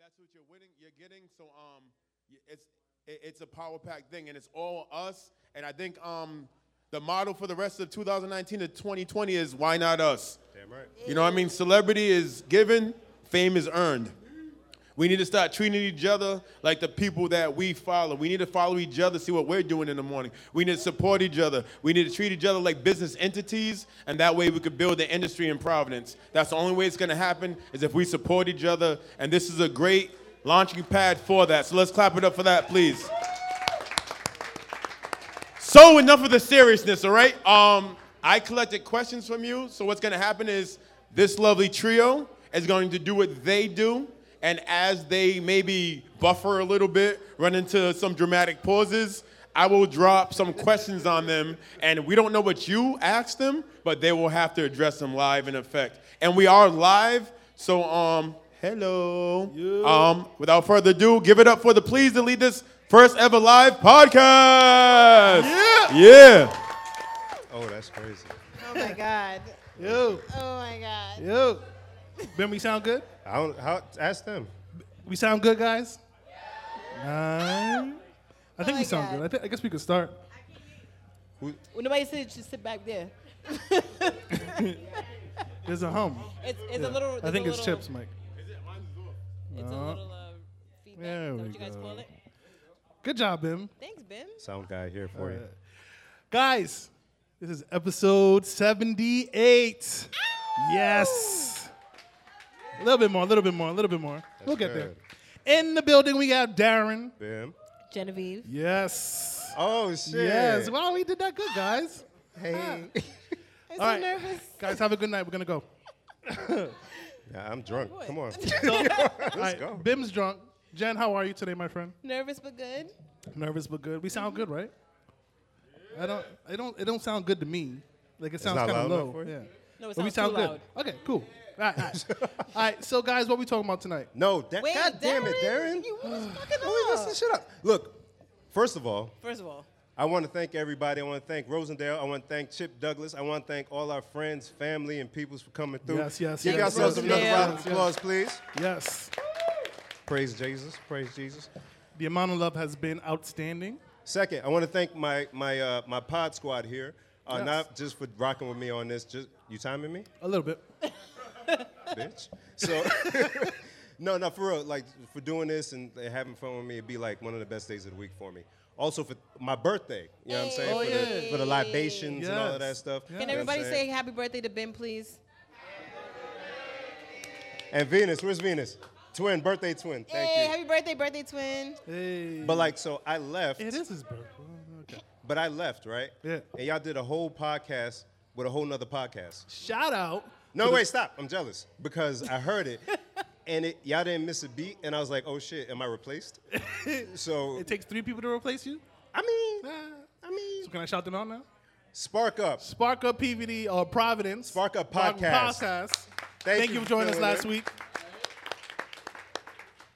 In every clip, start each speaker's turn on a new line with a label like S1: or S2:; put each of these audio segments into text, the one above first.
S1: That's what you're winning. You're getting. So um, y- it's it- it's a power pack thing, and it's all us. And I think um, the model for the rest of 2019 to 2020 is why not us?
S2: Damn right.
S1: You know what I mean? Celebrity is given, fame is earned. We need to start treating each other like the people that we follow. We need to follow each other, see what we're doing in the morning. We need to support each other. We need to treat each other like business entities, and that way we could build the industry in Providence. That's the only way it's gonna happen is if we support each other, and this is a great launching pad for that. So let's clap it up for that, please. So enough of the seriousness, all right? Um, I collected questions from you. So what's going to happen is this lovely trio is going to do what they do, and as they maybe buffer a little bit, run into some dramatic pauses, I will drop some questions on them, and we don't know what you asked them, but they will have to address them live in effect. And we are live, so um, hello. Um, without further ado, give it up for the please to lead this first ever live podcast. Yeah. Yeah.
S2: Oh, that's crazy.
S3: Oh my god.
S4: Yo,
S3: Oh my god.
S4: yo. Ben, we sound good?
S2: I don't. How? Ask them.
S4: We sound good, guys? Um, I think
S3: Oh my
S4: we sound
S3: God.
S4: good. I, thi- I guess we could start.
S3: When nobody sits, just sit back there.
S4: There's a hum.
S3: It's, it's
S4: Yeah.
S3: a little.
S4: I
S3: there's
S4: think
S3: a
S4: it's
S3: little-
S4: chips, Mike.
S3: It's a little uh, feedback.
S4: There
S3: Is that
S4: we
S3: what you guys
S4: go.
S3: call it?
S4: Good job, Ben.
S3: Thanks, Ben.
S2: Sound guy here for
S4: Uh,
S2: you.
S4: Guys, this is episode 78. Yes. A little bit more, a little bit more, a little bit more. we'll get
S2: good.
S4: there. In the building, we got Darren.
S2: Bim.
S3: Genevieve.
S4: Yes.
S2: Oh shit.
S4: Yes. Wow, we did that good, guys.
S2: Hey.
S3: I'm so
S4: All right.
S3: nervous.
S4: Guys, have a good night. We're going to go.
S2: Nah, I'm drunk.
S3: boy.
S2: Come on.
S4: Let's
S2: go.
S4: Bim's drunk. Jen, how are you today, my friend?
S3: Nervous but good.
S4: Nervous but good. We sound good, right? I don't. It don't. It don't sound good to me. Like it sounds
S2: not
S4: kind
S2: loud
S4: of
S2: enough
S4: low.
S2: for you?
S4: Yeah.
S3: No, it
S4: But we
S3: sounds
S4: sound
S3: too
S4: good.
S3: loud.
S4: Okay. Cool. All right. All right. all right. So, guys, what we talking about tonight?
S2: No. That,
S3: Wait,
S2: God damn it, Darren.
S3: You was fucking
S2: Who is
S3: up.
S2: this shit up? Look. First of all,
S3: First of all,
S2: I want to thank everybody. I want to thank Rosendale. I want to thank Chip Douglas. I want to thank all our friends, family, and peoples for coming through.
S4: Yes, yes,
S2: Give
S4: yes.
S2: yourselves another
S3: Rosendale.
S2: round of
S4: Yes, yes.
S2: applause, please.
S4: Yes.
S2: Praise Jesus. Praise Jesus.
S4: The amount of love has been outstanding.
S2: Second, I want to thank my my uh, my pod squad here, uh,
S4: Yes.
S2: not just for rocking with me on this. Just you timing me,
S4: A little bit.
S2: bitch. So, no, no, for real, like for doing this and having fun with me, it'd be like one of the best days of the week for me. Also for my birthday, you know what I'm saying?
S4: Oh,
S2: for, the,
S4: yeah.
S2: for the libations and all of that
S4: Yes.
S2: stuff.
S4: Can
S2: you
S3: can
S2: know what I'm
S3: everybody say
S2: saying?
S3: happy birthday to Ben, please?
S2: And Venus, where's Venus? Twin, birthday twin. Thank
S3: hey,
S2: you.
S3: happy birthday, birthday twin.
S4: Hey.
S2: But like, so I left.
S4: It is his birthday. Okay.
S2: But I left, right?
S4: Yeah.
S2: And y'all did a whole podcast with a whole nother podcast.
S4: Shout out.
S2: No, wait, stop. I'm jealous because I heard it and it, y'all didn't miss a beat, and I was like, oh shit, am I replaced? So,
S4: It takes three people to replace you.
S2: I mean,
S4: Ah.
S2: I mean,
S4: So can I shout them out now?
S2: spark up.
S4: Spark Up PVD or uh, Providence.
S2: Spark Up
S4: Pro-
S2: Podcast.
S4: Podcast.
S2: Thank,
S4: Thank you for joining us
S2: filling
S4: last
S2: in.
S4: week.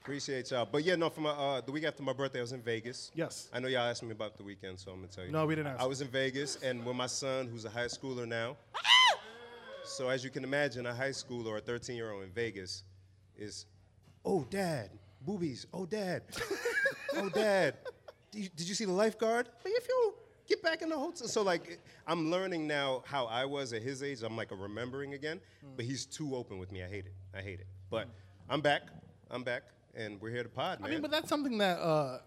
S2: Appreciate y'all. But yeah, no, for my, uh, the week after my birthday, I was in Vegas.
S4: Yes.
S2: I know y'all asked me about the weekend, so I'm gonna tell you.
S4: No, we didn't ask.
S2: I was in Vegas, and with my son, who's a high schooler now. so as you can imagine, a high schooler or a 13 year old in Vegas is, oh dad, boobies. Oh dad, oh dad. Did you, did you see the lifeguard? Like if you don't get back in the hotel, so like I'm learning now how I was at his age. I'm like a remembering again,
S4: Mm.
S2: but he's too open with me. I hate it. I hate it. But I'm back. I'm back, and we're here to pod, man.
S4: I mean, but that's something that uh,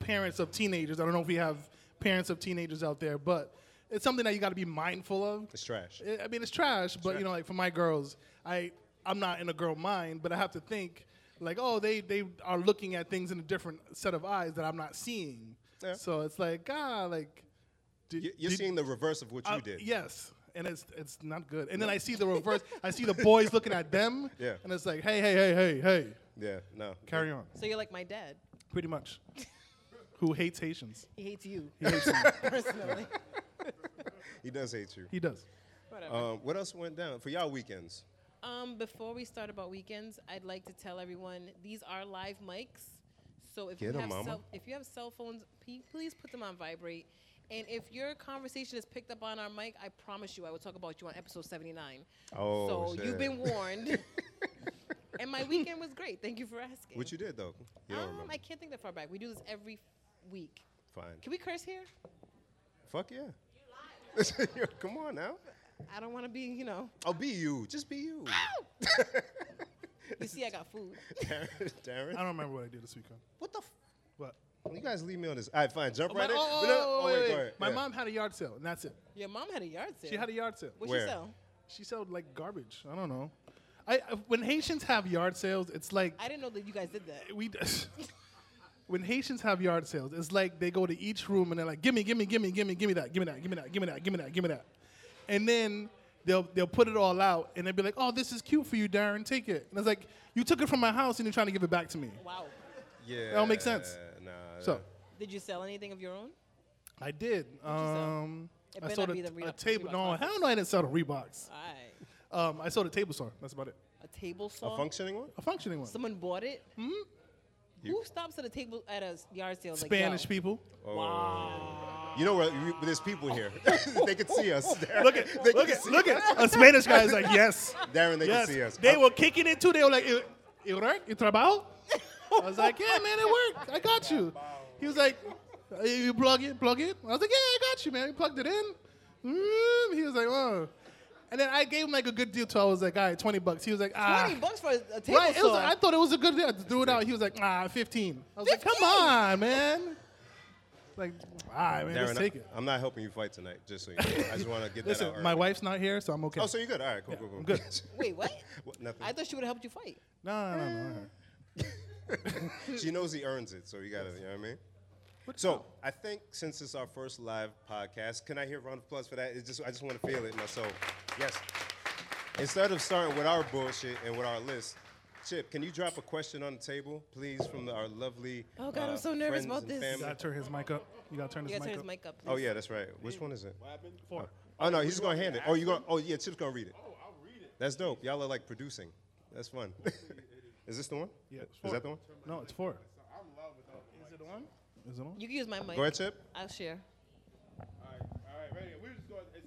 S4: parents of teenagers, I don't know if we have parents of teenagers out there, but it's something that you got to be mindful of.
S2: it's trash.
S4: I- I mean, it's trash, but you know, like for my girls, I I'm not in a girl mind, but I have to think like, oh, they they are looking at things in a different set of eyes that I'm not seeing.
S2: Yeah.
S4: So it's like, ah, like did,
S2: You- You're
S4: did-
S2: seeing the reverse of what you
S4: uh,
S2: did.
S4: Yes. And it's it's not good. And then I see the reverse. I see the boys looking at them.
S2: Yeah.
S4: And it's like, hey, hey, hey, hey, hey,
S2: Yeah, no.
S4: carry on.
S3: So you're like my dad.
S4: Pretty much. Who hates Haitians?
S3: He hates you
S4: He hates them.
S3: personally.
S2: He does hate you.
S4: He does.
S3: Whatever.
S2: Um, what else went down for y'all weekends?
S3: Um, before we start about weekends, I'd like to tell everyone these are live mics. So if
S2: Get 'em,
S3: you have
S2: mama.
S3: cell, if you have cell phones, pe- please put them on vibrate. And if your conversation is picked up on our mic, I promise you, I will talk about you on episode seventy nine.
S2: Oh,
S3: so
S2: shit.
S3: you've been warned. and my weekend was great. Thank you for asking.
S2: What you did though? You don't
S3: um,
S2: remember.
S3: I can't think that far back. We do this every week.
S2: Fine.
S3: Can we curse here?
S2: Fuck yeah. Come on now.
S3: I don't want to be, you know.
S2: Oh, be you. Just be you.
S3: You see, I got food.
S2: Darren,
S4: I
S2: Darren,
S4: don't remember what I did this weekend.
S2: what the? F-
S4: What?
S2: you guys leave me on this. All right, fine. Jump right
S4: My,
S2: in.
S4: oh,
S2: But no-
S4: oh, wait, wait,
S2: go
S4: wait.
S2: ahead.
S4: My
S2: Yeah.
S4: mom had a yard sale, and that's it.
S3: Your mom had a yard sale.
S4: She had a yard sale.
S3: What
S2: Where?
S3: she sell?
S4: She sold like garbage. I don't know. I I- when Haitians have yard sales, it's like
S3: I didn't know that you guys did that.
S4: we. d- when Haitians have yard sales, it's like they go to each room and they're like, "Gimme, gimme, gimme, gimme, gimme that, gimme that, gimme that, gimme that, gimme that, gimme that," and then they'll they'll put it all out and they'll be like, "Oh, this is cute for you, Darren. Take it." And it's like, "You took it from my house and you're trying to give it back to me."
S3: Wow.
S2: Yeah. That
S4: don't make sense.
S2: Nah.
S4: So
S3: Did you sell anything of your own?
S4: I did.
S3: sell?
S4: Um,
S3: It
S4: I
S3: better
S4: sold
S3: not
S4: a,
S3: be the
S4: a
S3: Reebok-
S4: table.
S3: Reebok
S4: No,
S3: boxes.
S4: hell no, I didn't sell the Reeboks.
S3: All right.
S4: Um, I sold a table saw. That's about it.
S3: A table saw.
S2: A functioning one?
S4: A functioning one.
S3: Someone bought it. Hmm. Who stops at a table at a yard sale?
S4: Spanish
S3: like, yo,
S4: people.
S2: You know where you, there's people here. they can see us. Darren.
S4: Oh, Look at
S2: they
S4: look
S2: can
S4: at
S2: see,
S4: look at a Spanish guy is like yes,
S2: Darren. They
S4: yes.
S2: can see us.
S4: They
S2: I-
S4: were kicking it too. They were like, "It it worked? It trabajo?" I was like, "Yeah, man, it worked. I got you." He was like, "Uh, "You plug it, plug it." I was like, "Yeah, I got you, man." He plugged it in. Mm, he was like, "Oh," and then I gave him like a good deal too. I was like, "All right, twenty bucks." He was like, "Ah."
S3: Twenty bucks for a table
S4: Right, it
S3: saw.
S4: was, I thought it was a good deal. I threw it out. He was like, ah, 15. I was like, come
S3: 15?
S4: on, man. Like, all right, man,
S2: Darren,
S4: let's take it.
S2: I, am not helping you fight tonight. Just so you know. I just want to get
S4: Listen,
S2: that out.
S4: my
S2: early.
S4: wife's not here, so I'm okay.
S2: Oh, so you're good. All right, cool, cool, cool.
S4: I'm good.
S3: Wait, what?
S2: What, nothing.
S3: I thought she would have helped you fight.
S4: no, no, no, no. no.
S2: she knows he earns it, so you gotta, you know what I mean? So I think since it's our first live podcast, can I hear a round of applause for that? It's just I just want to feel it in my soul. Yes. Instead of starting with our bullshit and with our list, Chip, can you drop a question on the table, please, from the- our lovely? uh,
S3: Oh, God, I'm so nervous about this.
S4: You gotta turn his mic up. You gotta turn
S3: You
S4: his
S3: gotta turn
S4: mic up.
S3: his mic up. Please.
S2: Oh yeah, that's right. Which one is it?
S4: Four.
S2: Oh no, he's just gonna hand it. Oh, you gonna? Oh yeah, Chip's gonna read it. Oh, I'll read it. That's dope. Y'all are like producing. That's fun. is this the one?
S4: Yeah, it's
S2: Is
S4: four.
S2: that the one?
S4: No, it's four. Is it on? Is it on?
S3: You can use my mic.
S2: Go ahead, Chip.
S3: I'll share.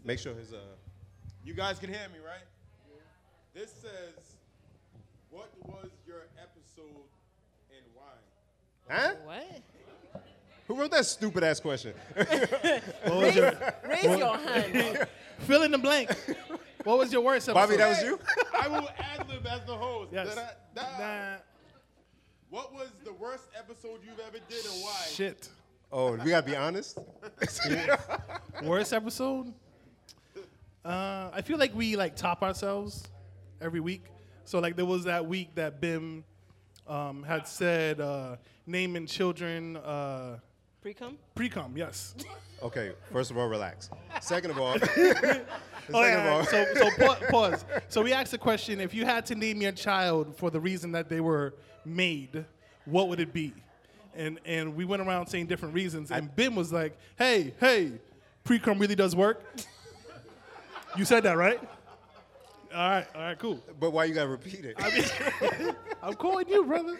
S2: Make sure his uh.
S1: You guys can hear me, right? This says, "What was your episode and why?"
S2: Huh?
S3: What?
S2: Who wrote that stupid ass question?
S3: Raise, raise your hand.
S4: Fill in the blank. what was your worst episode?
S2: Bobby, that was you?
S1: I will ad lib as the host.
S4: Yes.
S1: Da-da-da.
S4: Nah,
S1: What was the worst episode you've ever did and why?
S4: shit.
S2: Oh, we gotta be honest.
S4: Worst episode? Uh, I feel like we like top ourselves every week. So like there was that week that Bim um, had said uh, naming children uh,
S3: Pre cum?
S4: pre-com. Yes.
S2: Okay, first of all, relax. Second of all,
S4: Oh,
S2: Second of all-
S4: So, so pa- pause. So we asked the question: If you had to name your child for the reason that they were made, what would it be? And and we went around saying different reasons. And Bim was like, "Hey, hey, pre-cum really does work." you said that, right? All right, all right, cool.
S2: but why you gotta repeat it?
S4: I'm calling you, brother.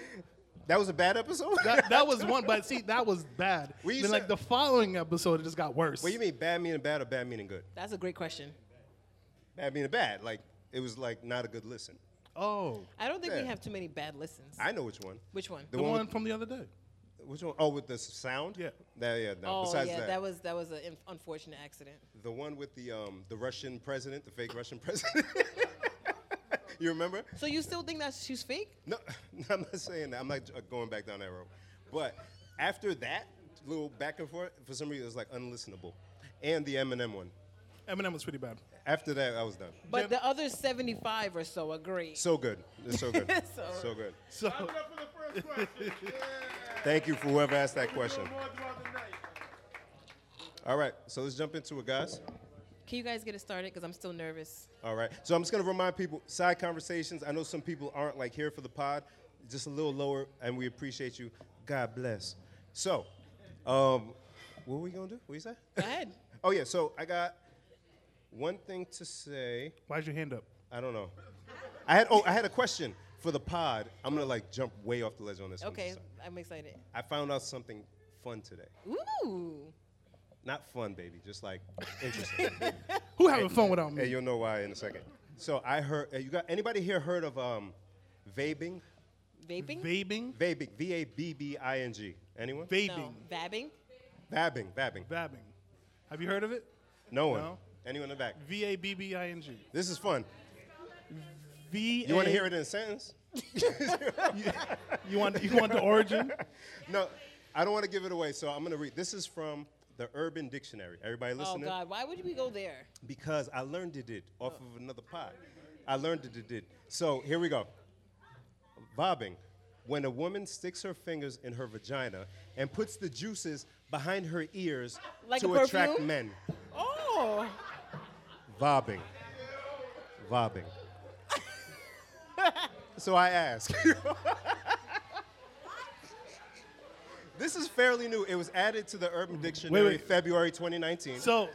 S2: that was a bad episode?
S4: That, that was one, but see, that was bad.
S2: Well, you
S4: then, like
S2: said-
S4: the following episode, it just got worse.
S2: what do you mean, bad meaning bad or bad meaning good?
S3: That's a great question.
S2: Bad meaning bad. Like, it was like not a good listen.
S4: Oh,
S3: I don't think
S2: Yeah.
S3: we have too many bad listens.
S2: I know which one.
S3: Which one?
S2: The,
S4: the
S2: one,
S4: one from the other day.
S2: with- which one? Oh, with the s- sound?
S4: Yeah.
S2: That, yeah, no.
S3: oh yeah,
S2: Besides
S3: that.
S2: that,
S3: was that was an inf- unfortunate accident.
S2: the one with the um the Russian president, the fake Russian president. you remember?
S3: So you still think that she's fake?
S2: No, I'm not saying that. I'm not uh, going back down that road. But after that little back and forth, for some reason, it was like unlistenable. And the Eminem one.
S4: Eminem was pretty bad.
S2: After that, I was done.
S3: But the other 75 or so are great.
S2: So good. It's so good.
S3: So-
S2: so good.
S4: So.
S1: Give it up for the first question. Yeah.
S2: Thank you for whoever asked that question.
S1: More throughout the night.
S2: All right. So let's jump into it, guys.
S3: Can you guys get it started? Because I'm still nervous.
S2: All right. So I'm just going to remind people side conversations. I know some people aren't like here for the pod, just a little lower, and we appreciate you. God bless. So, um, what were we going to do? What you say?
S3: Go ahead.
S2: Oh yeah, so I got one thing to say.
S4: Why's your hand up?
S2: I don't know. I had oh I had a question for the pod. I'm gonna like jump way off the ledge on this one.
S3: Okay,
S2: Sorry.
S3: I'm excited.
S2: I found out something fun today.
S3: Ooh.
S2: Not fun, baby, just like interesting.
S4: Who having fun without me?
S2: and you'll know why in a second. So I heard uh, you got anybody here heard of um, Vaping?
S3: Vaping?
S4: Vaping?
S2: Vaping. V A B B I N G. Anyone?
S4: Vaping.
S3: no. Vabbing?
S2: Vabbing. Vabbing.
S4: Vabbing. Have you heard of it?
S2: No one.
S4: No.
S2: Anyone in the back?
S4: V A B B I N G.
S2: This is fun.
S4: V.
S2: You want to hear it in a sentence?
S4: You want you want the origin?
S2: No, I don't want to give it away, so I'm going to read. This is from the Urban Dictionary. Everybody
S3: Oh,
S2: listening?
S3: God. Why would we go there?
S2: Because I learned it, it off of another pod. I learned it, it. it. So here we go. Bobbing. When a woman sticks her fingers in her vagina and puts the juices behind her ears
S3: Like
S2: to
S3: a
S2: attract
S3: perfume?
S2: men.
S3: Oh.
S2: Bobbing. Bobbing. so I ask. this is fairly new. It was added to the Urban Dictionary
S4: wait.
S2: February 2019.
S4: So,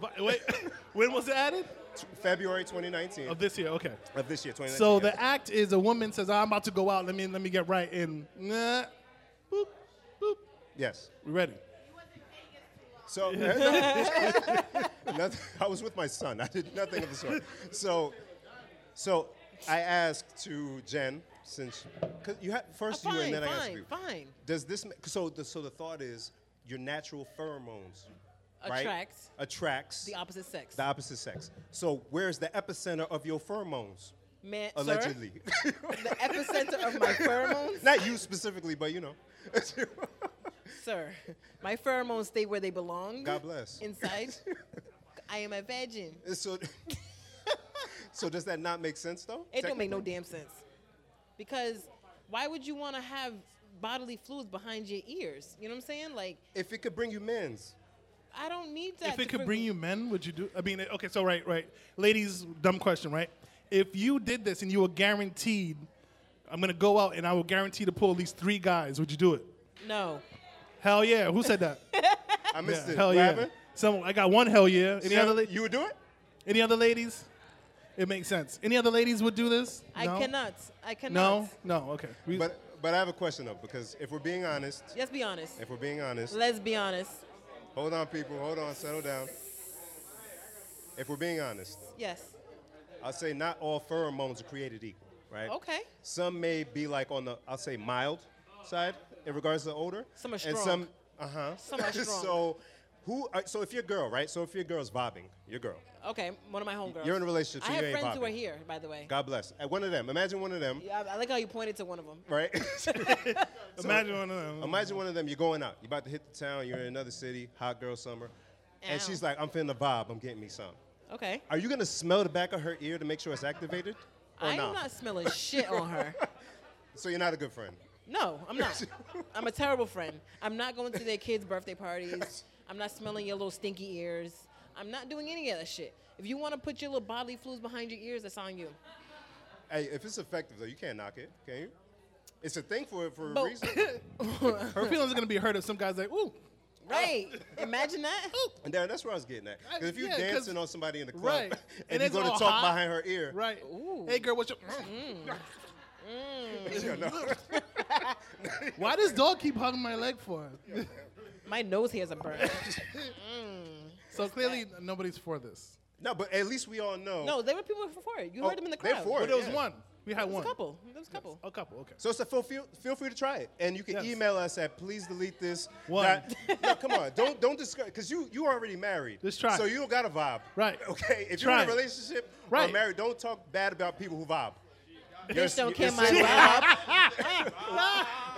S4: v- wait, when was it added?
S2: T- February 2019
S4: Of
S2: of,
S4: this year. Okay.
S2: this year, 2019.
S4: So
S2: yes.
S4: the act is a woman says, "I'm about to go out. Let me let me get right." And nah, boop, boop.
S2: Yes.
S4: We ready?
S2: So Nothing- I was with my son. I did nothing of the sort. So, so I asked to Jen since because you had first you
S3: fine,
S2: and then I asked
S3: fine,
S2: you.
S3: fine.
S2: Does this ma- so the so the thought is your natural pheromones right?
S3: Attracts
S2: attracts
S3: the opposite sex.
S2: the opposite sex. So where's the epicenter of your pheromones?
S3: Man, sir,
S2: Allegedly,
S3: the epicenter of my pheromones,
S2: not you specifically, but you know.
S3: sir. My pheromones stay where they belong.
S2: God bless.
S3: Inside, I am a virgin.
S2: so, so does that not make sense though?
S3: It don't make no
S2: Technically?
S3: damn sense. Because why would you want to have bodily fluids behind your ears? You know what I'm saying? Like,
S2: If it could bring you men's,
S3: I don't need that.
S4: If it
S3: to
S4: could bring you men, would you do? I mean, okay. So right, right. Ladies, dumb question, right? If you did this and you were guaranteed, I'm gonna go out and I will guarantee to pull at least three guys. Would you do it?
S3: No.
S4: Hell yeah. Who said that?
S3: Ah.
S2: I missed it.
S4: hell
S2: What
S4: yeah.
S2: happened?
S4: Some I got one hell yeah. Any
S2: So
S4: other la-
S2: you would do it?
S4: any other ladies? It makes sense. Any other ladies would do this?
S3: I
S4: No?
S3: cannot. I cannot.
S4: No, no. Okay. We-
S2: But but I have a question though, because if we're being honest,
S3: Let's be honest.
S2: if we're being honest,
S3: Let's be honest.
S2: hold on, people, hold on, settle down. If we're being honest,
S3: Yes.
S2: I'll say not all pheromones are created equal, right?
S3: Okay.
S2: Some may be like on the I'll say mild side in regards to odor.
S3: Some are
S2: And
S3: strong.
S2: some uh huh.
S3: Some are strong.
S2: so who? Are, so if your girl, right? So if your girl's bobbing, your girl.
S3: Okay. One of my homegirls.
S2: You're in a relationship, so
S3: I
S2: you
S3: have
S2: ain't
S3: friends who are
S2: bopping.
S3: here, by the way.
S2: God bless. Uh, One of them. Imagine one of them,
S3: Yeah, I I like how you pointed to one of them.
S2: right?
S4: imagine one of them.
S2: Imagine one of them, you're going out. You're about to hit the town, you're in another city, hot girl summer. And
S3: Ow.
S2: she's like, I'm finna vibe, I'm getting me some.
S3: Okay.
S2: Are you gonna smell the back of her ear to make sure it's activated? Or
S3: I'm
S2: not?
S3: not smelling shit on her.
S2: So you're not a good friend.
S3: No, I'm not. I'm a terrible friend. I'm not going to their kids' birthday parties. I'm not smelling your little stinky ears. I'm not doing any of that shit. If you want to put your little bodily fluids behind your ears, that's on you.
S2: Oh. Hey, if it's effective though, you can't knock it, can you? It's a thing for for a
S3: But-
S2: reason.
S4: Her feelings are gonna be hurt if some guy's like, ooh,
S3: Right. Imagine that.
S2: And that- that's where I was getting at. 'Cause if you're
S4: Yeah, 'cause-
S2: dancing on somebody in the club
S4: Right.
S2: and,
S4: And
S2: you
S4: it's
S2: go to
S4: all
S2: talk
S4: hot.
S2: behind her ear,
S4: right.
S3: Ooh.
S4: Hey girl, what's your? Mm.
S2: you know,
S3: Mm.
S4: Why does dog keep hugging my leg for?
S3: My nose hairs are burned.
S4: so clearly nobody's for this.
S2: no, but at least we all know.
S3: No, there were people who were for it. You heard them in the
S2: Oh, they're
S3: crowd.
S2: for it.
S4: But there was
S2: yeah.
S4: one. We had
S3: There
S4: one.
S3: was a couple. There was a couple.
S4: A couple. Okay.
S2: So, so feel, feel, feel free to try it, and you can
S4: Yes.
S2: email us at please delete this.
S4: One.
S2: dot- no, come on, don't don't discuss because you you already married.
S4: Just try
S2: So
S4: it.
S2: you don't got a vibe,
S4: Right.
S2: Okay, if
S4: Try
S2: you're
S4: it.
S2: in a relationship
S4: Right.
S2: or married, don't talk bad about people who vibe.
S3: Bitch, don't care my
S2: single-
S3: vibe.
S4: Ah!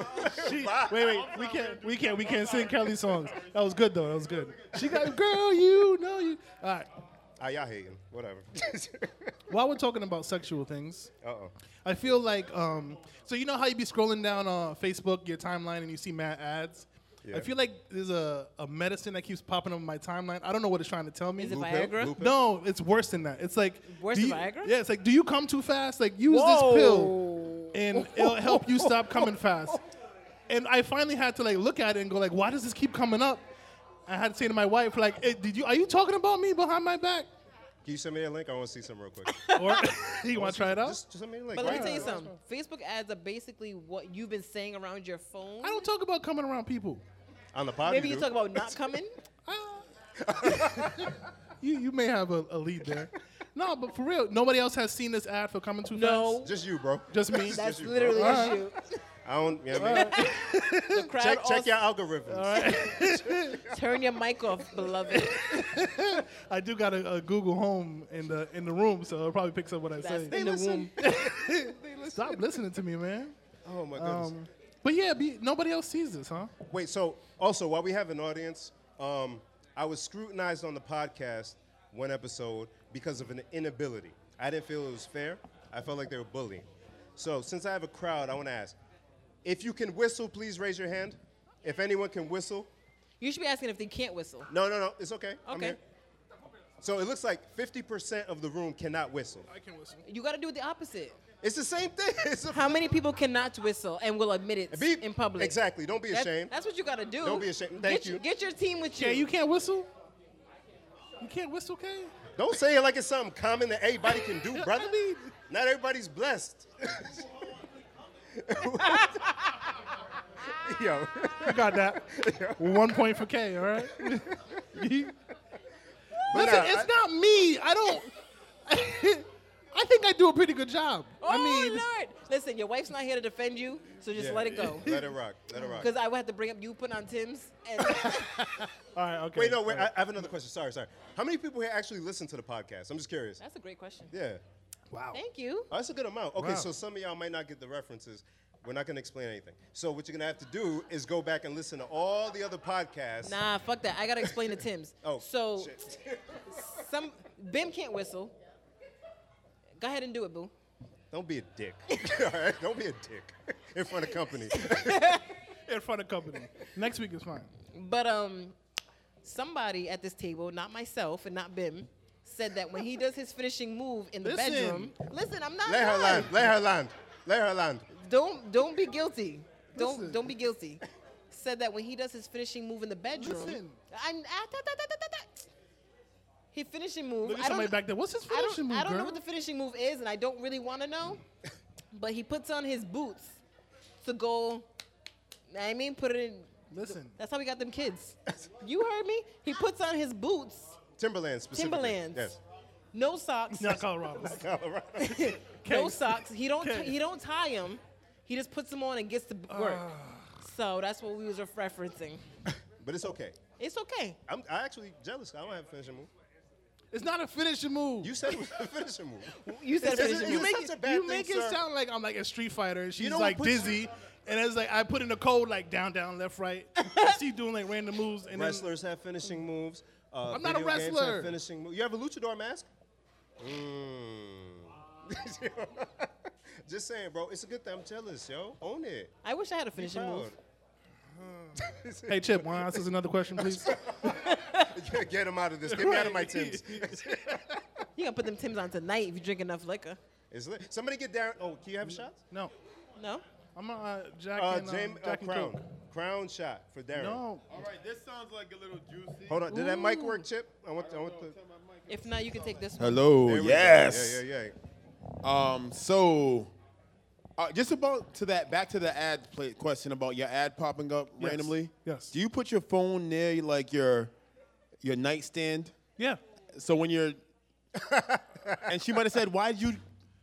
S4: She- wait, wait. We can't. We can't. We can't sing Kelly songs. That was good though. That was good. She got girl. You know you. All right.
S2: Ah, y'all hating, whatever.
S4: While we're talking about sexual things,
S2: uh oh.
S4: I feel like um, so you know how you be scrolling down uh, Facebook your timeline and you see mad ads.
S2: Yeah.
S4: I feel like there's a, a medicine that keeps popping up in my timeline. I don't know what it's trying to tell me.
S3: Is it
S2: Blue pill?
S3: Viagra?
S2: Blue pill?
S4: No, it's worse than that. It's like
S3: Worse
S4: do
S3: than
S4: you-
S3: Viagra?
S4: Yeah, it's like do you come too fast? Like use
S3: Whoa.
S4: this pill and it'll help you stop coming fast. And I finally had to like look at it and go like, why does this keep coming up? I had to say to my wife like, "Eh, did you are you talking about me behind my back?
S2: Can you send me a link? I want to see some real quick.
S4: Or you want to try it out?
S2: Just, just send me a link.
S3: But let me
S2: Why
S3: tell you
S2: not?
S3: something. Facebook ads are basically what you've been saying around your phone.
S4: I don't talk about coming around people.
S2: On the pod,
S3: Maybe you
S2: do.
S3: talk about not coming.
S4: you you may have a, a lead there. No, but for real, nobody else has seen this ad for coming too
S3: No.
S4: fast.
S2: Just you, bro.
S4: Just me.
S3: That's
S2: you.
S3: literally a
S4: Alright.
S3: shoot.
S2: I don't. You know what I mean?
S3: The crowd
S2: check, check
S3: also-
S2: your algorithms.
S3: Turn your mic off, beloved.
S4: I do got a, a Google Home in the in the room, so it probably picks up what I
S3: That's
S4: say.
S3: in the womb.
S4: Stop listening to me, man.
S2: Oh my goodness.
S4: Um, but yeah, be, nobody else sees this, huh?
S2: Wait, so also while we have an audience, um, I was scrutinized on the podcast one episode because of an inability. I didn't feel it was fair. I felt like they were bullying. So since I have a crowd, I want to ask: if you can whistle, please raise your hand. If anyone can whistle,
S3: You should be asking if they can't whistle.
S2: no, no, no, it's okay. I'm
S3: Okay.
S2: here. So it looks like 50% of the room cannot whistle.
S4: I can whistle.
S3: You got to do the opposite.
S2: It's the same thing. It's a
S3: How many people cannot whistle and will admit it
S2: Be-
S3: in public?
S2: Exactly. Don't be
S3: That's,
S2: ashamed.
S3: that's what you got to do.
S2: Don't be ashamed.
S3: Get
S2: Thank
S3: your-
S2: you.
S3: Get your team with you.
S4: Yeah, you can't whistle. You can't whistle, Kay.
S2: Don't say it like it's something common that everybody can do, brother.
S4: I mean-
S2: Not everybody's blessed. Yo,
S4: I got that. One point for K. All right. Listen,
S2: But nah, I-
S4: it's not me. I don't. I think I do a pretty good job.
S3: Oh,
S4: I mean,
S3: Lord. Listen, your wife's not here to defend you, so just
S2: Yeah,
S3: let it go.
S2: Let it rock. Let it rock.
S3: Because I would have to bring up you putting on Tim's. And
S4: all right, okay.
S2: Wait, no, wait. I, I have another question. Sorry, sorry. How many people here actually listen to the podcast? I'm just curious.
S3: that's a great question.
S2: yeah,
S4: Wow.
S3: Thank you.
S2: oh, that's a good amount. Okay,
S4: Wow.
S2: so some of y'all might not get the references. We're not gonna explain anything. So what you're gonna have to do is go back and listen to all the other podcasts.
S3: Nah, fuck that. I gotta explain to Tim's.
S2: Oh,
S3: so
S2: shit.
S3: some Bim can't whistle. Go ahead and do it, boo.
S2: Don't be a dick. all right, don't be a dick in front of company.
S4: In front of company. Next week is fine.
S3: But um, somebody at this table, not myself and not Bim, said that when he does his finishing move in the
S4: Listen.
S3: bedroom, listen, I'm not.
S2: Let her
S3: done.
S2: land. Let her land. Let her land.
S3: Don't don't be guilty. Don't
S4: Listen.
S3: don't be guilty. Said that when he does his finishing move in the bedroom,
S4: Listen.
S3: I, ah, da, da, da, da, da, da. he finishing move.
S4: Look at
S3: I don't-
S4: somebody back there. What's his
S3: I
S4: finishing
S3: don't,
S4: move,
S3: I don't know
S4: girl?
S3: what the finishing move is, and I don't really want to know. but he puts on his boots to go. know what I mean, put it in.
S4: Listen.
S3: That's how we got them kids. You heard me. He puts on his boots,
S2: Timberlands specifically.
S3: Timberlands,
S2: Yes.
S3: no socks,
S4: Not Colorado.
S2: Colorado.
S3: no
S4: Case.
S3: socks. He don't
S4: Case.
S3: he don't tie them. He just puts them on and gets to b- work. so that's what we was referencing.
S2: but it's okay.
S3: It's okay.
S2: I'm I actually jealous. I don't have a finishing move.
S4: It's not a finishing move.
S2: You said it was a finishing move.
S3: You said
S2: It's-
S3: finishing
S2: it's-
S4: you
S3: move.
S4: make
S2: such
S4: it,
S2: a bad
S4: you
S2: thing,
S4: make it
S2: sir.
S4: sound like I'm like a Street Fighter. and She's
S2: know what
S4: like
S2: puts you-
S4: dizzy, and it's like I put in the code like down, down, left, right. and she doing like random moves, and then
S2: Wrestlers have finishing moves. Uh,
S4: I'm not a
S2: video games have
S4: wrestler.
S2: finishing move. You have a luchador mask? Mm. Just saying, bro. It's a good thing. I'm jealous, yo. Own it.
S3: I wish I had a
S2: Be
S3: finishing move.
S4: hey Chip, want to answer another question, please?
S2: proud. Get him out of this. Get me out of my Tim's.
S3: You gonna put them Tim's on tonight if you drink enough liquor.
S2: It's lit. Somebody get Darren. Oh, can you have a shot?
S4: no,
S3: No?
S4: I'm a uh, Jack
S2: Uh,
S4: and um,
S2: James uh,
S4: Jack and
S2: Crown.
S4: Coke.
S2: Crown shot for Darren.
S4: No,
S1: All right, this sounds like a little juicy.
S2: Hold on. Did that mic work, Chip? I want. I want the.
S3: If not, you can take
S1: Uh.
S3: this one.
S1: Hello.
S2: There we go.
S1: Yes.
S2: Yeah, yeah, yeah.
S1: Um. So, uh, just about to that, back to the ad play question about your ad popping up
S4: Yes.
S1: randomly.
S4: Yes.
S1: Do you put your phone near like your your nightstand?
S4: yeah.
S1: So when you're, and she might have said, "Why did you?"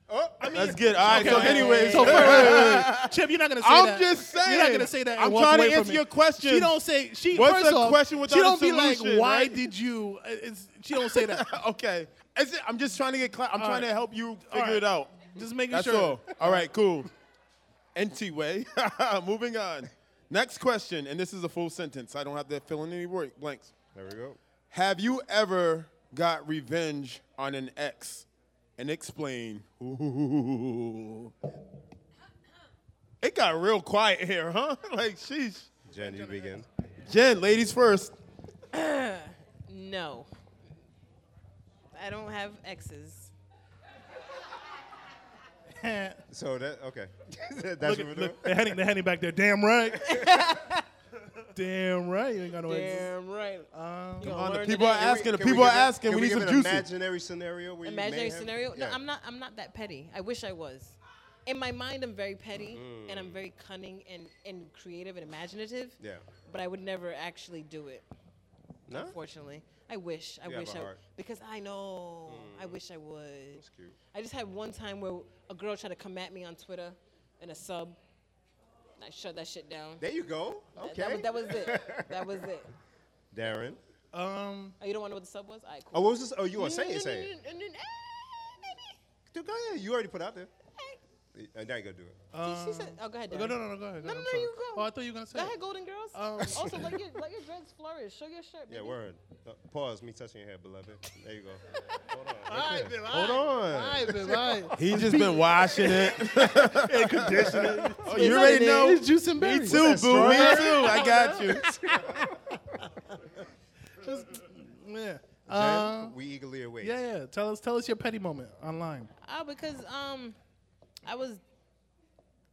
S2: Oh, I mean,
S1: That's good. All right. So, anyways,
S4: So, wait, wait, wait, wait. Chip, you're not gonna say
S1: I'm
S4: that.
S1: just saying.
S4: You're not gonna say that. and
S1: I'm
S4: walk
S1: trying to
S4: away from
S1: answer
S4: me.
S1: your question.
S4: She don't say. She
S1: What's
S4: first
S1: a
S4: off,
S1: question
S4: She
S1: without a
S4: don't be like,
S1: solution,
S4: why
S1: right?
S4: did you? uh, It's, she don't say that.
S1: okay. Is it, I'm just trying to get. Cla- I'm trying
S4: right.
S1: to help you figure
S4: right.
S1: it out.
S4: Just making
S1: That's
S4: sure.
S1: all. All right. Cool. NT way. Moving on. Next question, and this is a full sentence. I don't have to fill in any word blanks.
S2: There we go.
S1: Have you ever got revenge on an ex? And explain. Ooh. It got real quiet here, huh? Like, sheesh.
S2: Jen, you begin.
S1: Jen, ladies first.
S3: No. I don't have exes.
S2: So that okay. That's what we're
S4: look, at-
S2: doing.
S4: look, they're heading, they're heading back there. Damn right. Damn right. You ain't got no exes.
S3: Damn right. Um,
S1: Come on, the people are asking. The people are asking. We need some juicy.
S2: Imaginary scenario. Where
S3: Imaginary scenario? No, I'm not. I'm not that petty. I wish I was. In my mind, I'm very petty and I'm very cunning and, and creative and imaginative.
S2: Yeah.
S3: But I would never actually do it.
S2: No.
S3: Unfortunately, I wish. I
S2: You have
S3: wish
S2: a
S3: I
S2: heart.
S3: because I know. I wish I would.
S2: That's cute.
S3: I just had one time where a girl tried to come at me on Twitter in a sub. and I shut that shit down.
S2: There you go.
S3: That-
S2: Okay.
S3: That, was, that was it. That was it.
S2: Darren.
S4: Um,
S3: Oh, you don't want to know what the sub was? All right,
S2: Oh,
S3: cool.
S2: what was this? Oh, you want to say it?
S3: No,
S2: Say
S3: no,
S2: it.
S3: no, no, no, no, ah,
S2: Dude, go ahead. You already put out there.
S3: baby.
S2: Uh, Now you gotta do it.
S3: Ah. She- she said- oh, go ahead.
S4: go- no,
S3: Darren.
S4: no, no, go ahead. go
S3: No,
S4: ahead,
S3: no,
S4: I'm
S3: no,
S4: sorry.
S3: you go.
S4: Oh, I thought you were gonna say.
S3: Go
S4: it.
S3: ahead, Golden Girls.
S4: Um,
S3: also, let your let your dreads flourish. Show your shirt.
S2: Yeah,
S3: baby.
S2: word. Uh, pause. Me touching your hair, beloved. There you go. Hold on.
S4: All right, then, all
S2: Hold on.
S4: right, then, all right.
S1: He just been washing it. oh,
S3: It's
S1: you already
S3: edited.
S1: know.
S4: It's juice and
S1: Me
S4: berries.
S1: too, boo. Me too. I got you.
S4: Yeah.
S2: Jen,
S4: Um,
S2: we eagerly await.
S4: yeah, yeah. Tell us, tell us your petty moment online.
S3: Oh, because um, I was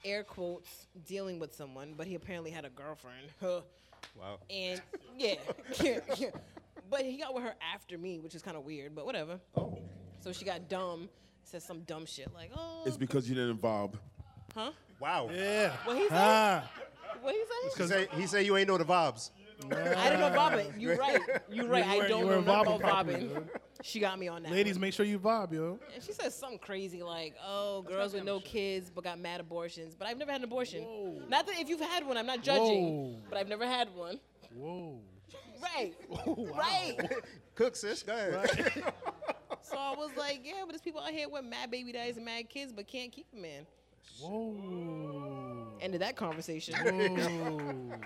S3: air quotes dealing with someone, but he apparently had a girlfriend.
S2: Wow.
S3: and yeah, yeah, yeah. But he got with her after me, which is kind of weird, but whatever.
S2: Oh.
S3: So she got dumb, said some dumb shit like, oh,
S1: It's because you didn't involve.
S3: huh?
S2: Wow.
S4: Yeah.
S3: Uh, What he said?
S4: Ah,
S3: What he
S2: He
S3: said?
S2: say, he say you ain't know the vibes.
S3: I didn't know bobbing. You right. You right.
S4: weren't-
S3: I don't
S4: you weren't
S3: know nothing
S4: bobbing
S3: about
S4: properly,
S3: bobbing. She got me on that.
S4: ladies,
S3: one.
S4: make sure you vibe, yo.
S3: And she said something crazy like, "Oh, girls with no kids but got mad abortions." But I've never had an abortion. Not that if you've had one, I'm not judging.
S4: Whoa.
S3: But I've never had one.
S4: Whoa.
S3: Right. Right.
S2: Cook, sis. Go ahead.
S3: So I was like, "Yeah, but there's people out here with mad baby daddies and mad kids but can't keep them in."
S4: Whoa.
S3: Ended that conversation.
S4: Whoa.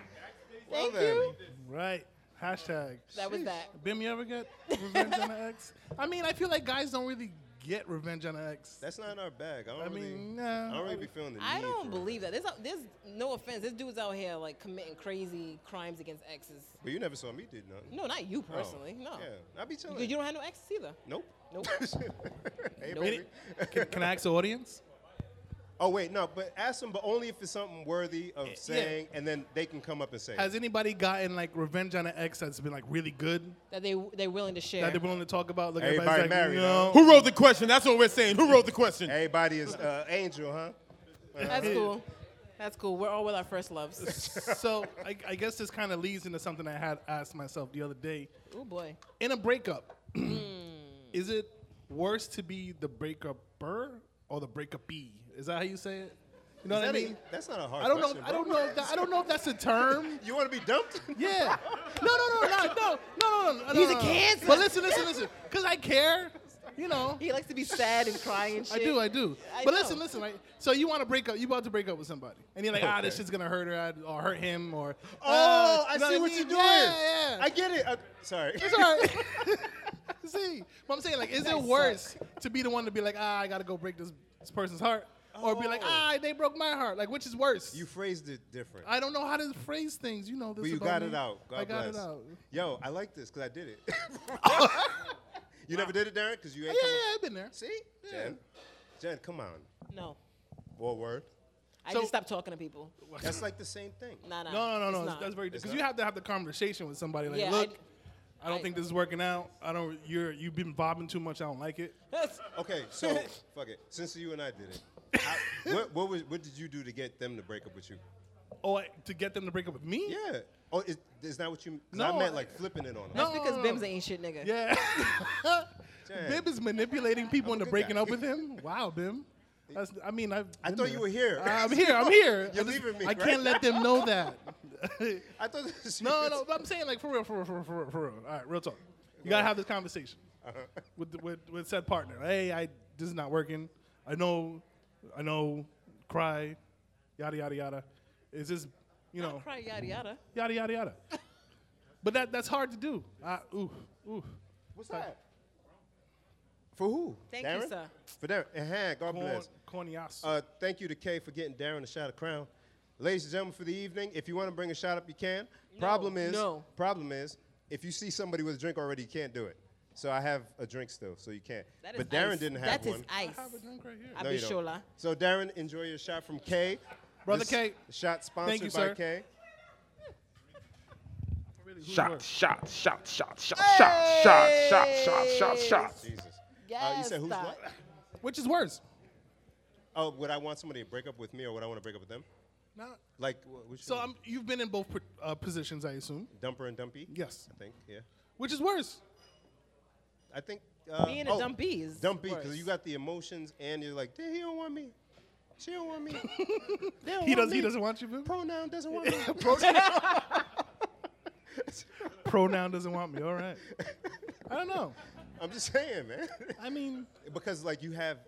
S3: Thank
S2: then.
S3: you.
S4: right. Hashtag.
S3: That was that.
S4: Bim, you ever get revenge on an ex? I mean, I feel like guys don't really get revenge on an ex.
S2: That's not in our bag. I don't
S4: I
S2: really.
S4: mean,
S2: I don't
S4: no.
S2: really be feeling the
S3: I
S2: need.
S3: don't
S2: for it.
S3: believe that. There's, out- there's no offense. There's dudes out here like committing crazy crimes against exes.
S2: But you never saw me do nothing.
S3: No, not you personally. No.
S2: Yeah. I be
S3: You,
S2: chilling.
S3: you don't have no exes either.
S2: nope.
S3: Nope.
S2: hey,
S3: Nope.
S2: baby.
S4: Can, can I ask the audience?
S2: Oh wait, no. But ask them, but only if it's something worthy of saying, and then they can come up and say. it.
S4: Has anybody gotten like revenge on an ex that's been like really good
S3: That they they're willing to share.
S4: that they're willing to talk about? Look,
S2: Everybody
S4: everybody's like,
S2: married,
S4: no.
S1: Who wrote the question? That's what we're saying. Who wrote the question?
S2: Everybody is uh, angel, huh?
S3: That's cool. That's cool. We're all with our first loves.
S4: so I, I guess this kind of leads into something I had asked myself the other day.
S3: oh boy.
S4: In a breakup, is it worse to be the breakupper or the breakupee? Is that how you say it? You know
S2: Is
S4: what I
S2: that a-
S4: mean?
S2: that's not a hard.
S4: I don't know.
S2: question,
S4: I don't know. If that, I don't know if that's a term.
S2: bro. You want to be dumped?
S4: Yeah. No, no, no, no, no, no, no, no.
S3: He's a
S4: no.
S3: cancer.
S4: But listen, listen, listen. Because I care. You know.
S3: He likes to be sad and crying and
S4: I
S3: shit.
S4: do, I do.
S3: I
S4: but
S3: know.
S4: listen, listen. Like, so you want to break up? You about to break up with somebody, and you're like, ah, this shit's gonna hurt her I- or hurt him or. uh,
S2: Oh, I
S4: you know
S2: see
S4: I
S2: what
S4: mean?
S2: you're doing.
S4: Yeah, yeah.
S2: I get it. Uh, sorry.
S4: It's all right. see, but I'm saying like, is it worse to be the one to be like, ah, I gotta go break this, this person's heart, or be like,
S2: Oh.
S4: ah, they broke my heart? Like, which is worse?
S2: You phrased it different.
S4: I don't know how to phrase things. You know this.
S2: But you
S4: about
S2: got
S4: me.
S2: it out. God
S4: I got
S2: bless.
S4: it out.
S2: Yo, I like this because I did it. you never did it, Darren, because you
S4: Yeah,
S2: ain't
S4: yeah,
S2: come up-
S4: yeah, I've been there.
S2: See? Jen. Jen, come on.
S3: No.
S2: What word?
S3: I
S4: So-
S3: just stop talking to people.
S2: That's like the same thing.
S3: Nah, nah.
S4: No, no,
S3: it's
S4: no, no.
S3: not.
S4: That's very because
S2: not.
S4: you have to have the conversation with somebody. Like,
S3: Yeah, I
S4: look,
S3: d-
S4: I, don't
S3: I-
S4: think this is working out. I don't. You're you've been bobbing too much. I don't like it.
S3: That's-
S2: Okay, so fuck it. Since you and I did it, how, what what, was, what did you do to get them to break up with you?
S4: Oh, I, to get them to break up with me?
S2: Yeah. Oh, is, is that what you? 'cause
S4: No,
S2: I meant
S4: I-
S2: like flipping it on them.
S4: No.
S3: because Bim's an ain't shit nigga.
S4: Yeah.
S2: Dang.
S4: Bim is manipulating people
S2: I'm a
S4: into
S2: good
S4: breaking
S2: guy.
S4: up with him. Wow, Bim. That's, I mean, I've
S2: I
S4: been
S2: thought
S4: there.
S2: you were here.
S4: I'm here. I'm here.
S2: You're
S4: I just-
S2: leaving me,
S4: I can't
S2: right?
S4: let them know that.
S2: I thought. This was
S4: no, no. But I'm saying like for real, for real, for real, for real, for real. All right, real talk. You gotta have this conversation with, the- with with said partner. Hey, I this is not working. I know, I know. Cry, yada yada yada. Is this, you know?
S3: Cry yada yada.
S4: yada yada yada. but that that's hard to do. I, ooh, ooh.
S2: What's that? For who?
S3: Thank you,
S2: Darren?
S3: sir.
S2: For Darren. Uh-huh, God
S4: Corn,
S2: bless.
S4: cornias.
S2: Uh, thank you to Kay for getting Darren a shot of crown. Ladies and gentlemen, for the evening, if you want to bring a shot up, you can. problem is,
S3: no.
S2: problem is, if you see somebody with a drink already, you can't do it. So I have a drink still, so you can't.
S3: That is
S2: But Darren
S3: ice.
S2: didn't have
S3: That is
S2: one.
S3: ice.
S4: I have a drink right here.
S3: I
S2: No,
S3: be
S2: you don't.
S3: sure lah.
S2: So Darren, enjoy your shot from Kay.
S4: Brother
S2: This
S4: Kay.
S2: Shot sponsored
S4: you,
S2: by
S4: sir.
S2: Kay.
S5: Shot, shot, shot, shot, shot, shot, shot, shot, shot, shot, shot.
S2: Jesus. Uh, you
S3: Yes,
S2: said who's
S3: sir.
S2: what?
S4: Which is worse?
S2: Oh, would I want somebody to break up with me, or would I want to break up with them?
S4: Not,
S2: Like, wh- which
S4: so
S2: one?
S4: I'm, you've been in both pr- uh, positions, I assume.
S2: Dumper and Dumpy.
S4: Yes.
S2: I think. Yeah.
S4: Which is worse?
S2: I think uh,
S3: Being a dumb bee is
S2: dumb bee because
S3: worse.
S2: you got the emotions and you're like, "Damn, he don't want me. She don't want me. They don't
S4: He
S2: want
S4: does. He
S2: me.
S4: doesn't want you. Boo?
S2: Pronoun doesn't want me.
S4: Pronoun doesn't want me. All right. I don't know.
S2: I'm just saying, man.
S4: I mean,
S2: because like you have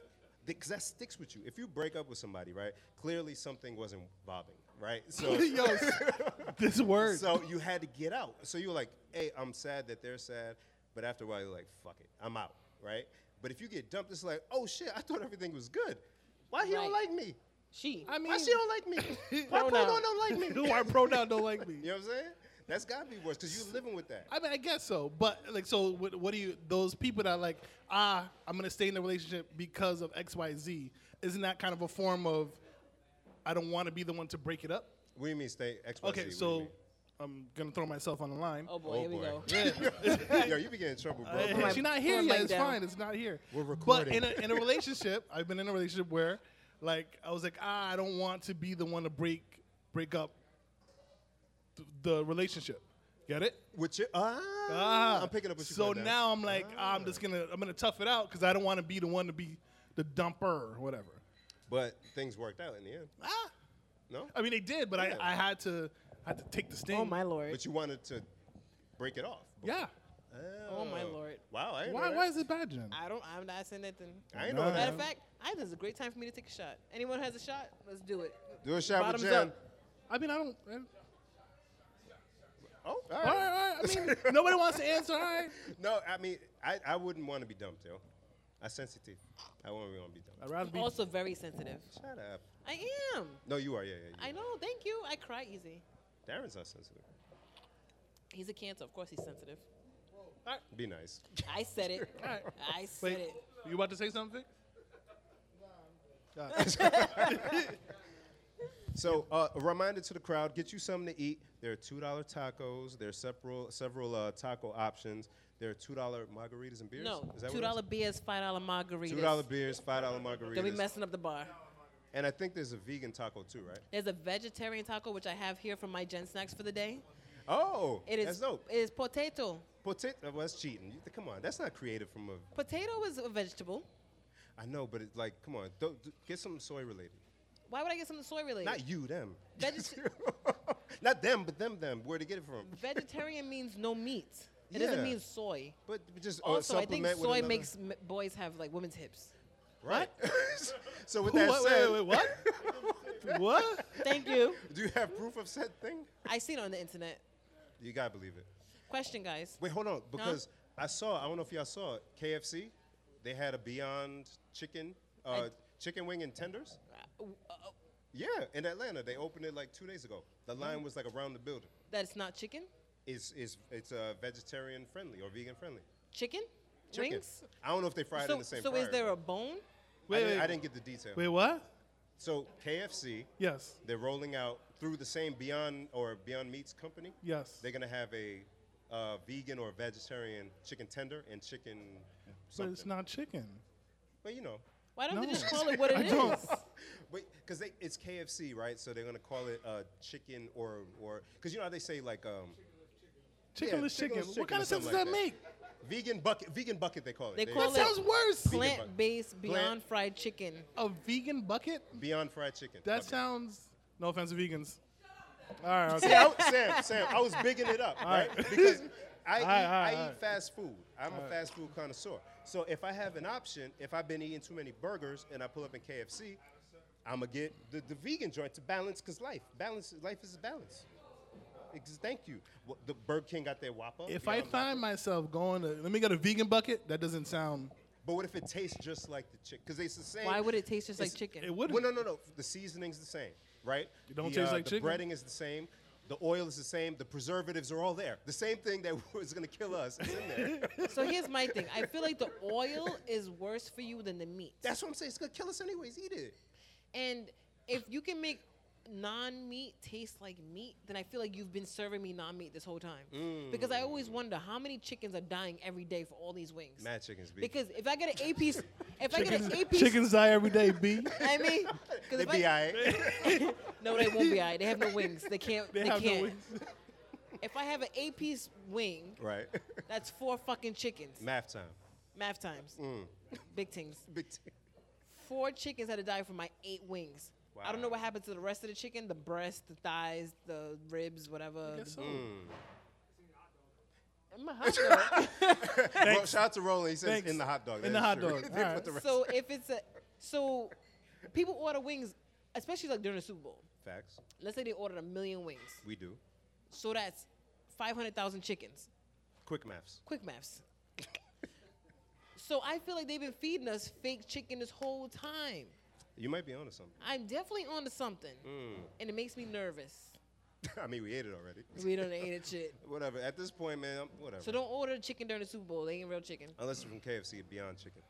S2: because that sticks with you if you break up with somebody right clearly something wasn't bobbing right so
S4: yo, s- this word.
S2: so you had to get out so you were like hey i'm sad that they're sad but after a while you're like fuck it i'm out right but if you get dumped it's like oh shit i thought everything was good why he don't
S3: Right.
S2: like me
S3: She.
S4: I mean,
S2: why she don't like me why
S3: Pronoun.
S2: pronoun don't like me
S4: why pronoun don't like me?
S2: you know what i'm saying that's gotta be worse because you're living with that
S4: I mean, I guess so. But like, so what, what do you? Those people that are like, ah, I'm gonna stay in the relationship because of X, Y, Z. Isn't that kind of a form of, I don't want to be the one to break it up?
S2: what do you mean stay XYZ? What do
S4: Okay,
S2: you
S4: so
S2: mean?
S4: I'm gonna throw myself on the line.
S3: Oh boy,
S2: Oh,
S3: here we
S2: boy.
S3: go.
S2: yo you be getting in trouble bro
S4: Hey,
S3: my-
S4: She's not
S3: put my
S4: here yet.
S3: mic
S4: It's
S3: down.
S4: fine. It's not here.
S2: We're
S4: But
S2: recording.
S4: in a, in a relationship, I've been in a relationship where, like, I was like, ah, I don't want to be the one to break break up th- the relationship. Get it?
S2: with your ah,
S4: Ah,
S2: i'm picking up what you
S4: So
S2: put down.
S4: now I'm like, ah, I'm just gonna I'm gonna tough it out because I don't want to be the one to be the dumper or whatever.
S2: But things worked out in the end.
S4: Ah,
S2: No?
S4: I mean they did, but
S2: Yeah.
S4: I, I had to I had to take the sting.
S3: Oh my lord.
S2: But you wanted to break it off.
S4: Yeah.
S3: Oh my lord.
S2: Wow. I didn't
S4: Why
S2: know
S4: why
S2: that.
S4: is it bad, Jen?
S3: I don't. I'm not saying nothing.
S2: I ain't know
S4: Nah.
S3: Matter of
S2: that.
S3: fact, I think this is a great time for me to take a shot. Anyone has a shot? Let's do it.
S2: Do a shot with
S3: Bottoms
S2: Jen.
S3: up.
S4: I mean I don't. I-
S2: Oh, all
S4: all
S2: right.
S4: right, all right. I mean nobody wants to answer. All right.
S2: No, I mean, I, I wouldn't want to be dumped, yo. I'm sensitive. I wouldn't want to be
S4: I'd
S2: dumped.
S4: rather
S3: I'm
S4: be.
S3: also very sensitive.
S2: Shut up.
S3: I am.
S2: No, you are. Yeah, yeah.
S3: I know. Thank you. I cry easy.
S2: You. Darren's not sensitive.
S3: He's a cancer. Of course, he's sensitive.
S2: Be nice.
S3: I said it.
S4: Alright.
S3: I said
S4: Wait,
S3: it.
S4: you about to say something?
S2: So, uh, a reminder to the crowd: get you something to eat. There are two dollar tacos. There are several several uh, taco options. There are two dollar margaritas and beers.
S3: No,
S2: Is that
S3: two dollar beers, five dollar margaritas.
S2: Two dollar beers, five dollar margaritas.
S3: Don't be messing up the bar.
S2: and I think there's a vegan taco too, right?
S3: There's a vegetarian taco which I have here from my Gen Snacks for the day.
S2: Oh,
S3: It is
S2: that's dope.
S3: it is potato.
S2: Potato. Well, that's cheating. You- Come on, that's not creative from a.
S3: Potato is a vegetable.
S2: I know, but it's like, come on, do, do, get some soy related.
S3: Why would I get something soy related?
S2: Not you, them.
S3: Vegeta-
S2: not them, but them, them. Where to get it from?
S3: Vegetarian means no meat. It
S2: Yeah.
S3: doesn't mean soy.
S2: But but just uh,
S3: Also, I think
S2: supplement with
S3: soy
S2: another-
S3: makes m- boys have like women's hips.
S2: right. so with
S4: Who-
S2: that
S4: what-
S2: said,
S4: wait, wait, what? what?
S3: Thank you.
S2: do you have proof of said thing?
S3: I seen it on the internet.
S2: You gotta believe it.
S3: Question, guys.
S2: Wait, hold on, because I saw. I don't know if y'all saw it. KFC, they had a Beyond Chicken, uh, chicken wing and tenders.
S3: Uh,
S2: Yeah, in Atlanta, they opened it like two days ago. The
S4: Mm.
S2: line was like around the building.
S3: That it's not chicken.
S2: is is it's uh, vegetarian friendly or vegan friendly.
S3: Chicken.
S2: Chicken.
S3: Wings.
S2: I don't know if they fry it in
S3: So,
S2: the same.
S3: so is
S2: fryer,
S3: there
S2: but
S3: a bone?
S2: I,
S4: Wait,
S2: didn't,
S4: wait.
S2: I didn't get the detail.
S4: Wait, what?
S2: So KFC,
S4: Yes.
S2: they're rolling out through the same Beyond or Beyond Meats company.
S4: Yes.
S2: They're gonna have a uh, vegan or vegetarian chicken tender and chicken
S4: But
S2: something.
S4: it's not chicken.
S2: But you know,
S3: Why don't they
S4: No.
S3: just call it what it is?
S4: don't.
S2: but because it's KFC, right? So they're gonna call it uh, chicken or or because you know how they say like um, chickenless
S4: Chickenless chicken.
S2: chicken
S4: What kind
S2: or
S4: of sense does
S2: something
S4: that,
S2: like
S4: make?
S2: vegan bucket vegan bucket they call it.
S3: They call
S4: That sounds worse.
S3: Plant-based,
S2: Plant-
S3: beyond fried chicken.
S4: A vegan bucket?
S2: Beyond Fried Chicken.
S4: That
S2: Okay.
S4: sounds. No offense to vegans. All right.
S2: See,
S4: Okay.
S2: I, Sam, Sam, I was bigging it up, right? Because I, eat,
S4: right, all right,
S2: I
S4: all
S2: eat
S4: right.
S2: fast food. I'm a fast food connoisseur. So if I have an option, if I've been eating too many burgers and I pull up in KFC, I'm gonna get the, the vegan joint to balance, cause life, balance, life is balance. Ex- Thank you. Wha- The Burger King got their Whopper. Beyond
S4: If I
S2: Whopper.
S4: find myself going to, let me get a vegan bucket. That doesn't sound.
S2: but what if it tastes just like the chicken? Because it's the same.
S3: Why would it taste just like
S2: It's-
S3: chicken?
S4: It wouldn't.
S2: Well, no, no, no. The seasoning's the same, right?
S4: It don't
S2: the, uh,
S4: taste like
S2: the
S4: chicken.
S2: breading is the same. The oil is the same. The preservatives are all there. The same thing that was going to kill us is in there.
S3: So here's my thing. I feel like the oil is worse for you than the meat.
S2: That's what I'm saying. It's going to kill us anyways. Eat it.
S3: and if you can make non-meat taste like meat, then I feel like you've been serving me non-meat this whole time.
S2: Mm.
S3: Because I always wonder how many chickens are dying every day for all these wings.
S2: Mad chickens, B.
S3: Because if I get an eight piece, if I get an eight piece,
S4: Chickens die every day, B.
S3: I mean, 'cause
S2: They
S3: if
S2: be
S3: I,
S2: all right.
S3: no, they won't be. I. They have no wings. They can't. They,
S4: They have
S3: can't.
S4: no wings.
S3: If I have an eight piece wing,
S2: right.
S3: that's four fucking chickens.
S2: Math time.
S3: Math times.
S2: Mm.
S3: Big things.
S2: Big T.
S3: Four chickens had to die from my eight wings. I don't know
S2: Wow.
S3: what happened to the rest of the chicken, the breast, the thighs, the ribs, whatever.
S4: Guess so.
S2: Mm.
S3: I'm a hot dog.
S2: Well, shout out to Roland. He says
S4: Thanks.
S2: in the hot dog. That
S4: In the
S2: is
S4: hot
S2: true.
S4: dog.
S2: They
S4: All
S2: put
S4: right.
S2: the rest-
S3: so if it's a so people order wings, especially like during the Super Bowl.
S2: Facts.
S3: Let's say they ordered a million wings.
S2: We do.
S3: So that's 500,000 chickens.
S2: Quick maths.
S3: Quick maths. so I feel like they've been feeding us fake chicken this whole time.
S2: You might be onto something.
S3: I'm definitely onto something,
S4: Mm.
S3: and it makes me nervous.
S2: I mean, we ate it already.
S3: We don't ate it shit.
S2: Whatever. At this point, man, I'm- whatever.
S3: So don't order chicken during the Super Bowl. They ain't real chicken.
S4: Oh,
S2: Unless you're from KFC, Beyond Chicken.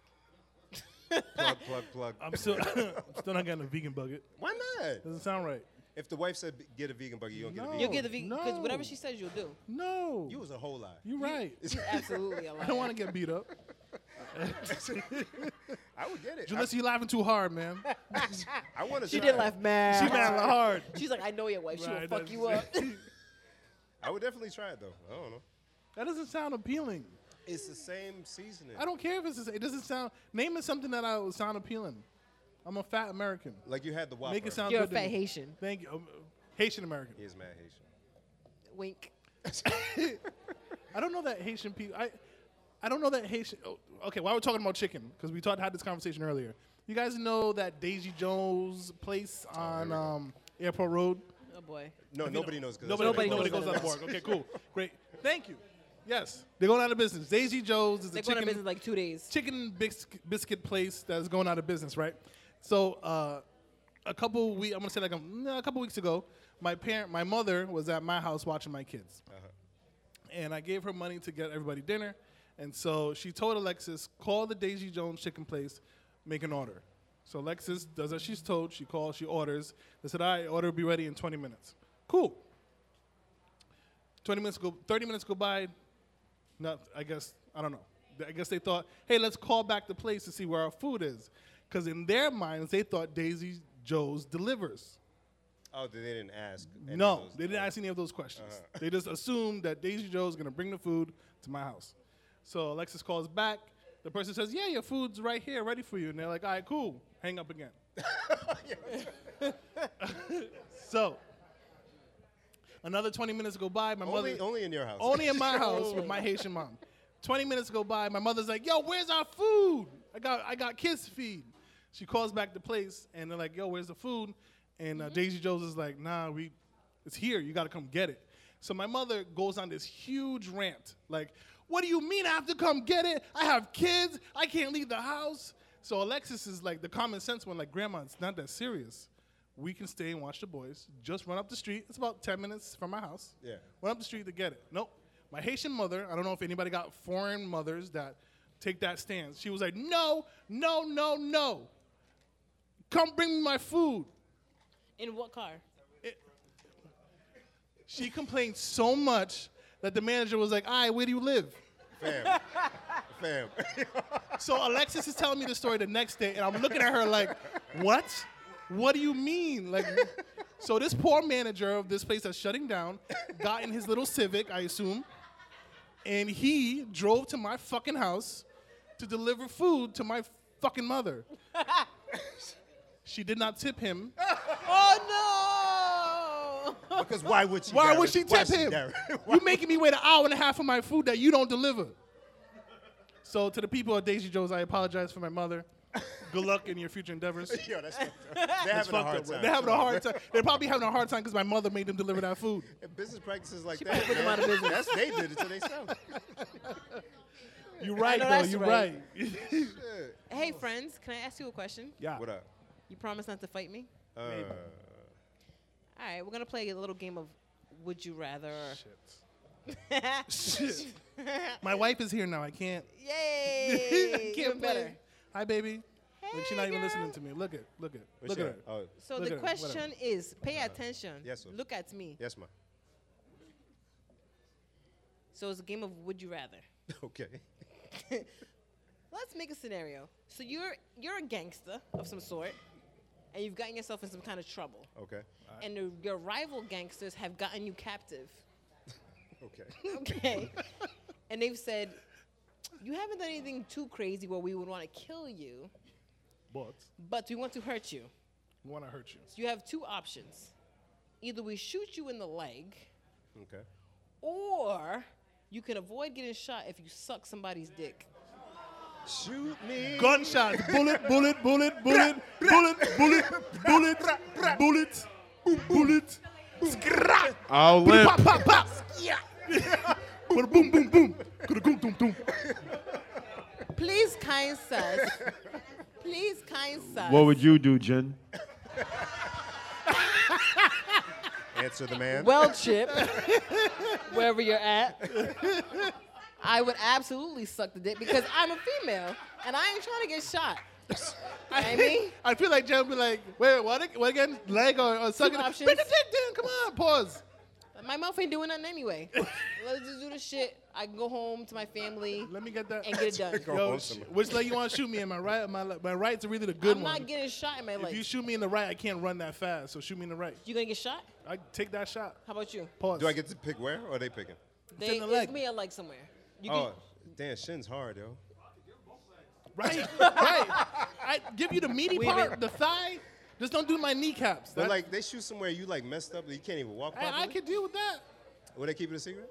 S2: plug, plug, plug.
S4: I'm still, I'm still not getting a vegan bucket.
S2: Why not?
S4: Doesn't sound right.
S2: If the wife said get a vegan burger, you don't get a
S4: No.
S2: vegan.
S3: You'll get the vegan because
S4: no.
S3: whatever she says, you'll do.
S4: No,
S2: You
S4: you,
S2: was a whole lot.
S4: are right.
S3: You absolutely a
S4: I don't
S3: liar.
S4: want to get beat up.
S2: I would get it. I,
S4: Unless you laughing too hard, man.
S2: I want to.
S3: She did laugh mad.
S4: She mad hard.
S3: She's like, I know your wife. She will
S4: Right,
S3: fuck
S4: that's-
S3: you up.
S2: I would definitely try it though. I don't know.
S4: That doesn't sound appealing.
S2: It's the same seasoning.
S4: I don't care if it's the same. It doesn't sound. Name it something that I would sound appealing. I'm a fat American.
S2: like you had the Whopper.
S4: Make it sound
S3: You're a
S4: good. to
S3: fat
S4: me.
S3: Haitian.
S4: Thank you. Um, Haitian American.
S2: He is mad Haitian.
S3: Wink.
S4: I don't know that Haitian people. I, I don't know that Haitian. Oh, okay, while we're talking about chicken, because we talked had this conversation earlier. You guys know that Daisy Jones place on um, Airport Road.
S3: Oh boy.
S2: No, nobody knows. 'cause that's
S4: Nobody,
S2: what they
S4: nobody,
S2: call
S4: goes
S2: it.
S4: out of work. Okay, cool, great. Thank you. Yes, they're going out of business. Daisy Joe's is
S3: They're
S4: a
S3: going
S4: chicken
S3: to business in, like two days.
S4: chicken biscuit, biscuit place that's going out of business, right? So uh, a couple we I'm gonna say like a, no, a couple weeks ago, my parent, my mother was at my house watching my kids, and I gave her money to get everybody dinner, and so she told Alexis call the Daisy Jones chicken place, make an order. So Alexis does as she's told. She calls, she orders. They said, "All right, order will be ready in 20 minutes." Cool. 20 minutes go, 30 minutes go by. Not, I guess, I don't know. I guess they thought, hey, let's call back the place to see where our food is. Because in their minds, they thought Daisy Joe's delivers.
S2: Oh, they didn't ask. any of
S4: no,
S2: those. Uh-huh.
S4: they didn't ask any of those questions. They just assumed that Daisy Joe's going to bring the food to my house. So Alexis calls back. The person says, yeah, your food's right here, ready for you. And they're like, all right, cool. Hang up again. so another 20 minutes go by. My
S2: Only,
S4: mother.
S2: only in your house.
S4: Only in my house with my Haitian mom. Twenty minutes go by. My mother's like, "Yo, where's our food? I got I got kids feed." She calls back the place, and they're like, "Yo, where's the food?" And uh, Daisy Jones is like, "Nah, we, it's here. You got to come get it." So my mother goes on this huge rant, like, "What do you mean I have to come get it? I have kids. I can't leave the house." So Alexis is like the common sense one, like, "Grandma, it's not that serious. We can stay and watch the boys. Just run up the street. It's about ten minutes from my house.
S2: Yeah.
S4: Went up the street to get it. Nope. My Haitian mother, I don't know if anybody got foreign mothers that take that stance. She was like, no, no, no, no. Come bring me my food.
S3: In what car?
S4: Oh. She complained so much that the manager was like, all right, where do you live?
S2: fam. fam.
S4: So Alexis is telling me the story the next day, and I'm looking at her like, "What? What do you mean?" Like, so this poor manager of this place that's shutting down got in his little Civic, I assume, and he drove to my fucking house to deliver food to my fucking mother. she did not tip him.
S3: Oh no!
S2: Because why would she?
S4: Why
S2: Darren?
S4: would she
S2: Why
S4: tip him?
S2: Darren? Why-
S4: You're making me wait an hour and a half for my food that you don't deliver. So to the people at Daisy Joe's, I apologize for my mother. Good luck in your future endeavors.
S2: Yo, that's fucked up. They're having a
S4: Fucked
S2: hard
S4: up, bro.
S2: time.
S4: They're having a
S2: Come on,
S4: hard time. They're probably having a hard time because my mother made them deliver that food.
S2: man. Business practices like
S3: probably
S2: that.
S3: put them
S2: man.
S3: out of business.
S2: That's they did it to themselves.
S4: You're right,
S3: know
S4: though.
S3: that's
S4: You're right.
S3: right. Hey friends, can I ask you a question?
S4: yeah.
S2: What up?
S3: You promise not to fight me?
S2: Uh,
S3: All right, we're gonna play a little game of Would You Rather.
S4: Shit. My wife is here now. I can't.
S3: Yay!
S4: can't
S3: Even
S4: play.
S3: better.
S4: Hi, baby. Look, she's
S3: Hey,
S4: not even
S3: girl.
S4: listening to me. Look at, look at,
S2: what's
S4: look at her.
S2: that? Oh,
S3: So
S4: Look
S3: the
S4: at her, whatever.
S3: question is, pay attention.
S2: Yes, ma'am.
S3: Look at me.
S2: yes, ma'am.
S3: So it's a game of Would You Rather.
S2: Okay.
S3: Let's make a scenario. So you're you're a gangster of some sort, and you've gotten yourself in some kind of trouble,
S2: Okay.
S3: and the, your rival gangsters have gotten you captive.
S2: Okay.
S3: Okay. and they've said, you haven't done anything too crazy where we would want to kill you,
S4: But
S3: but we want to hurt you.
S4: we want to hurt you.
S3: So you have two options. Either we shoot you in the leg,
S2: Okay.
S3: or you can avoid getting shot if you suck somebody's dick.
S2: Shoot me.
S4: Gunshots, bullet, bullet, bullet, bullet, bullet, bullet, bullet, bullet, bullet. Scrap.
S1: I'll limp.
S4: Pop, pop, pop. Yeah. Bada boom, boom, boom. Kuda goom, doom, doom.
S3: Please, kind sirs. Please, kind sirs.
S1: What would you do, Jen?
S2: Answer the man.
S3: Well, Chip, wherever you're at, I would absolutely suck the dick because I'm a female and I ain't trying to get shot. I mean,
S4: I feel like Jen would be like, wait, what, ag- what again? Leg or, or sucking? Bring
S3: options.
S4: the dick down. Come on, pause.
S3: my mouth ain't doing nothing anyway. Let's just do the shit. I can go home to my family
S4: Let me get that.
S3: and get it done.
S2: Go
S4: Yo,
S2: home
S4: sh-
S2: somewhere.
S4: which leg you want to shoot me in? My right, my le- my right's really the good
S3: I'm
S4: one.
S3: not getting shot in my
S4: if you
S3: leg.
S4: shoot me in the right, I can't run that fast. So shoot me in the right.
S3: You gonna get shot?
S4: I take that shot.
S3: How about you?
S4: Pause.
S2: Do I get to pick where, or are they picking?
S3: They
S4: in the
S3: it's
S4: leg.
S3: me a leg somewhere. You
S2: Oh, damn, shin's hard, yo.
S4: right? right. I give you the meaty
S3: Wait a
S4: part,
S3: minute.
S4: the thigh. Just don't do my kneecaps.
S2: But
S4: That-
S2: like, they shoot somewhere you like messed up, you can't even walk
S4: I, I
S2: properly.
S4: can deal with that.
S2: Would they keep it a secret?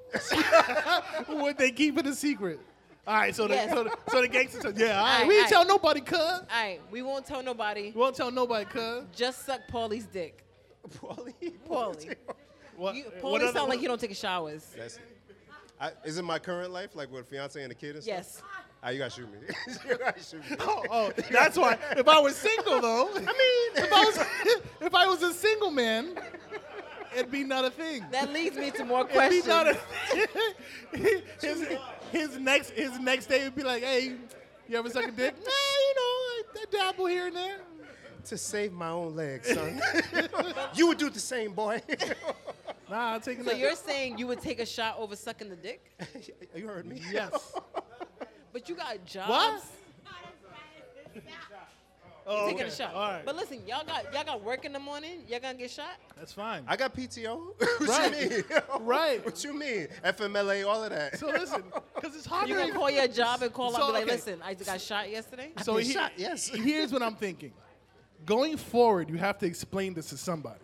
S4: Would they keep it a secret? All right, so the,
S3: Yes.
S4: so, the, so the gangster says, yeah, all right,
S3: Aight,
S4: we ain't
S3: aight.
S4: tell nobody, cuz.
S3: All right, we won't tell nobody.
S4: We won't tell nobody, cuz.
S3: Just suck Paulie's dick.
S2: Paulie.
S3: Paulie.
S4: What,
S3: You,
S4: what
S3: Paulie
S4: other-
S3: sound like he don't take showers.
S2: That's I, is it my current life, like with a fiance and a kid and stuff?
S3: Yes.
S2: Ah, you gotta shoot me. you gotta shoot me.
S4: Oh, oh, that's why. If I was single, though, I mean, if I was, if I was a single man, it'd be not a thing.
S3: That leads me to more
S4: It'd be
S3: questions.
S4: not a his, his next his next day would be like, hey, you ever suck a dick? nah, you know, I, I dabble here and there.
S2: to save my own leg, son. you would do the same, boy.
S4: Nah, I'll take
S3: So
S4: another.
S3: you're saying you would take a shot over sucking the dick?
S2: you heard me.
S4: yes.
S3: But you got jobs.
S4: What?
S3: You're
S4: Oh,
S3: taking
S4: okay.
S3: a shot.
S4: All right.
S3: But listen, y'all got y'all got work in the morning. Y'all gonna get shot.
S4: That's fine.
S2: I got PTO. what
S4: Right.
S2: you mean?
S4: Right.
S2: What you mean? FMLA, all of that.
S4: so listen, because it's hard
S3: You
S4: to
S3: gonna call your job and call
S4: So,
S3: up and be like,
S4: okay.
S3: listen, I got shot yesterday.
S4: So
S2: been
S4: he-
S2: shot, yes.
S4: here's what I'm thinking. Going forward, you have to explain this to somebody.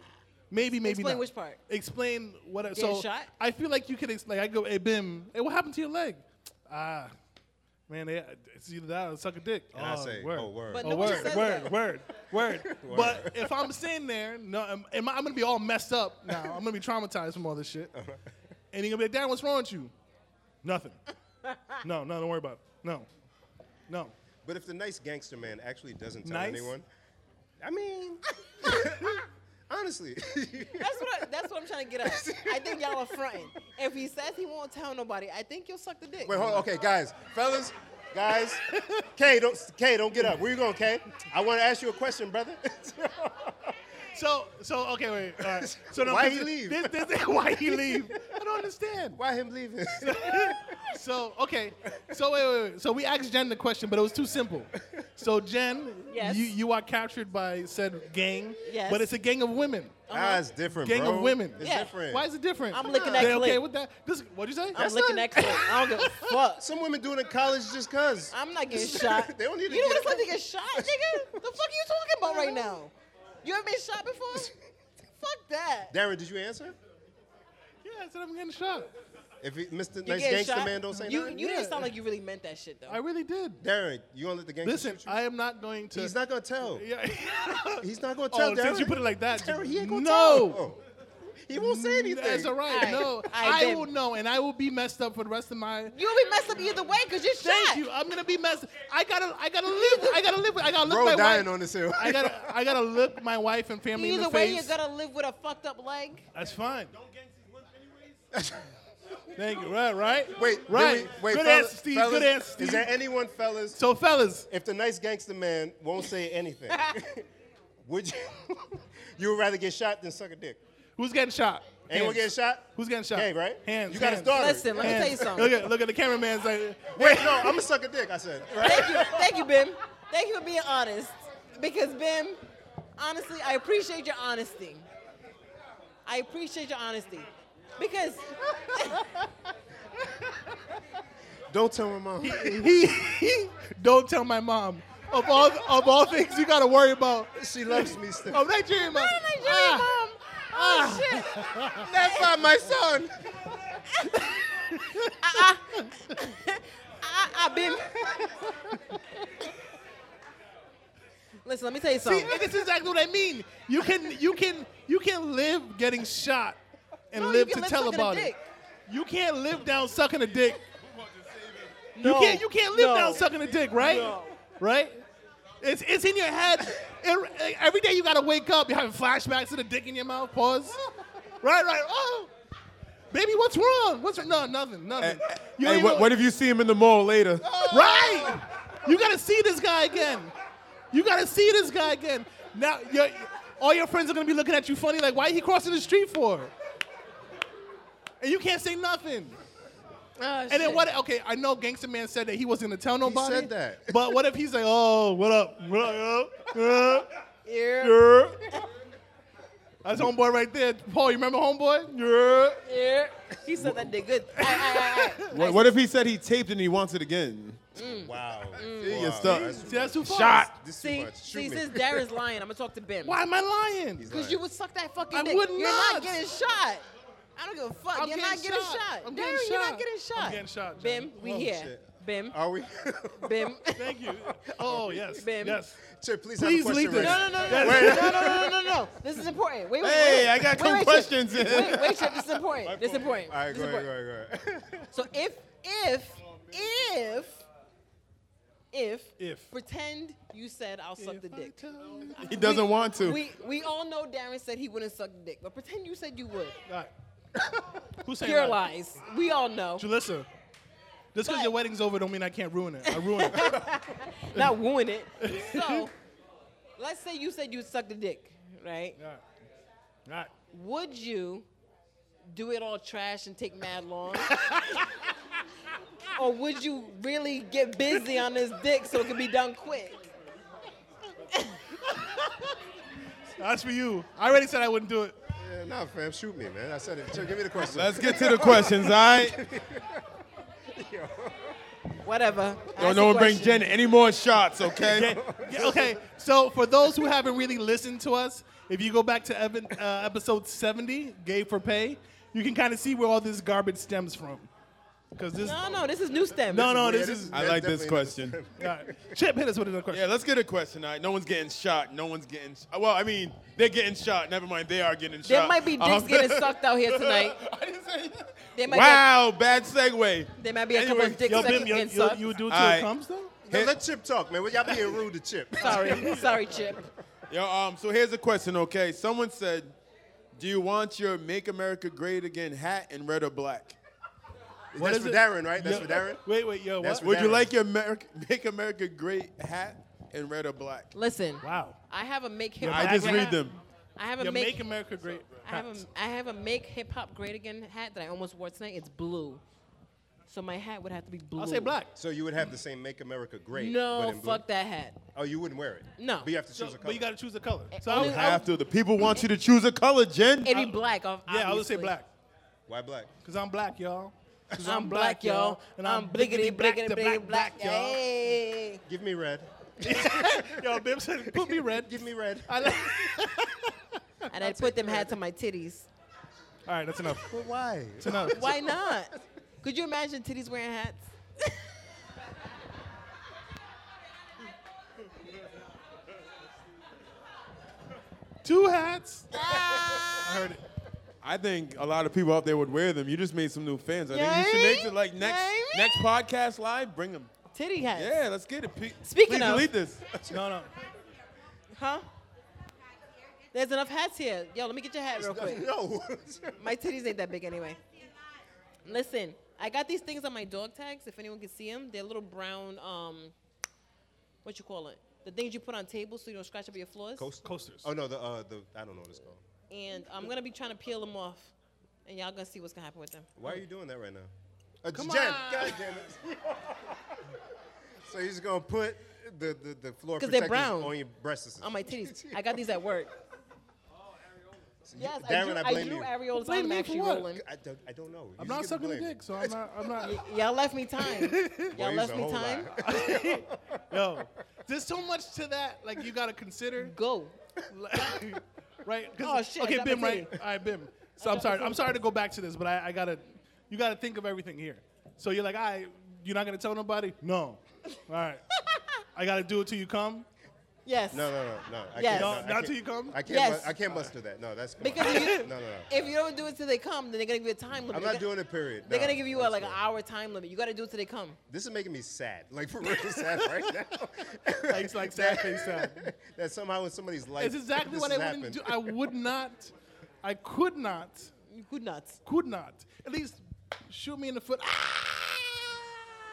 S4: Maybe, maybe
S3: Explain
S4: not.
S3: which part?
S4: Explain what. I-
S3: Getting
S4: so
S3: shot?
S4: I feel like you could ex- like I go, hey Bim, hey, what happened to your leg? Ah, man, they, it's either that or suck a dick.
S2: And I say, oh, word.
S3: But
S4: Oh,
S3: no one
S4: word,
S3: says
S4: word,
S3: that.
S4: word, word, But if I'm sitting there, no, am, am I, am gonna be all messed up now. I'm gonna be traumatized from all this shit. And you're gonna be like, Dan, what's wrong with you? Nothing. No, no, don't worry about it. No, no.
S2: But if the nice gangster man actually doesn't tell
S4: Nice?
S2: anyone, I mean, honestly,
S3: That's what I, that's what I'm trying to get at. I think y'all are fronting. If he says he won't tell nobody, I think you'll suck the dick.
S2: Wait, hold on. Okay, guys, fellas, guys. Kay, don't Kay, don't get up. Where you going, Kay? I want to ask you a question, brother.
S4: So, so okay, wait. All right. So now
S2: Why
S4: this-
S2: he leave?
S4: This, this, why he leave? I don't understand.
S2: Why him leaving?
S4: So okay, so wait, wait, wait. So we asked Jen the question, but it was too simple. So Jen,
S3: Yes.
S4: you you are captured by said gang,
S3: Yes.
S4: but it's a gang of women.
S2: Ah, it's different,
S4: Gang
S2: bro.
S4: of women.
S2: It's
S3: Yeah.
S2: different.
S4: Why is it different?
S3: I'm looking at
S4: They okay
S3: clip.
S4: with that? This, what'd you say?
S3: I'm licking that clip. I don't give a fuck.
S2: Some women do it in college just cause.
S3: I'm not getting shot.
S2: They don't need to
S3: you know
S2: get
S3: what it's like
S2: shot.
S3: to get shot, nigga? The fuck are you talking about right now? You ever been shot before? fuck that.
S2: Darren, did you answer?
S4: yeah, I said I'm getting shot.
S2: If he, Mr.
S3: You
S2: nice
S3: getting
S2: Gangster
S3: shot?
S2: Man don't say
S3: you,
S2: nothing.
S3: You
S4: Yeah.
S3: didn't sound like you really meant that shit though.
S4: I really did.
S2: Darren, you gonna let the gangster
S4: Listen,
S2: shoot you?
S4: I am not going to.
S2: He's not gonna tell.
S4: Yeah.
S2: He's not gonna tell.
S4: oh,
S2: Darren.
S4: since you put it like that,
S2: Darren, he ain't gonna
S4: no.
S2: tell. Oh. He won't say anything.
S4: That's all right.
S3: Aight.
S4: No,
S3: Aight,
S4: I
S3: then.
S4: will know, and I will be messed up for the rest of my.
S3: You'll be messed up either way because you're
S4: Thank
S3: shot.
S4: you. I'm gonna be messed. I gotta. I gotta live. I gotta live. I gotta look
S2: Bro,
S4: my
S2: dying
S4: wife.
S2: on this hill.
S4: I gotta. I gotta look my wife and family in
S3: Either
S4: the
S3: way,
S4: face.
S3: you're gonna live with a fucked up leg.
S4: That's fine. Thank you. Right. Right.
S2: Wait, did
S4: Right.
S2: we- wait,
S4: good
S2: fellas-
S4: answer, Steve.
S2: fellas,
S4: good answer, Steve.
S2: Is there anyone, fellas?
S4: so, fellas,
S2: if the nice gangster man won't say anything, would you? you would rather get shot than suck a dick.
S4: who's getting shot?
S2: Anyone
S4: Hands.
S2: getting shot?
S4: Who's getting shot?
S2: Hey, right?
S4: Hands.
S2: You got his
S4: hands.
S2: daughter.
S3: Listen, let me tell you
S4: Hands.
S3: something.
S4: Look at look at the cameraman's like.
S2: Wait, no, I'm gonna suck a dick. I said. Right?
S3: Thank you, thank you, Bim. Thank you for being honest. Because Bim, honestly, I appreciate your honesty. I appreciate your honesty. Because
S2: Don't tell my mom.
S4: He, he don't tell my mom. Of all of all things you gotta worry about.
S2: she loves me still.
S4: Oh, Nigerian mom. Ah.
S3: Nigerian mom. Oh shit.
S2: that's not my son.
S3: I, I been. Listen, let me tell you
S4: See,
S3: something.
S4: and this is exactly what I mean. You can you can you can live getting shot and
S3: No, you
S4: live
S3: can
S4: to
S3: live
S4: tell
S3: sucking a
S4: about it.
S3: dick.
S4: You can't live down sucking a dick.
S3: No,
S4: you can't you can't live
S3: no.
S4: down sucking a dick, right?
S3: No.
S4: Right? It's it's in your head. It- every day you gotta wake up. You're having flashbacks to the dick in your mouth. Pause. right, right. Oh, baby, what's wrong? What's wrong? no nothing, nothing. You
S1: Hey,
S4: ain't
S1: what,
S4: know-
S1: what if you see him in the mall later?
S4: Right? You gotta see this guy again. You gotta see this guy again. Now, your, all your friends are gonna be looking at you funny, like, why he crossing the street for? And you can't say nothing.
S3: Oh,
S4: And
S3: shit.
S4: then what? Okay, I know Gangsta Man said that he wasn't gonna tell nobody.
S2: said that.
S4: But what if he's like, oh, what up? What up, yo? Yeah,
S3: Yeah,
S4: yeah. That's homeboy right there. Paul, you remember homeboy? Yeah.
S3: yeah. He said that did good. Aye, aye, aye, aye.
S1: What, what if he said he taped and he wants it again?
S2: Wow.
S1: You're
S2: Wow,
S1: stuck.
S2: That's,
S4: See, that's too far.
S5: Shot.
S2: this is too
S3: See,
S2: much. Shoot
S3: see,
S2: me.
S3: since Darren's lying, I'm gonna talk to Ben.
S4: Why am I lying?
S3: Because you would suck that fucking
S4: I
S3: dick.
S4: would
S3: You're not
S4: not.
S3: getting shot. I don't give a fuck.
S4: I'm
S3: you're
S4: getting
S3: not getting
S4: shot.
S3: shot.
S4: I'm
S3: Darren,
S4: getting
S3: you're
S4: shot.
S3: not getting shot.
S4: I'm getting shot,
S3: Bim,
S4: Jen.
S3: we
S2: Oh,
S3: here.
S2: shit.
S3: Bim,
S2: Are we?
S3: Bim.
S4: Thank you. Oh yes.
S3: Bim.
S4: Yes.
S2: Chip, please,
S4: Please
S2: have a
S4: leave
S2: question right
S4: this.
S3: No, no, no, no, no, no, no, no, no, no. This is important. Wait, wait,
S1: Hey,
S3: wait.
S1: I got
S3: wait,
S1: some
S3: wait,
S1: questions
S3: Chip.
S1: in.
S3: Wait, wait, Chip, this is important. This is important.
S2: All right,
S3: This
S2: go
S3: is
S2: ahead,
S3: important.
S2: go ahead, go ahead.
S3: So if if if if
S4: If.
S3: pretend you said I'll suck the dick.
S1: He doesn't want to.
S3: We we all know Darren said he wouldn't suck dick, but pretend you said you would.
S4: Alright. Who's saying
S3: Pure
S4: that?
S3: lies. We all know.
S4: Jalissa, just because
S3: But-
S4: your wedding's over don't mean I can't ruin it. I ruin it.
S3: Not wooing it. So let's say you said you'd suck the dick, right?
S4: Alright.
S3: Would you do it all trash and take mad long? or would you really get busy on this dick so it could be done quick?
S4: That's for you. I already said I wouldn't do it.
S2: Yeah, nah, fam, shoot me, man. I said it. Chip, give me the question.
S1: Let's get to the questions, all right?
S3: Whatever.
S1: Don't
S3: Ask
S1: no
S3: a
S1: one bring
S3: question.
S1: Jen any more shots, okay?
S4: Yeah, okay, so for those who haven't really listened to us, if you go back to Evan, uh, episode 70, Gay for Pay, you can kind of see where all this garbage stems from. Because this.
S3: No, no, this is new stem.
S4: No, no,
S2: Yeah,
S4: this
S2: this
S4: is.
S2: is-
S1: I like this
S2: Definitely.
S1: question.
S4: alright. Chip, hit us with another
S1: Yeah,
S4: question.
S1: let's get a question, all right? No one's getting shot. No one's getting. Sh- uh, well, I mean, they're getting shot. Never mind, they are getting shot.
S3: There might be dicks
S1: Um,
S3: getting sucked out here tonight.
S1: I didn't say that.
S3: There might
S1: Wow, bad segue.
S3: There might be a couple of
S1: Anyway,
S3: dicks
S4: Yo,
S3: that
S4: Bim,
S3: can
S4: yo,
S3: get
S4: you,
S3: sucked.
S4: you would do it till
S1: Alright.
S4: it comes, though?
S2: No, let Chip talk, man. Y'all being rude to Chip.
S3: Sorry, sorry, Chip.
S1: Yo, um, so here's a question, okay? Someone said, "Do you want your Make America Great Again hat in red or black?
S2: That's for Darren, right? That's
S4: Yo,
S2: for Darren.
S4: Wait, wait, yo.
S2: That's
S4: What?
S2: for
S1: Would you
S2: Darren.
S1: like your America, Make America Great hat in red or black?"
S3: Listen,
S4: Wow.
S3: I have a make hip.
S1: I just
S3: I
S1: read them.
S3: I have a
S4: Yo,
S3: make.
S4: make America great.
S3: I have
S4: hats.
S3: a, I have a make hip hop great again hat that I almost wore tonight. It's blue, so my hat would have to be blue.
S4: I'll say black.
S2: So you would have the same "Make America Great." but
S3: No,
S2: in blue?
S3: fuck that hat.
S2: Oh, you wouldn't wear it.
S3: No.
S2: But you have to
S4: So-
S2: choose a color.
S4: but you got to choose a color. So
S3: only-
S4: I would-
S3: I
S1: Have to. The people want you to choose a color, Jen.
S3: It'd be black. ob-
S4: yeah, I would say
S3: obviously.
S4: black.
S2: Why black?
S4: Cause I'm black, y'all. Cause
S3: I'm black, y'all, and I'm bliggity, bliggity, bliggity, black,
S4: y'all.
S3: Hey.
S2: Give me red.
S4: Yo, Bim said, put me red.
S2: Give me red.
S4: I like-
S3: And I'd put them hats on my titties.
S4: All right, that's enough.
S2: But why?
S4: That's enough.
S3: Why not? Could you imagine titties wearing hats?
S4: Two hats. I heard it.
S1: I think a lot of people out there would wear them. You just made some new fans. I think you should
S3: Yay!
S1: make it like next
S3: Yay!
S1: next podcast live. Bring them.
S3: Titty hats.
S1: Yeah, let's get it. Pe-
S3: Speaking
S1: please
S3: of-
S1: delete this.
S4: No, no.
S3: Huh? There's enough hats here. Yo, let me get your hat real quick.
S2: No.
S3: My titties ain't that big anyway. Listen, I got these things on my dog tags. If anyone can see them, they're little brown. Um, what you call it? The things you put on tables so you don't scratch up your floors.
S2: Coast-
S4: Coasters.
S2: Oh no, the uh, the I don't know what it's called.
S3: And I'm gonna be trying to peel them off, and y'all gonna see what's gonna happen with them.
S2: Why are you doing that right now? Uh, Jen, God damn it. so he's gonna put the the, the floor
S3: 'Cause they're
S2: protectors
S3: brown.
S2: on your breasts.
S3: On my titties. I got these at work. Yes,
S2: Darren,
S3: I,
S2: I
S3: drew, I,
S2: blame
S3: drew
S2: you.
S3: areolas.
S4: Blame
S3: I'm
S4: me for
S3: actually
S4: what?
S3: rolling.
S2: I don't, I don't know.
S4: I'm not sucking a dick, so I'm not. I'm not.
S3: Y'all left me time.
S2: Oh,
S3: Y'all left me time.
S4: Yo, there's so much to that. Like you gotta consider,
S3: Go.
S4: right? 'Cause-
S3: Oh, shit,
S4: Okay,
S3: that
S4: Bim.
S3: was
S4: Right.
S3: it.
S4: All right, Bim. So I'm sorry. I'm sorry to go back to this, but I, I gotta. You gotta think of everything here. So you're like, I. You're not gonna tell nobody? No. All right. I gotta do it till you come.
S3: Yes.
S2: No, no, no, no. I can't-
S3: Yes. No,
S2: I
S4: not
S2: can't-
S4: till you come?
S2: I can't.
S3: Yes.
S2: bu- I can't muster that. No, that's
S3: Because if you,
S2: no, no, no.
S3: if you don't do it till they come, then they're gonna give you a time limit.
S2: I'm
S3: They're
S2: not
S3: gonna-
S2: doing it. Period.
S3: They're
S2: No,
S3: gonna give you a,
S2: that's
S3: like an
S2: good.
S3: hour time limit. You gotta do it till they come.
S2: This is making me sad. Like for real, sad right now.
S4: Like, it's like sad face sad.
S2: that somehow in somebody's life.
S4: It's exactly
S2: this
S4: what I
S2: has
S4: wouldn't do.
S2: happened.
S4: I would not. I could not.
S3: You could not.
S4: Could not. At least shoot me in the foot.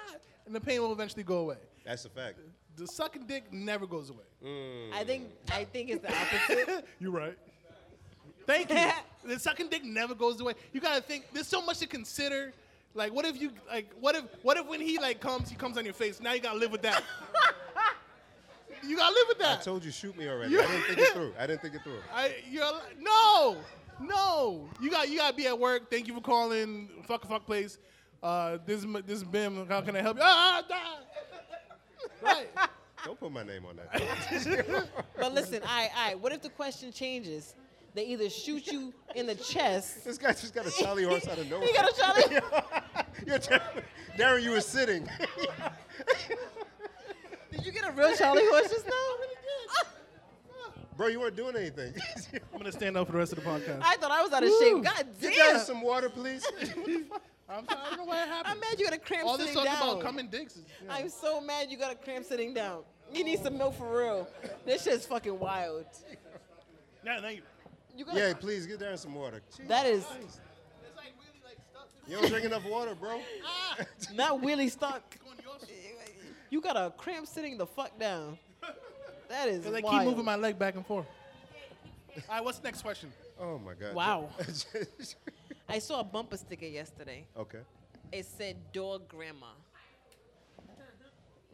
S4: Ah! And the pain will eventually go away.
S2: That's a fact.
S4: The sucking dick never goes away.
S2: Mm.
S3: I think I think it's the opposite.
S4: You're right. Thank you. the sucking dick never goes away. You gotta think. There's so much to consider. Like, what if you like? What if what if when he like comes, he comes on your face? Now you gotta live with that. you gotta live with
S2: I
S4: that.
S2: told you, shoot me already.
S4: You-
S2: I didn't think it through. I didn't think it through.
S4: I you're li- no, no. You got you got to be at work. Thank you for calling. Fuck fuck place. Uh, this is m- this is Bim. How can I help you? Ah, ah, ah. right.
S2: Don't put my name on that.
S3: but listen, I I what if the question changes? They either shoot you in the chest.
S2: this guy just got a Charlie horse out of nowhere.
S3: You gotta try to.
S2: You're telling- Darren, you were sitting.
S3: Did you get a real Charlie horse just now?
S2: Bro, you weren't doing anything.
S4: I'm gonna stand up for the rest of the podcast.
S3: I thought I was out of shape. God
S2: Get down
S3: damn.
S2: some water, please.
S4: I'm sorry, I don't know why it
S3: I'm
S4: happened.
S3: mad you got a cramp
S4: All this
S3: sitting
S4: talk
S3: down.
S4: about coming dicks. Is, yeah.
S3: I'm so mad you got a cramp sitting down. You need some milk for real. This shit's fucking wild.
S4: Now- now you-
S3: You got
S2: yeah, please get Darren some water.
S3: that is
S2: You don't drink enough water, bro.
S3: not really stuck. You got a cramp sitting the fuck down. That is
S4: 'Cause I keep
S3: wild.
S4: moving my leg back and forth. All right, what's the next question?
S2: Oh my God.
S3: Wow. I saw a bumper sticker yesterday.
S2: okay.
S3: It said dog grandma.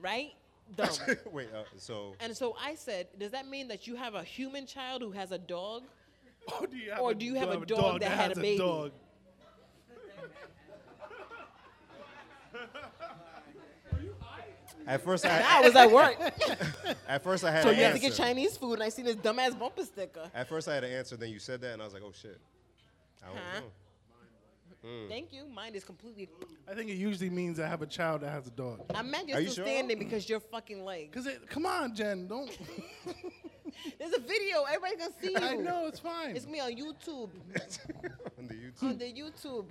S3: Right? Dumb.
S2: Wait. Uh, so
S3: and so I said, does that mean that you have a human child who has a dog?
S4: Or do you have,
S3: Or do you have a dog that had a
S4: has
S3: baby?
S4: dog?
S2: at first
S3: I
S2: I
S3: was at work.
S2: at first I had
S3: so
S2: an
S3: you have to
S2: answer.
S3: get Chinese food, and I seen this dumbass bumper sticker.
S2: at first I had an answer. Then you said that, and I was like, oh shit. I don't
S3: Huh?
S2: know. Mm.
S3: Thank you. Mine is completely.
S4: I think it usually means I have a child that has a dog.
S3: I'm mad you're
S2: Are you
S3: still
S2: sure?
S3: standing because you're fucking like.
S4: Cause it, come on, Jen, don't.
S3: There's a video. Everybody's gonna see you.
S4: I know it's fine.
S3: It's me on YouTube.
S2: On the
S3: on
S2: YouTube.
S3: the YouTube.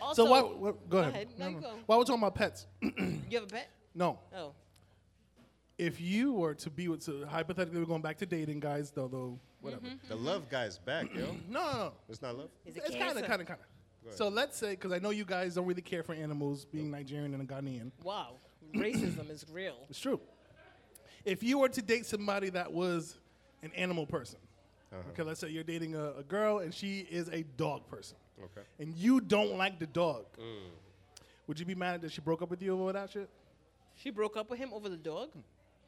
S3: Also,
S4: So why? What, go, ahead.
S3: ahead. No,
S4: Never
S3: you
S4: mind.
S3: go.
S4: Why we're talking about pets?
S3: you have a pet?
S4: no.
S3: Oh,
S4: If you were to be with, so hypothetically, we're going back to dating, guys. Though, though, whatever.
S2: The love guy's back, yo.
S4: No, no, no.
S2: It's not love.
S3: Mm-hmm. is it
S4: It's kind of,
S3: cancer?
S4: kind of, kind of. So let's say, because I know you guys don't really care for animals, being Nigerian and a Ghanaian.
S3: Wow, racism is real.
S4: It's true. If you were to date somebody that was an animal person,
S2: Uh-huh.
S4: okay, let's say you're dating a, a girl and she is a dog person,
S2: Okay. Mm.
S4: and you don't like the dog, would you be mad that she broke up with you over that shit?
S3: She broke up with him over the dog.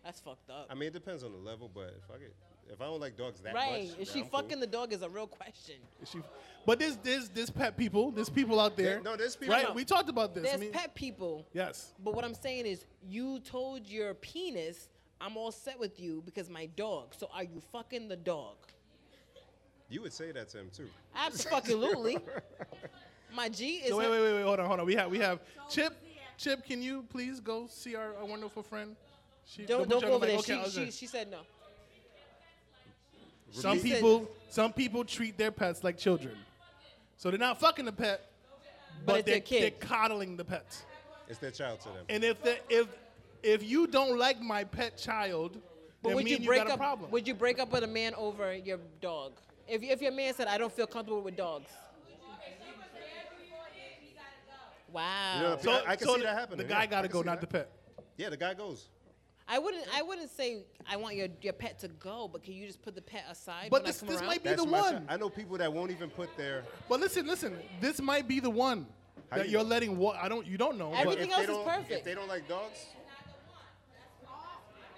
S3: That's fucked up.
S2: I mean, it depends on the level, but if I get, if I don't like dogs that
S3: right?
S2: much,
S3: is
S2: then
S3: she
S2: I'm cool.
S3: fucking the dog? Is a real question.
S4: Is she- but there's there's there's pet people. There's people out there.
S2: There- no, there's people-
S4: Right? We talked about this. I
S3: There's
S4: mean-
S3: pet people.
S4: Yes.
S3: But what I'm saying is, you told your penis, "I'm all set with you because my dog." So are you fucking the dog?
S2: You would say that to him too.
S3: Absolutely. my G is.
S4: So wait,
S3: her-
S4: wait, wait, wait. Hold on, hold on. We have we have Chip. Chip, can you please go see our, our wonderful friend? She,
S3: Don't
S4: put
S3: don't
S4: you
S3: go
S4: on
S3: over
S4: the
S3: there.
S4: mic. Okay, I
S3: she,
S4: was
S3: she
S4: gonna-
S3: she said no.
S4: some
S3: she said-
S4: people some people treat their pets like children, so they're not fucking the pet, but,
S3: it's
S4: they're,
S3: their kid.
S4: they're coddling the pets.
S2: It's their child to them.
S4: And if the, if if you don't like my pet child,
S3: But
S4: then
S3: would
S4: me
S3: you
S4: and
S3: break
S4: got a
S3: up?
S4: problem.
S3: Would you break up with a man over your dog? If if your man said, "I don't feel comfortable with dogs." Wow.
S2: You know,
S4: so,
S2: I- I can
S4: so
S2: see
S4: the,
S2: that happening,
S4: The
S2: yeah.
S4: guy
S2: I
S4: got to
S2: can
S4: go,
S2: see
S4: not
S2: that.
S4: the pet.
S2: Yeah, the guy goes.
S3: I wouldn't. I wouldn't say I want your, your pet to go, but can you just put the pet aside? when
S4: But
S3: I
S4: this
S3: come
S4: this
S3: around?
S4: might be
S2: That's
S4: the
S2: my
S4: one.
S2: Child. I know people that won't even put their.
S4: But listen, listen. This might be the one
S2: How
S4: that
S2: you
S4: you're
S2: know?
S4: letting. Wa- I don't. You don't know.
S2: But
S3: Everything
S2: if
S3: else
S2: they
S3: is
S2: don't-
S3: perfect.
S2: If they don't like dogs,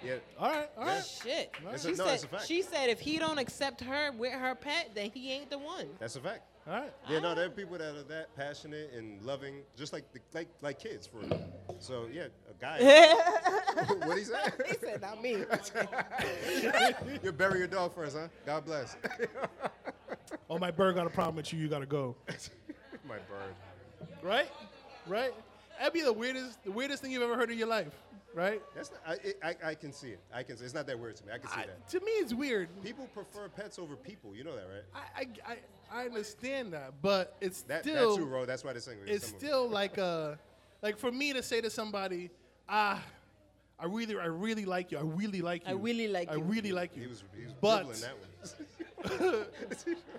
S2: Yeah.
S4: All right, all right.
S3: Shit.
S2: That's a-
S3: She
S2: no,
S3: said,
S2: that's a fact.
S3: she said if he don't accept her with her pet, then he ain't the one.
S2: That's a fact.
S4: All right.
S2: Yeah, no, there are people that are that passionate and loving, just like the, like like kids for real. So yeah, a guy. what he say?
S3: He said not me.
S2: you bury your dog first, huh? God bless.
S4: Oh, my bird got a problem with you. You gotta go.
S2: My bird.
S4: Right, right. That'd be the weirdest, the weirdest thing you've ever heard in your life. Right.
S2: That's not, I, it- I I can see it. I can see. It's not that weird to me. I can see
S4: I,
S2: that.
S4: to me, it's weird.
S2: People prefer pets over people. You know that, right?
S4: I, I, I, I understand that, but it's
S2: That
S4: still
S2: that too, bro. That's why they're single.
S4: it's
S2: Some of-
S4: still like a like for me to say to somebody, ah, I really I really like you. I really like
S3: I
S4: you.
S3: really like
S4: I
S3: you."
S4: really like you.
S2: He was he was
S4: but
S2: dribbling that one.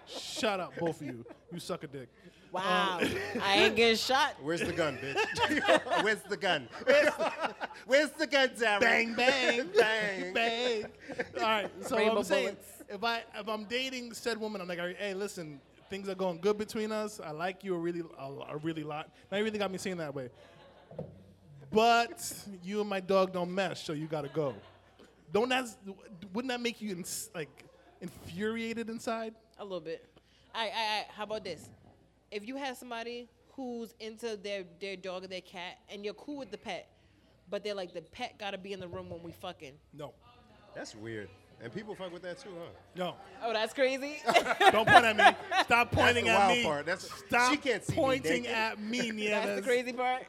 S4: shut up, both of you. You suck a dick.
S3: Wow. um, I ain't getting shot.
S2: Where's the gun, bitch? Where's the gun? Where's the gun, Darren?
S4: Bang bang
S2: bang.
S4: bang. All right. So
S3: Rainbow
S4: I'm saying
S3: bullets.
S4: if I if I'm dating said woman, I'm like, hey, listen, things are going good between us. I like you a really a, a really lot. Now you really got me saying that way. But you and my dog don't mesh, so you gotta go. Don't that wouldn't that make you ins- like infuriated inside?
S3: A little bit. All right, all right, all right. How about this? If you have somebody who's into their, their dog or their cat and you're cool with the pet, but they're like, the pet gotta be in the room when we fucking.
S4: No,
S2: That's weird. And people fuck with that too, huh?
S4: no.
S3: Oh, that's crazy.
S4: Don't point at me. Stop pointing
S2: the
S4: at
S2: wild
S4: me.
S2: part. That's-
S4: Stop
S2: she can't see me
S4: pointing
S2: naked.
S4: at me,
S3: that's
S4: Nieves.
S3: the crazy part.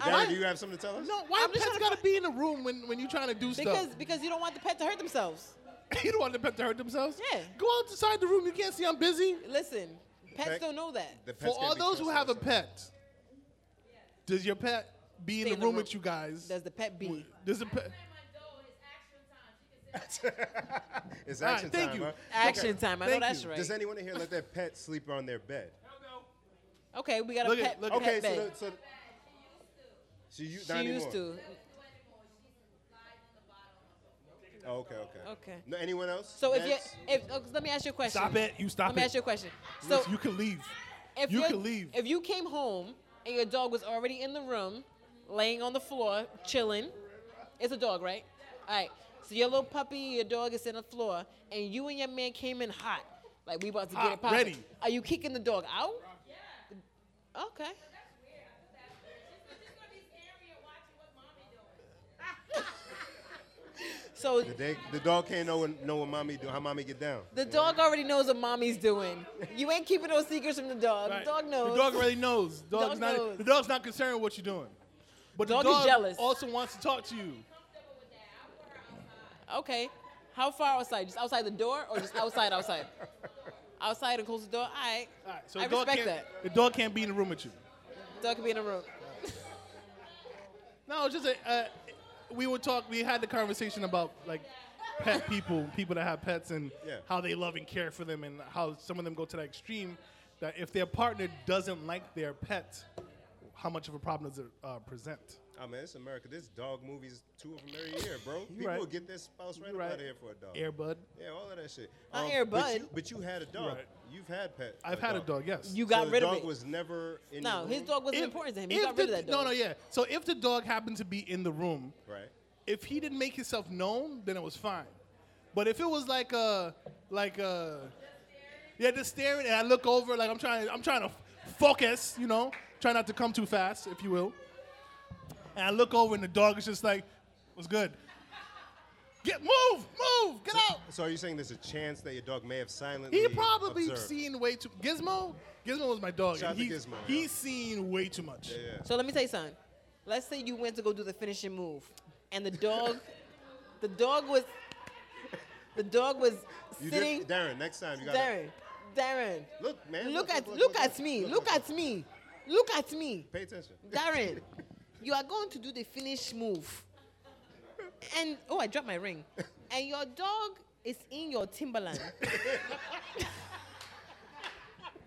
S2: Darren,
S3: like-
S2: do you have something to tell us?
S4: No, why
S3: I'm just
S4: pets
S3: trying
S4: gotta be in the room when, when you're trying to do
S3: Because
S4: stuff?
S3: because you don't want the pet to hurt themselves.
S4: you don't want the pet to hurt themselves.
S3: Yeah.
S4: Go outside the room. You can't see I'm busy.
S3: Listen, pets
S2: Pet-
S3: don't know that.
S2: The pets
S4: For
S2: can't
S4: all
S2: be
S4: those who
S2: trusted
S4: have a
S2: or something.
S4: pet, does your pet be in
S3: Stay
S4: the room with you guys?
S3: Does the pet be?
S4: Does the pet?
S2: It's
S4: All right,
S2: action
S4: thank
S2: time,
S4: you.
S2: huh?
S3: Action time. I know
S4: Thank
S3: that's
S4: you.
S3: right.
S2: Does anyone in here let their pet sleep on their bed?
S3: okay, we got a
S4: Look at-
S3: pet.
S4: look at-
S3: pet
S2: Okay, so,
S3: bed.
S2: the, so she used
S3: she used to.
S2: Oh, okay, okay.
S3: Okay.
S2: No, anyone else?
S3: So if you,
S2: Next?
S3: if oh, let me ask you a question.
S4: Stop it. You stop
S3: Let me
S4: it.
S3: ask you a question. So
S4: Listen, you can leave.
S3: if
S4: you
S3: your-
S4: can leave.
S3: If you came home and your dog was already in the room, laying on the floor, chilling, it's a dog, right? All right. So your little puppy, your dog is in the floor, and you and your man came in hot, like we about to get
S4: Hot,
S3: it popping.
S4: ready.
S3: Are you kicking the dog out? Okay. So
S2: the, day, the dog can't know when, know what mommy do, how mommy get down.
S3: the dog already knows what mommy's doing. You ain't keeping no secrets from the dog.
S4: Right.
S3: The dog knows.
S4: The dog already knows. The
S3: Dog
S4: Dog's not, e
S3: knows.
S4: The dog's not concerned with what you're doing. But
S3: Dog
S4: the
S3: is
S4: dog
S3: jealous.
S4: also wants to talk to you.
S3: Okay. How far outside? Just outside the door or just outside outside? outside and close the door? All right.
S4: All right, so
S3: I
S4: the dog
S3: respect
S4: can't, The dog can't be in the room with you.
S3: that. Dog could be in the room.
S4: No, it's just a, uh, we would talk. We had the conversation about like pet people, people that have pets, and
S2: Yeah.
S4: how they love and care for them, and how some of them go to that extreme that if their partner doesn't like their pet, how much of a problem does it uh, present?
S2: Oh man, it's America. This dog movies two of them every year, bro. People
S4: right.
S2: will get their spouse right,
S4: You
S2: up
S4: right.
S2: out of here for a dog.
S4: Airbud.
S2: yeah, all of that shit. Um,
S3: Not Air
S2: but
S3: Bud.
S2: you- But you, had a dog.
S4: right.
S2: You've had pet.
S4: I've had a dog. Yes.
S3: You
S2: So
S3: got
S2: the
S3: rid of
S2: dog
S3: it.
S2: was never in. the
S3: no, his
S2: room?
S3: dog wasn't
S4: If-
S3: important to him. He
S4: if
S3: got rid of
S4: the-
S3: that dog.
S4: No, no, yeah. So if the dog happened to be in the room,
S2: Right.
S4: if he didn't make himself known, then it was fine. But if it was like a, like a, yeah, just staring, and I look over, like I'm trying, I'm trying to f- focus, you know, try not to come too fast, if you will. And I look over, and the dog is just like, "What's good? Get move, move, get out."
S2: So are you saying there's a chance that your dog may have silently?
S4: He probably
S2: observed?
S4: seen way too. Gizmo, Gizmo was my dog.
S2: Shout
S4: and
S2: out to
S4: he's,
S2: Gizmo,
S4: he's
S2: yeah.
S4: seen way too much.
S2: Yeah.
S3: So let me tell you something. Let's say you went to go do the finishing move, and the dog, the dog was, the dog was
S2: You
S3: sitting.
S2: did, Darren. Next time you got.
S3: Darren, Darren,
S2: Look, man.
S3: look at look at me, look at me, look at me.
S2: Pay attention.
S3: Darren, you are going to do the finish move. And oh, I dropped my ring. And your dog is in your Timberland.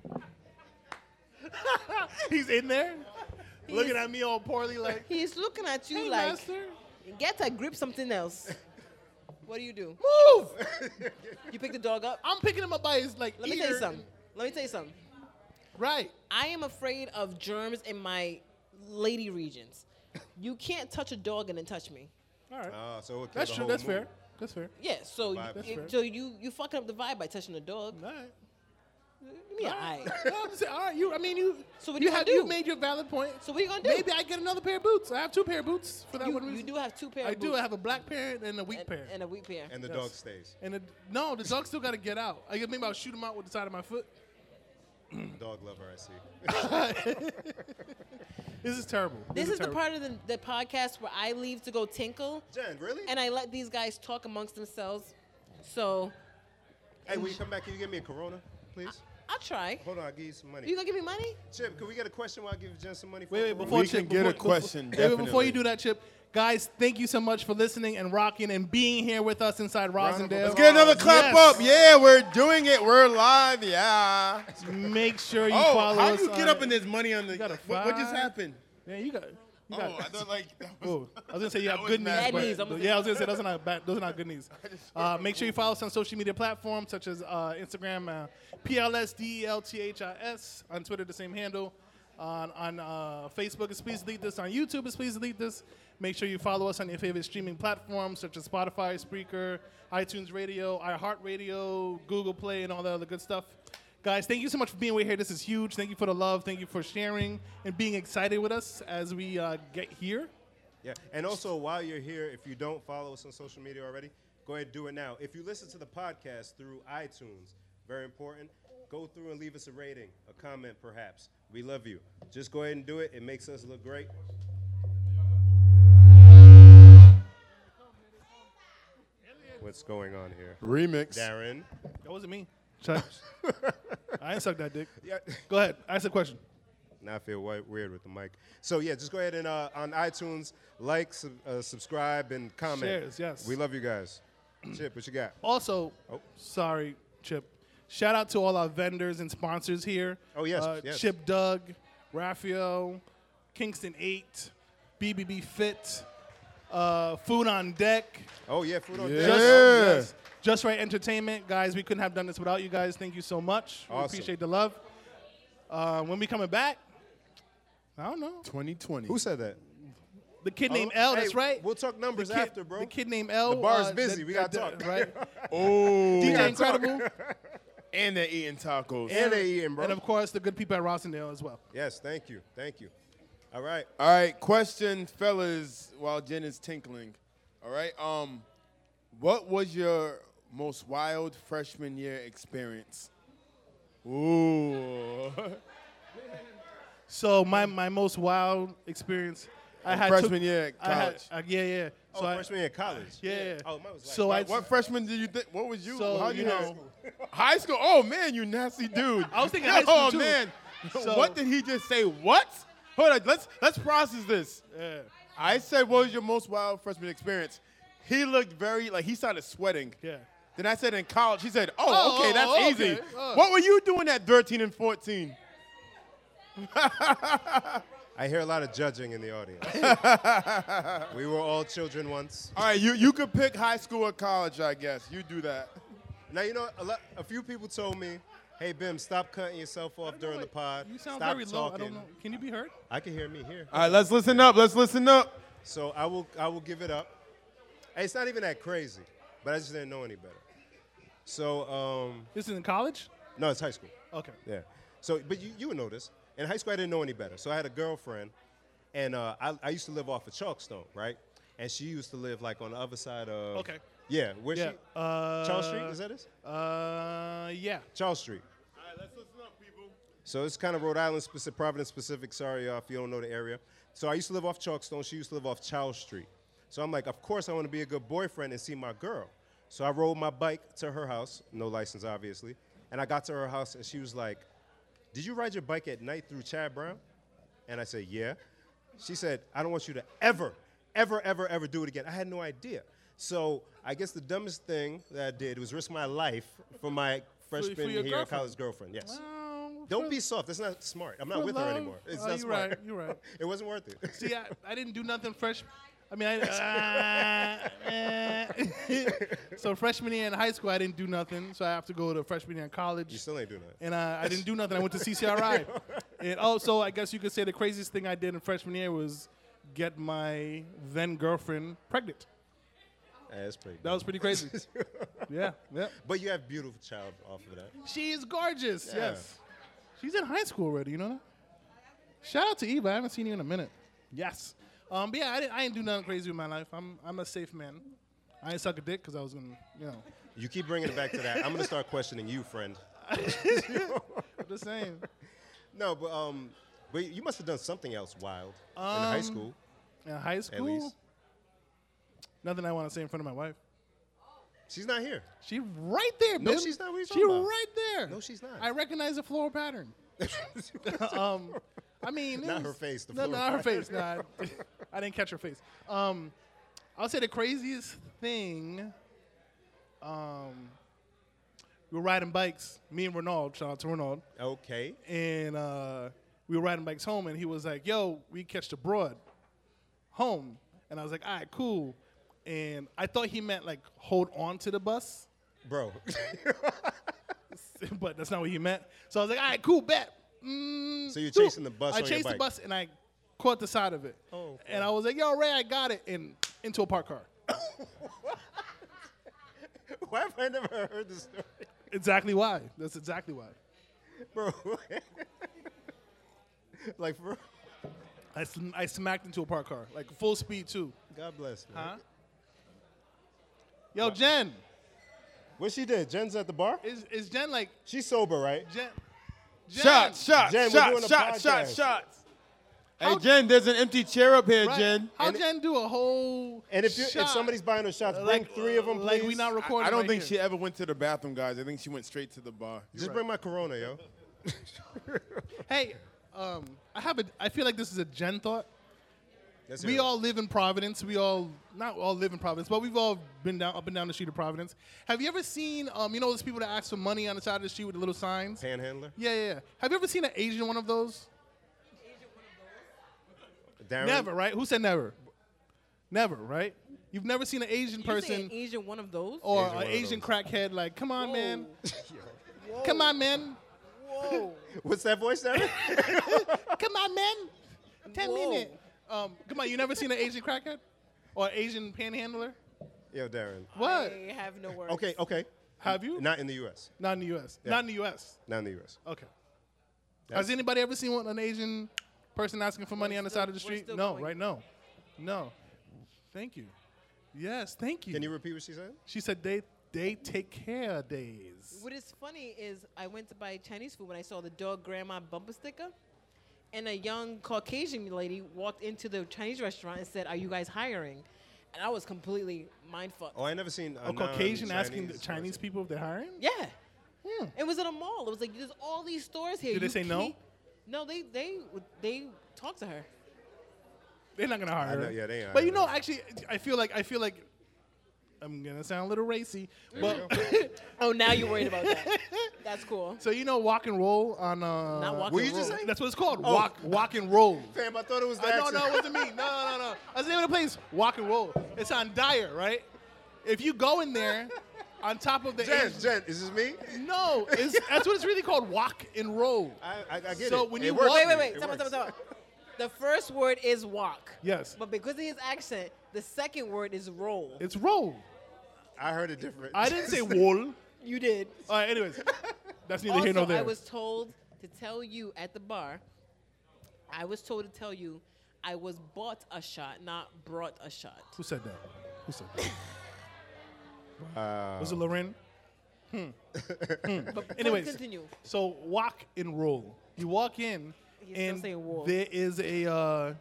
S4: He's in there, looking
S3: He's-
S4: at me all poorly, like,
S3: He's looking at you
S4: "Hey,
S3: like,
S4: master,
S3: get a grip, something else. What do you do?
S4: move."
S3: You pick the dog up.
S4: I'm picking him up by his like
S3: Let
S4: ear.
S3: me tell you something. Let me tell you something.
S4: Right.
S3: I am afraid of germs in my lady regions. You can't touch a dog and then touch me.
S4: All right.
S2: Ah, so it killed
S4: that's
S2: the
S4: true.
S2: whole
S4: That's
S2: movie.
S4: fair. That's fair.
S3: Yeah, so you,
S2: Vibe. That's
S4: fair.
S3: so you you fucking up the vibe by touching the dog.
S4: All right.
S3: Give me an eye.
S4: No, I'm saying, all right. You. I mean, you.
S3: So what do
S4: you
S3: you gonna
S4: had- you
S3: do?
S4: made your valid point.
S3: So what are you gonna do?
S4: Maybe I get another pair of boots. I have two pair of boots for that
S3: You-
S4: one
S3: you
S4: reason.
S3: do have two pair
S4: I
S3: of
S4: do.
S3: boots.
S4: I have a black pair and a wheat
S3: and,
S4: pair.
S3: and a wheat pair.
S2: And the
S4: Yes.
S2: dog stays.
S4: And the, no, the dog still got to get out. I maybe I'll shoot him out with the side of my foot.
S2: Dog lover, I see.
S4: This is terrible.
S3: this is the
S4: terrible.
S3: part of the, the podcast where I leave to go tinkle,
S2: Jen, really?
S3: and I let these guys talk amongst themselves. So
S2: hey, when you come back, can you give me a Corona, please?
S3: I'll try.
S2: Hold on, I'll give you some money.
S3: You gonna give me money?
S2: Chip, can we get a question while I give Jen some money? For
S4: Wait,
S2: a
S4: wait,
S2: Corona?
S4: before
S1: We
S4: Chip,
S1: can get
S4: before,
S1: a question,
S4: Before, wait, wait, before you
S1: definitely.
S4: do that, Chip, guys, thank you so much for listening and rocking and being here with us inside Rosendale.
S1: Let's get another clap
S4: Yes.
S1: up. Yeah, we're doing it. We're live. Yeah.
S4: Make sure you
S1: Oh,
S4: follow
S1: how
S4: us.
S1: you
S4: on-
S1: get up in this money on the?
S4: got a
S1: What, what just
S4: five?
S1: happened?
S4: Yeah, you got. You
S1: Oh,
S4: got
S1: I thought like that was-
S4: Ooh, Oh, I was gonna say you have
S1: was
S4: good knees.
S1: mad.
S3: Bad
S4: but-
S3: knees, I'm gonna say.
S4: yeah, I was gonna say those are not bad. Those are not good knees. Uh, make sure you follow us on social media platforms such as uh, Instagram, uh, E PLSDELTHIS, on Twitter the same handle, on on uh, Facebook is please delete this, on YouTube is please delete this. Make sure you follow us on your favorite streaming platforms such as Spotify, Spreaker, iTunes Radio, iHeartRadio, Google Play, and all that other good stuff. Guys, thank you so much for being here. This is huge. Thank you for the love. Thank you for sharing and being excited with us as we uh, get here.
S2: Yeah, and also while you're here, if you don't follow us on social media already, go ahead and do it now. If you listen to the podcast through iTunes, very important, go through and leave us a rating, a comment perhaps. We love you. Just go ahead and do it. It makes us look great. What's going on here?
S1: Remix.
S2: Darren.
S4: That wasn't me. Shut up. I ain't suck that dick.
S2: Yeah.
S4: Go ahead. Ask the question.
S2: Now I feel wi- weird with the mic. So yeah, just go ahead and uh, on iTunes, like, sub- uh, subscribe, and comment.
S4: Shares, yes.
S2: We love you guys. Chip, what you got?
S4: Also,
S2: Oh.
S4: sorry, Chip. Shout out to all our vendors and sponsors here. Uh,
S2: Oh, yes, yes.
S4: Chip Doug, Raphael, Kingston 8, BBB Fit, uh, Food on Deck.
S2: Oh yeah, food on
S1: Yeah.
S4: Just,
S2: deck.
S4: yes. Just Right Entertainment. Guys, we couldn't have done this without you guys. Thank you so much. We
S2: Awesome.
S4: appreciate the love. Uh, when we coming back, I don't know.
S1: 2020.
S2: Who said that?
S4: The kid named
S2: Oh,
S4: L,
S2: hey,
S4: that's right.
S2: we'll talk numbers
S4: the kid,
S2: after, bro.
S4: The kid named L.
S2: The bar's
S4: uh,
S2: busy. We gotta
S4: that-
S2: talk.
S4: Right?
S1: Oh.
S4: DJ Incredible.
S1: And they're eating tacos.
S2: And they eating, bro.
S4: And of course, the good people at Rossendale as well.
S2: Yes, thank you, thank you. All right,
S1: All right, question, fellas, while Jen is tinkling. All right, um, what was your most wild freshman year experience? Ooh.
S4: So
S2: Mm.
S4: my, my most wild experience, I
S1: Your
S4: had
S1: freshman
S4: took-
S1: year at
S4: I had-
S1: college.
S4: uh, yeah, yeah.
S2: oh,
S4: So I,
S2: freshman year in college.
S4: yeah, yeah.
S2: Oh, mine was like.
S4: so I,
S1: what freshman did you think? What was you?
S4: So,
S1: how you
S4: you know-
S1: know? High school. Oh man, you nasty dude.
S4: I was thinking high school,
S1: Oh
S4: too.
S1: man,
S4: So-
S1: what did he just say? What? Hold on, let's let's process this.
S4: yeah.
S1: I said, what was your most wild freshman experience? He looked very like he started sweating.
S4: Yeah.
S1: Then I said in college, he said, "Oh,
S4: Oh,
S1: okay,
S4: oh,
S1: that's
S4: oh,
S1: easy."
S4: okay. Oh.
S1: What were you doing at 13 and 14?
S2: I hear a lot of judging in the audience. we were all children once.
S1: All right, you you could pick high school or college, I guess. You do that.
S2: Now you know a, lot, a few people told me, "Hey Bim, stop cutting yourself off during the pod.
S4: You sound
S2: stop
S4: very low.
S2: talking.
S4: I don't know. Can you be heard?
S2: I can hear me here.
S1: All right, let's listen up. Let's listen up.
S2: So I will I will give it up. Hey, It's not even that crazy, but I just didn't know any better. So um,
S4: This is in college.
S2: no, it's high school.
S4: Okay.
S2: Yeah. So, but you, you would know this. In high school, I didn't know any better. So I had a girlfriend, and uh, I, I used to live off of Chalkstone, right? And she used to live like on the other side of.
S4: Okay.
S2: Yeah, where
S4: Yeah.
S2: she?
S4: Uh,
S2: Charles Street, is that it?
S4: Uh, yeah.
S2: Charles Street.
S1: All right, let's listen up, people.
S2: So it's kind of Rhode Island specific, Providence specific. Sorry, y'all, if you don't know the area. So I used to live off Chalkstone. She used to live off Charles Street. So I'm like, of course, I want to be a good boyfriend and see my girl. So I rode my bike to her house, no license, obviously. And I got to her house, and she was like, Did you ride your bike at night through Chad Brown? And I said, Yeah. She said, I don't want you to ever, ever, ever, ever do it again. I had no idea. So I guess the dumbest thing that I did was risk my life for my freshman
S4: for your
S2: year
S4: girlfriend?
S2: college girlfriend. Yes.
S4: Um,
S2: Don't
S4: for-
S2: be soft. That's not smart. I'm not
S4: For
S2: with
S4: love?
S2: her anymore. It's
S4: Oh,
S2: not
S4: you're
S2: smart.
S4: right, you're right.
S2: it wasn't worth it.
S4: See, I, I didn't do nothing fresh. I mean, I, uh, uh, so freshman year in high school, I didn't do nothing. So I have to go to freshman year in college.
S2: you still ain't doing that.
S4: and I, I didn't do nothing. I went to CCRI. and also, I guess you could say the craziest thing I did in freshman year was get my then girlfriend pregnant.
S2: That's pretty.
S4: That was pretty crazy. yeah, yeah.
S2: But you have beautiful child off of that.
S4: She is gorgeous.
S2: Yeah.
S4: Yes. She's in high school already. You know that. Shout out to Eva. I haven't seen you in a minute. Yes. Um, but yeah, I didn't, I didn't do nothing crazy with my life. I'm I'm a safe man. I ain't suck a dick because I was gonna, you know.
S2: You keep bringing it back to that. I'm gonna start questioning you, friend.
S4: I'm just saying.
S2: No, but um, but you must have done something else wild in
S4: Um,
S2: high school,
S4: In high
S2: at
S4: school,
S2: least.
S4: nothing I want to say in front of my wife.
S2: She's not here.
S4: She right there,
S2: No,
S4: babe.
S2: she's not. What are you
S4: She
S2: talking about?
S4: right there.
S2: No, she's not.
S4: I recognize the floral pattern. um, I mean, it
S2: Not
S4: was-
S2: her face, the
S4: no,
S2: floral
S4: not her face. No, I, I didn't catch her face. Um, I'll say the craziest thing. Um, we were riding bikes. Me and Renaud. Shout out to Renaud
S2: Okay.
S4: and uh, we were riding bikes home, and he was like, "Yo, we catch the broad home," and I was like, "All right, cool." And I thought he meant like hold on to the bus,
S2: Bro,
S4: but that's not what he meant. So I was like, "All right, cool, bet." Mm,
S2: So you're
S4: cool."
S2: chasing the bus
S4: I
S2: on your
S4: chased the
S2: bike.
S4: bus and I caught the side of it.
S2: Oh,
S4: and I was like, "Yo, Ray, I got it!" And into a parked car.
S2: why have I never heard this story?
S4: Exactly why. That's exactly why.
S2: Bro, like, for real?
S4: I, sm- I smacked into a parked car, like full speed too.
S2: God bless, man.
S4: Huh? Yo, Jen,
S2: What she did? Jen's at the bar?
S4: is is Jen like
S2: She's sober, right?
S4: Jen? Jen.
S1: Shots, shots,
S2: Jen, we're doing
S1: shots,
S2: a
S1: shots, shots,
S2: podcast.
S1: shots. Hey, Jen, there's an empty chair up here,
S4: Right.
S1: Jen.
S4: How Jen do a whole
S2: And if you, if
S4: shot?
S2: somebody's buying her shots, bring
S4: Like-
S2: three of them, please.
S4: like we not
S1: I,
S4: recording?
S1: I don't
S4: right
S1: think she
S4: here.
S1: ever went to the bathroom, guys. I think she went straight to the bar.
S2: Just bring my Corona, yo.
S4: Hey, um, I have a. I feel like this is a Jen thought.
S2: That's
S4: We all live in Providence. We all not all live in Providence, but we've all been down up and down the street of Providence. Have you ever seen um, you know those people that ask for money on the side of the street with the little signs?
S2: panhandler.
S4: Yeah, yeah. yeah. Have you ever seen an Asian one of those?
S2: Darren,
S4: Never, right? Who said never? Never, right? You've never seen an Asian
S3: You
S4: person
S3: say an Asian one of those?
S4: or
S2: Asian
S4: an
S2: one of
S4: Asian
S2: those.
S4: crackhead like, come on, man, come on, man,
S3: Whoa.
S2: What's that voice, Darren?
S4: Come on, man. Ten
S3: Whoa.
S4: minutes. Um, come on, you never seen an Asian crackhead or an Asian panhandler?
S2: yo, Darren.
S4: What?
S3: I have no words.
S2: Okay, oh. okay.
S4: Have you?
S2: Not in the U.S.
S4: Not in the U.S. Not in the U.S.
S2: Not in the U.S.
S4: Okay.
S2: That's-
S4: Has anybody ever seen one, an Asian person asking for money on the
S3: still-
S4: side of the
S3: we're
S4: street?
S3: still
S4: No,
S3: going.
S4: right? No, no. Thank you. Yes, thank you.
S2: Can you repeat what she said?
S4: she said they they take care days.
S3: What is funny is I went to buy Chinese food when I saw the dog grandma bumper sticker, and a young Caucasian lady walked into the Chinese restaurant and said, "Are you guys hiring?" And I was completely mind fucked.
S2: Oh, I never seen a
S4: A Caucasian asking the
S2: non-Chinese
S4: Chinese
S2: person.
S4: people if they're hiring?
S3: Yeah. It was at a mall. It was like there's all these stores here.
S4: Did they
S3: You
S4: say no?
S3: can't- No, they they they talked to her.
S4: They're not gonna hire.
S2: I know,
S4: her.
S2: yeah, they ain't
S4: But you
S2: hiring
S4: know,
S2: her.
S4: actually, I feel like I feel like I'm gonna sound a little racy, but
S3: Oh, now you're worried about that. That's cool.
S4: so you know, walk and roll on. Uh,
S3: Not walking.
S2: were you just Oh.
S3: roll.
S2: saying-
S4: That's what it's called. Walk, walk and roll.
S2: Fam, I thought it was the
S4: Uh, no,
S2: accent.
S4: no, it wasn't me. No, no, no, no. That's the name of the place. Walk and roll. It's on Dyer, right? If you go in there, on top of the
S2: Jen,
S4: Asian-
S2: Jen, is this me?
S4: no, it's, that's what it's really called. Walk and roll.
S2: I, I, I get
S4: So
S2: it.
S4: when
S2: It
S4: you
S2: works
S4: walk-
S2: for
S3: Wait, wait,
S2: me.
S3: wait.
S2: It
S3: Stop, stop,
S2: works.
S3: stop. The first word is walk.
S4: Yes.
S3: But because of his accent, the second word is roll.
S4: It's roll.
S2: I heard it different.
S4: I didn't say wool.
S3: You did.
S4: All right. Anyways, that's neither here
S3: Also,
S4: nor there.
S3: I was told to tell you at the bar. I was told to tell you, I was bought a shot, not brought a shot.
S4: Who said that? Who said that? Was it Loren?
S3: But before we
S4: Anyways,
S3: continue.
S4: so walk and roll. You walk in,
S3: He's still
S4: and
S3: saying roll.
S4: there is a, uh,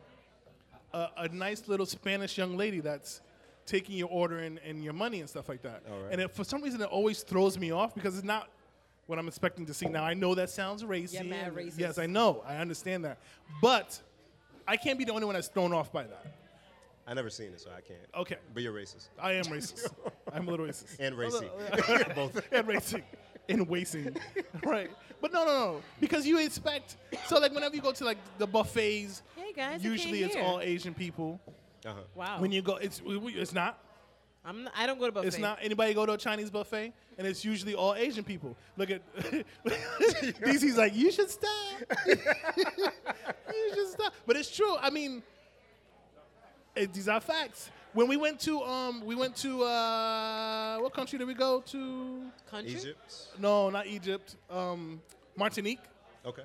S4: a a nice little Spanish young lady that's taking your order and, and your money and stuff like that.
S2: All right.
S4: And it, for some reason, it always throws me off because it's not what I'm expecting to see. Now I know that sounds racy.
S3: Yeah, mad
S4: and-
S3: racist.
S4: Yes, I know. I understand that, but I can't be the only one that's thrown off by that.
S2: I never seen it, so I can't.
S4: Okay,
S2: But you're racist.
S4: I am racist. I'm a little racist.
S2: And racy. Both.
S4: and racing and wasting right but no no no because you expect so like whenever you go to like the buffets
S3: Hey, guys, I Oh.
S4: usually
S3: came
S4: it's
S3: here.
S4: all asian people
S2: Uh-huh.
S3: Wow.
S4: when you go it's we- we- it's not
S3: I'm not, I don't go to buffet.
S4: it's not anybody go to a chinese buffet and it's usually all asian people look at DC's like you should stop you should stop but it's true i mean it, these are facts when we went to um we went to uh what country did we go to?
S3: Country?
S2: Egypt.
S4: No, not Egypt. Um, Martinique.
S2: Okay.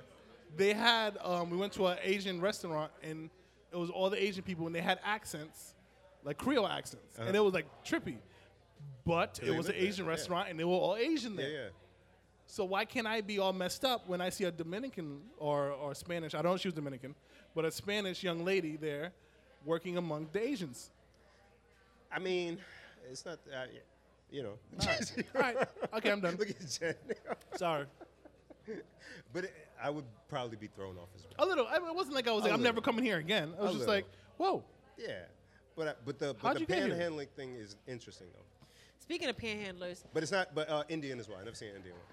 S4: They had um, we went to an Asian restaurant and it was all the Asian people and they had accents, like Creole accents, and it was like trippy. But it
S2: they
S4: was an
S2: live there,
S4: Asian
S2: Uh-huh. yeah.
S4: restaurant and they were all Asian
S2: Yeah,
S4: there.
S2: yeah.
S4: So why can't I be all messed up when I see a Dominican or, or Spanish? I don't know if she was Dominican, but a Spanish young lady there working among the Asians.
S2: I mean, it's not. Uh, y- you know.
S4: All right. Okay, I'm done.
S2: Look at Jen.
S4: Sorry.
S2: But it, I would probably be thrown off as well.
S4: A little. I mean, it wasn't like I was like, I'm
S2: little.
S4: never coming here again. I was
S2: A
S4: just
S2: little.
S4: like, whoa.
S2: Yeah. But I, but the
S4: How'd
S2: but the
S4: you get here?
S2: panhandling thing is interesting though.
S3: Speaking of panhandlers,
S2: But it's not. But uh, Indian as well. I never seen an Indian one.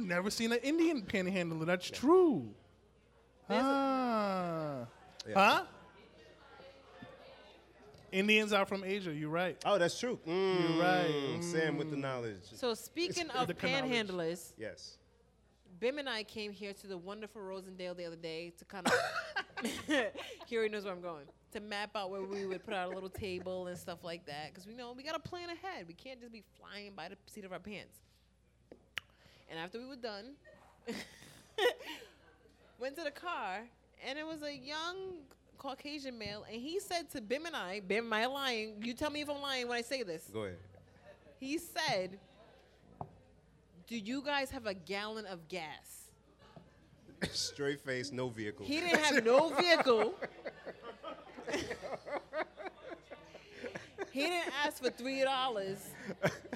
S4: You've never seen an Indian panhandler. That's true.
S3: There's a-
S4: Ah.
S2: Yeah.
S4: Huh? Indians are from Asia. You're right.
S2: Oh, that's true. Mm,
S4: You're right.
S2: Sam with the
S4: Hmm.
S2: knowledge.
S3: so speaking of
S4: The canalage.
S3: panhandlers,
S2: yes.
S3: Bim and I came here to the wonderful Rosendale the other day to kind of. he already knows where I'm going. To map out where we would put our little table and stuff like that. Because we know we got to plan ahead. We can't just be flying by the seat of our pants. And after we were done, went to the car, and it was a young Caucasian male. And he said to Bim and I, Bim, am I lying? You tell me if I'm lying when I say this.
S2: Go ahead.
S3: He said, Do you guys have a gallon of gas?
S2: Straight face, no vehicle.
S3: He didn't have no vehicle. he didn't ask for three dollars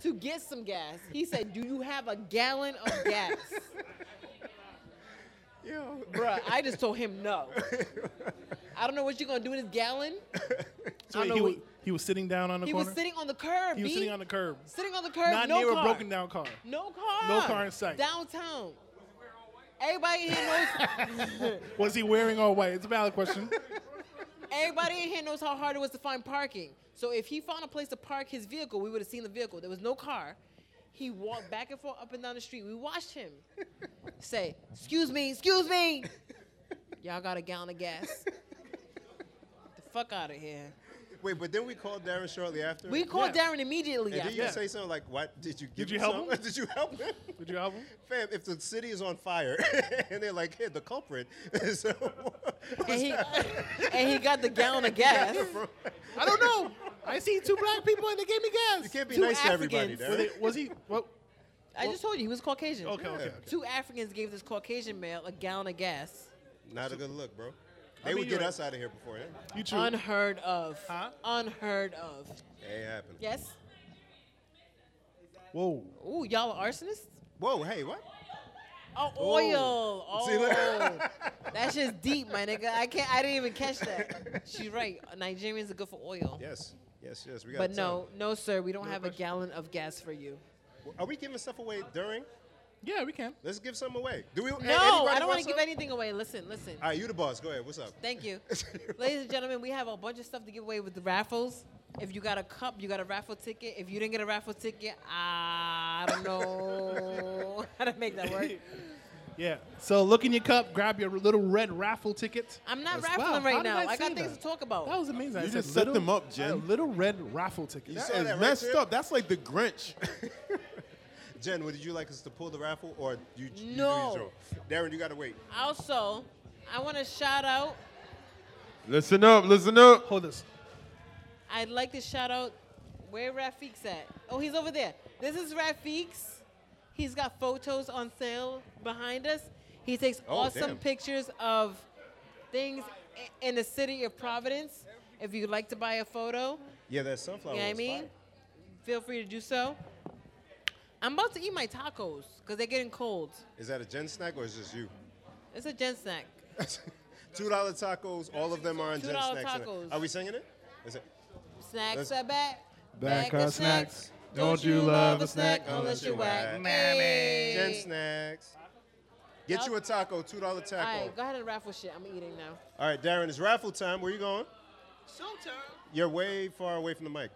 S3: to get some gas. He said, "Do you have a gallon of gas,
S2: Yo.
S3: Bruh, I just told him no. I don't know what you're gonna do with this gallon.
S4: So
S3: I
S4: wait,
S3: know
S4: he,
S3: we-
S4: was, he was sitting down on the
S3: He
S4: corner?
S3: was sitting on the curb.
S4: he was
S3: B.
S4: sitting on the curb.
S3: Sitting on the curb.
S4: Not
S3: no
S4: near
S3: car.
S4: a broken down car.
S3: No car.
S4: No car in sight.
S3: Downtown. Everybody in here knows.
S4: Was he wearing all white? It's a valid question.
S3: Everybody in here knows how hard it was to find parking. So if he found a place to park his vehicle, we would have seen the vehicle. There was no car. He walked back and forth up and down the street. We watched him say, "Excuse me, excuse me, y'all got a gallon of gas." the fuck out of here.
S2: Wait, but then we called Darren shortly after.
S3: We called
S4: Yeah.
S3: Darren immediately.
S2: And did you
S4: Yeah.
S2: say something like, "What did you give
S4: you
S2: him
S4: help
S2: some?"
S4: him?
S2: did you help him?
S4: Did you have him?
S2: Fam, if the city is on fire and they're like, "Hey, the culprit," so
S3: and, he, and he got the gallon of gas.
S4: I don't know. I see two black people and they gave me gas.
S2: you can't be
S3: Two
S2: nice to everybody,
S3: Africans.
S2: Darren.
S4: Were they- was he? What?
S3: I just told you he was Caucasian.
S4: Okay, okay.
S2: Yeah.
S4: okay.
S3: Two Africans gave this Caucasian male a gallon of gas.
S2: Not a good look, bro. They
S4: mean,
S2: would
S4: you're
S2: get
S4: right.
S2: us out of here before him.
S4: You two.
S3: Unheard of.
S4: Huh?
S3: Unheard of.
S2: Ain't happening.
S3: Yes.
S4: Whoa.
S3: Ooh, y'all are arsonists?
S2: Whoa, hey, what?
S3: Oh, oil. Oh,
S2: See,
S3: that's just deep, my nigga. I can't. I didn't even catch that. She's right. Nigerians are good for oil.
S2: Yes, yes, yes. We got.
S3: but
S2: time.
S3: no, no, sir. We don't have a gallon of gas for you.
S2: Are we giving stuff away during?
S4: Yeah, we can.
S2: Let's give some away. Do we? a- anybody
S3: No, I
S2: want
S3: don't want to give
S2: some?
S3: anything away. Listen, listen.
S2: All right, you the boss. Go ahead. What's up?
S3: Thank you, ladies and gentlemen. We have a bunch of stuff to give away with the raffles. If you got a cup, you got a raffle ticket. If you didn't get a raffle ticket, I don't know how to make that work.
S4: Yeah. So look in your cup, grab your little red raffle ticket.
S3: I'm not
S4: That's-
S3: raffling
S4: wow,
S3: right
S4: how did
S3: now.
S4: I
S3: I, got
S4: say
S3: things
S4: that?
S3: to talk about.
S4: That was amazing. I
S1: You
S4: said
S1: just set
S4: little-
S1: them up,
S4: a
S1: Jen.
S4: Little red raffle ticket.
S2: You
S1: That
S2: saw
S1: is
S2: that right
S1: messed
S2: there?
S1: up. That's like the Grinch.
S2: Jen, would you like us to pull the raffle or you? you
S3: No.
S2: Do your job? Darren, you gotta wait.
S3: Also, I want to shout out.
S1: listen up, listen up.
S4: Hold this.
S3: I'd like to shout out where Rafiq's at. Oh, he's over there. This is Rafiq's. He's got photos on sale behind us. He takes
S2: Oh,
S3: awesome
S2: damn.
S3: pictures of things i- in the city of Providence. If you'd like to buy a photo,
S2: Yeah, that sunflower.
S3: you know what I
S2: was
S3: mean?
S2: fire.
S3: Feel free to do so. I'm about to eat my tacos because they're getting cold.
S2: Is that a Jen snack or is this you?
S3: It's a Jen snack.
S2: Two dollar tacos. All of them are on Jen
S3: $2
S2: snacks.
S3: tacos.
S2: Are we singing it? Is it?
S3: Snacks
S2: Let's-
S3: are back.
S4: Back
S3: Back
S4: are
S3: of snacks.
S4: snacks.
S3: Don't you love a snack unless you're whack.
S2: whack.
S3: Hey.
S2: Jen snacks. Get you a taco. Two dollar
S3: All
S2: taco.
S3: right, go ahead and raffle shit. I'm eating now.
S2: All right, Darren, it's raffle time. Where you going? You're way far away from the mic.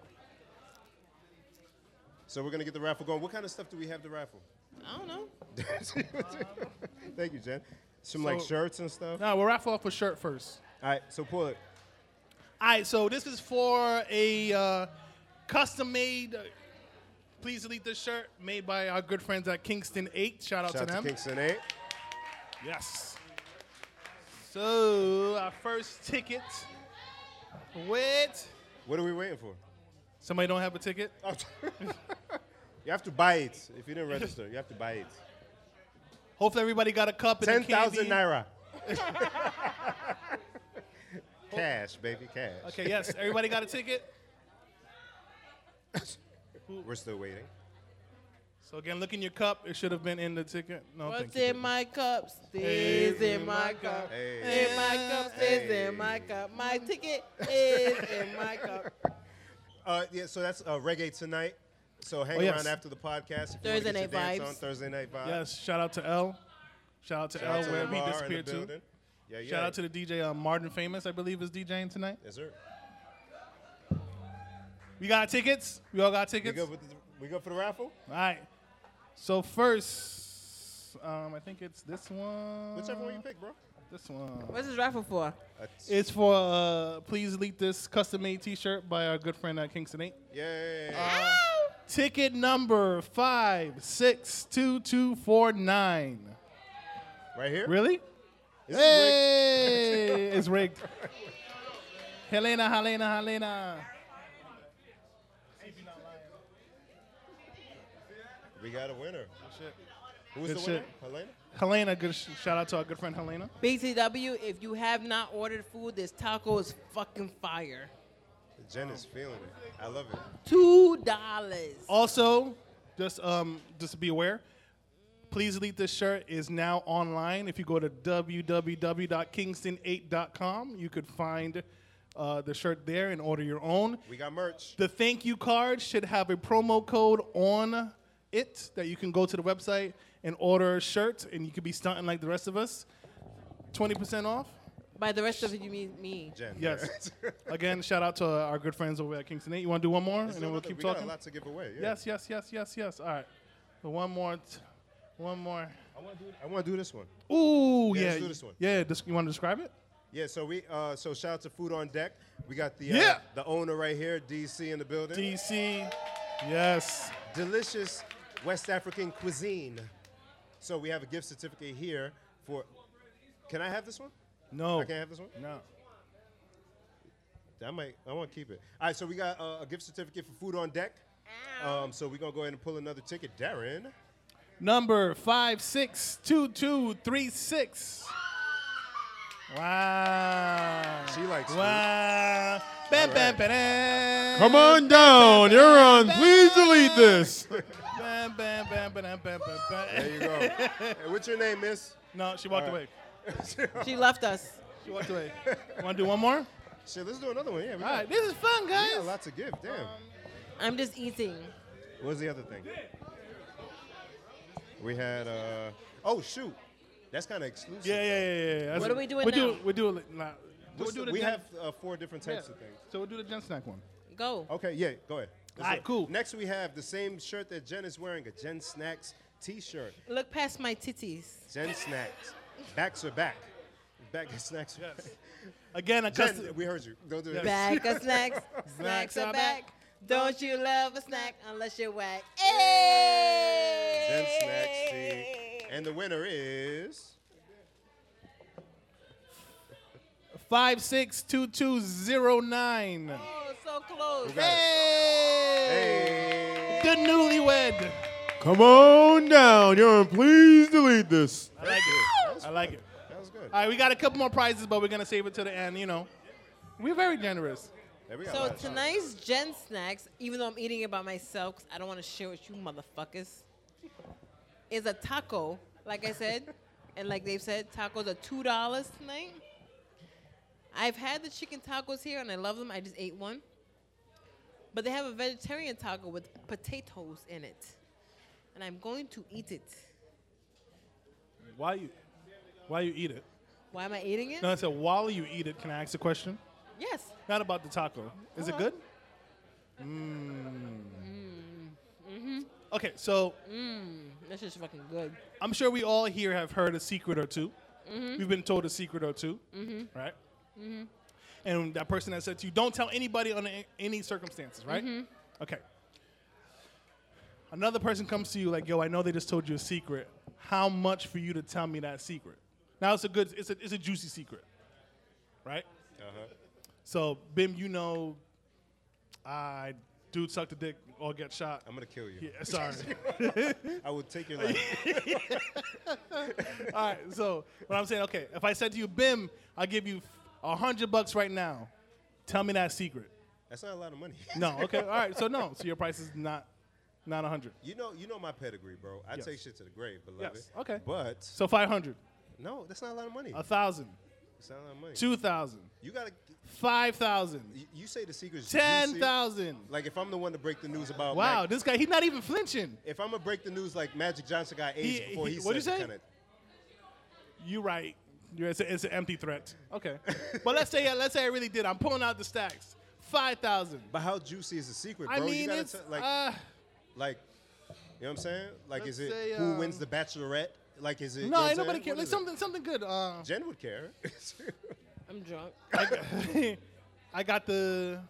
S2: So we're gonna get the raffle going. What kind of stuff do we have to raffle?
S3: I don't know.
S2: Thank you, Jen. Some like
S4: So-
S2: shirts and stuff.
S4: No, we'll raffle off a shirt first.
S2: All right, so pull it.
S4: All right, so this is for a uh, custom made. Please delete this shirt made by our good friends at Kingston Eight. Shout out
S2: Shout out
S4: to
S2: to
S4: them.
S2: Kingston eh? 8.
S4: Yes. So our first ticket. Wait.
S2: What are we waiting for?
S4: Somebody don't have a ticket?
S2: You have to buy it. If you didn't register, you have to buy it.
S4: Hopefully everybody got a cup and a
S2: Ten
S4: candy.
S2: thousand naira. cash, baby, cash.
S4: Okay, yes. Everybody got a ticket?
S2: We're still waiting.
S4: So again, look in your cup. It should have been in the ticket. No,
S3: What's
S4: thank you.
S3: in my cup stays in my cup.
S2: Hey.
S3: In my cup stays in my cup. My ticket is in my cup.
S2: Uh, yeah, so that's uh, reggae tonight. So hang
S4: Oh, yes.
S2: around after the podcast. If you wanna
S3: Thursday
S2: get your
S3: night
S2: dance
S3: vibes.
S2: On Thursday night vibes.
S4: Yes, shout out to L. Shout out to
S2: Shout out
S4: L
S2: to
S4: where
S2: the
S4: we
S2: bar in the
S4: disappeared to.
S2: building. Yeah, yeah.
S4: Shout out to the DJ uh, Martin Famous, I believe, is DJing tonight.
S2: Yes, sir.
S4: We got tickets. We all got
S2: We
S4: tickets.
S2: good, with the, we good for the raffle?
S4: All right. So first, um, I think it's this one.
S2: Whichever one you pick, bro.
S4: This one.
S3: What's this raffle for?
S2: Uh,
S4: It's for uh, please delete this custom-made T-shirt by our good friend at Kingston Eight.
S2: yeah.
S4: Ticket number five six two two four nine.
S2: right here?
S4: Really?
S2: This is rigged.
S4: hey, it's rigged. Helena, Helena, Helena.
S2: We got a winner. Who's
S4: Good
S2: the winner?
S4: shit.
S2: Helena?
S4: Helena, good sh- shout out to our good friend Helena.
S3: BTW, if you have not ordered food, this taco is fucking fire.
S2: Jen is feeling it. I love it.
S3: Two dollars.
S4: Also, just um, just be aware. Please delete this shirt is now online. If you go to www.kingston8.com, you could find uh, the shirt there and order your own.
S2: We got merch.
S4: The thank you card should have a promo code on it that you can go to the website and order a shirt, and you could be stunting like the rest of us. 20% off.
S3: By the rest of it, you mean me.
S2: Jen.
S4: Yes. Again, shout out to our good friends over at Kingston 8. You want to do one more, and then we'll keep
S2: we
S4: talking?
S2: got a lot to give away. Yeah.
S4: Yes, yes, yes, yes, yes. All right. So one more. T- one more.
S2: I want to do, I wanna do this one.
S4: Ooh,
S2: Yeah,
S4: yeah.
S2: let's do this one.
S4: Yeah, this, you want to describe it?
S2: Yeah, so we uh, so shout out to Food on Deck. We got the uh,
S4: Yeah.
S2: the owner right here, DC in the building.
S4: DC. Yes.
S2: Delicious West African cuisine. So we have a gift certificate here for. Can I have this one?
S4: No.
S2: I can't have this one.
S4: No.
S2: I might. I want to keep it. All right, so we got uh, a gift certificate for Food on Deck. Um, so we're gonna go ahead and pull another ticket, Darren.
S4: Number 562236. Wow.
S2: She likes
S4: Wow. Bam, bam,
S2: Alright.
S4: ba-dam.
S1: Come on down. You're on. Please delete this.
S4: Bam, bam, bam, ba-dam, bam, bam,
S2: There
S4: bam.
S2: you go. Hey, what's your name, Miss?
S4: No, she walked away.
S3: She left us.
S4: She walked away. Want to do one more? All
S2: Shit, let's do another one. Yeah, we got,
S4: right. This is fun,
S2: we got a
S4: guys.
S2: lot to give. Damn.
S3: I'm just eating.
S2: What was the other thing? We had. Uh, oh shoot, that's kind of exclusive.
S4: Yeah, yeah,
S2: though.
S4: yeah, yeah. yeah. That's
S3: What are we doing
S4: we Do,
S3: now?
S4: we do it. Nah.
S2: What's
S4: We'll
S2: the-
S4: do the
S2: we
S4: Gen-
S2: have uh, four different
S4: yeah.
S2: types of things.
S4: So we'll do the Gen Snack one.
S3: Go.
S2: Okay, yeah, go ahead. Let's do
S4: Alright,
S2: it.
S4: cool.
S2: Next, we have the same shirt that Jen is wearing, a Jen Snacks T-shirt.
S3: Look past my titties.
S2: Jen Snacks, backs are back. Back of snacks. are back.
S4: Again, a
S2: Jen,
S4: custom.
S2: we heard you. Go do it.
S3: Bag of snacks. Snacks are back. Don't you love a snack unless you're whack.
S2: Jen
S3: Hey!
S2: Snacks T. And the winner is.
S4: 562209.
S3: Oh, so close.
S2: got it. Hey.
S4: The newlywed.
S1: Come on down. You're on. Please delete this.
S4: I like
S2: That
S4: it.
S2: was
S4: I like it.
S2: good. That was good.
S4: All right, we got a couple more prizes, but we're gonna save it to the end. You know, we're very generous.
S2: There we go.
S3: So tonight's Gen Snacks, even though I'm eating it by myself, 'cause I don't want to share with you motherfuckers, is a taco. Like I said, and like they've said, tacos are two dollars tonight. I've had the chicken tacos here and I love them. I just ate one. But they have a vegetarian taco with potatoes in it. And I'm going to eat it.
S4: Why you, why you eat it?
S3: Why am I eating it?
S4: No, I said while you eat it. Can I ask a question?
S3: Yes.
S4: Not about the taco. Is it good? Mmm. Mm. Okay, so
S3: That's just fucking good.
S4: I'm sure we all here have heard a secret or 2 we We've been told a secret or 2 right? and that person that said to you, don't tell anybody under a- any circumstances, right? Okay. Another person comes to you like, yo, I know they just told you a secret. How much for you to tell me that secret? Now it's a good, it's a, it's a juicy secret, right?
S2: Uh-huh.
S4: So, Bim, you know, I dude sucked a dick or get shot.
S2: I'm gonna kill you.
S4: Yeah, sorry.
S2: I would take your life.
S4: All right, so what I'm saying, okay, if I said to you, Bim, I'll give you a hundred bucks right now. Tell me that secret.
S2: That's not a lot of money.
S4: No, okay, all right. So no, so your price is not not a hundred.
S2: You know, you know my pedigree, bro. I
S4: Yes.
S2: take shit to the grave, beloved.
S4: Yes, okay.
S2: But
S4: So five hundred,
S2: no, that's not a lot of money.
S4: a thousand,
S2: That's not a lot of money.
S4: two thousand,
S2: You gotta.
S4: five thousand,
S2: you- You say the secret's
S4: ten
S2: juicy.
S4: thousand.
S2: Like if I'm the one to break the news about
S4: Wow,
S2: Mag-
S4: this guy, he's not even flinching.
S2: if I'm gonna break the news like Magic Johnson got AIDS
S4: He-
S2: before
S4: he-
S2: he,
S4: what'd
S2: said
S4: you
S2: the
S4: say?
S2: kinda-
S4: You're right. You're, it's, a, it's an empty threat. Okay, but let's say let's say I really did. I'm pulling out the stacks. Five thousand.
S2: But how juicy is the secret, bro?
S4: I
S2: you
S4: mean,
S2: gotta
S4: it's
S2: tell- like,
S4: uh,
S2: like, you know what I'm saying? Like, is
S4: let's
S2: it
S4: say,
S2: who
S4: um,
S2: wins the Bachelorette? Like, is it? you know
S4: no,
S2: what I'm
S4: ain't nobody
S2: saying?
S4: care.
S2: What
S4: Like
S2: is it?
S4: something something good. Uh,
S2: Jen would care.
S3: I'm drunk.
S4: I got the.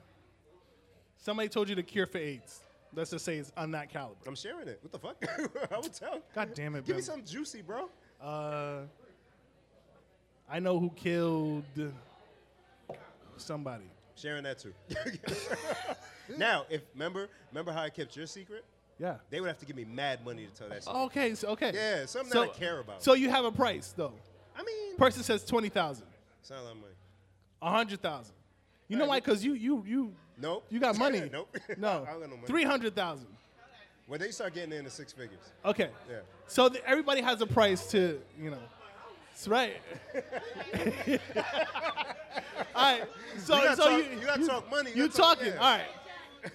S4: Somebody told you the cure for AIDS. Let's just say it's on that caliber.
S2: I'm sharing it. What the fuck? I would tell.
S4: God damn it,
S2: Give me
S4: Bama.
S2: something juicy, bro.
S4: Uh, I know who killed somebody.
S2: Sharing that too. now, if remember, remember how I kept your secret?
S4: Yeah.
S2: They would have to give me mad money to tell that secret.
S4: Okay. So okay.
S2: Yeah, something that I care about.
S4: So you have a price though.
S2: I mean,
S4: Person says twenty thousand,
S2: it's not a lot of money.
S4: a hundred thousand. You know why? Because you you you
S2: Nope.
S4: you got money.
S2: nope.
S4: No.
S2: I don't got no money.
S4: Three hundred thousand.
S2: When they start getting into six figures,
S4: Okay.
S2: Yeah.
S4: So th- everybody has a price to, you know. That's right. All right. So,
S2: you gotta,
S4: so
S2: talk,
S4: you,
S2: you, gotta talk money.
S4: you
S2: gotta talk-
S4: talking.
S2: yeah.
S4: All right.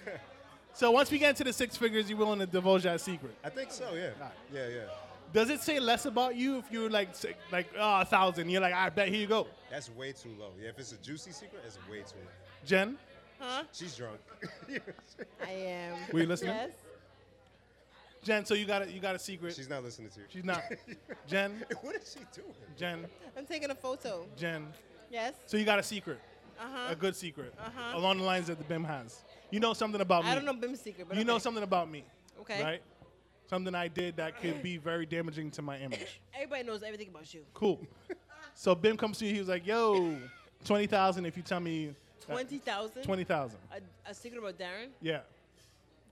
S4: So once we get into the six figures, you're willing to divulge that secret.
S2: I think so. Yeah.
S4: right.
S2: Yeah. Yeah.
S4: Does it say less about you if you're like, say, like oh, a thousand? You're like, I bet here you go,
S2: That's way too low. Yeah. If it's a juicy secret, that's way too low.
S4: Jen.
S2: She's drunk.
S3: I am.
S4: Were you listening?
S3: Yes.
S4: Jen, so you got a you got a secret.
S2: She's not listening to you.
S4: She's not. Jen,
S2: what is she doing?
S4: Jen,
S3: I'm taking a photo.
S4: Jen.
S3: Yes.
S4: So you got a secret,
S3: Uh-huh.
S4: a good secret,
S3: Uh-huh.
S4: along the lines that the BIM has. You know something about me.
S3: I don't know Bim's secret, but
S4: you know
S3: okay.
S4: something about me.
S3: Okay.
S4: Right? Something I did that could be very damaging to my image.
S3: Everybody knows everything about you.
S4: Cool. so Bim comes to you, he was like, yo, 20,000 if you tell me. that-
S3: Twenty thousand.
S4: 20,000.
S3: A, a secret about Darren.
S4: Yeah.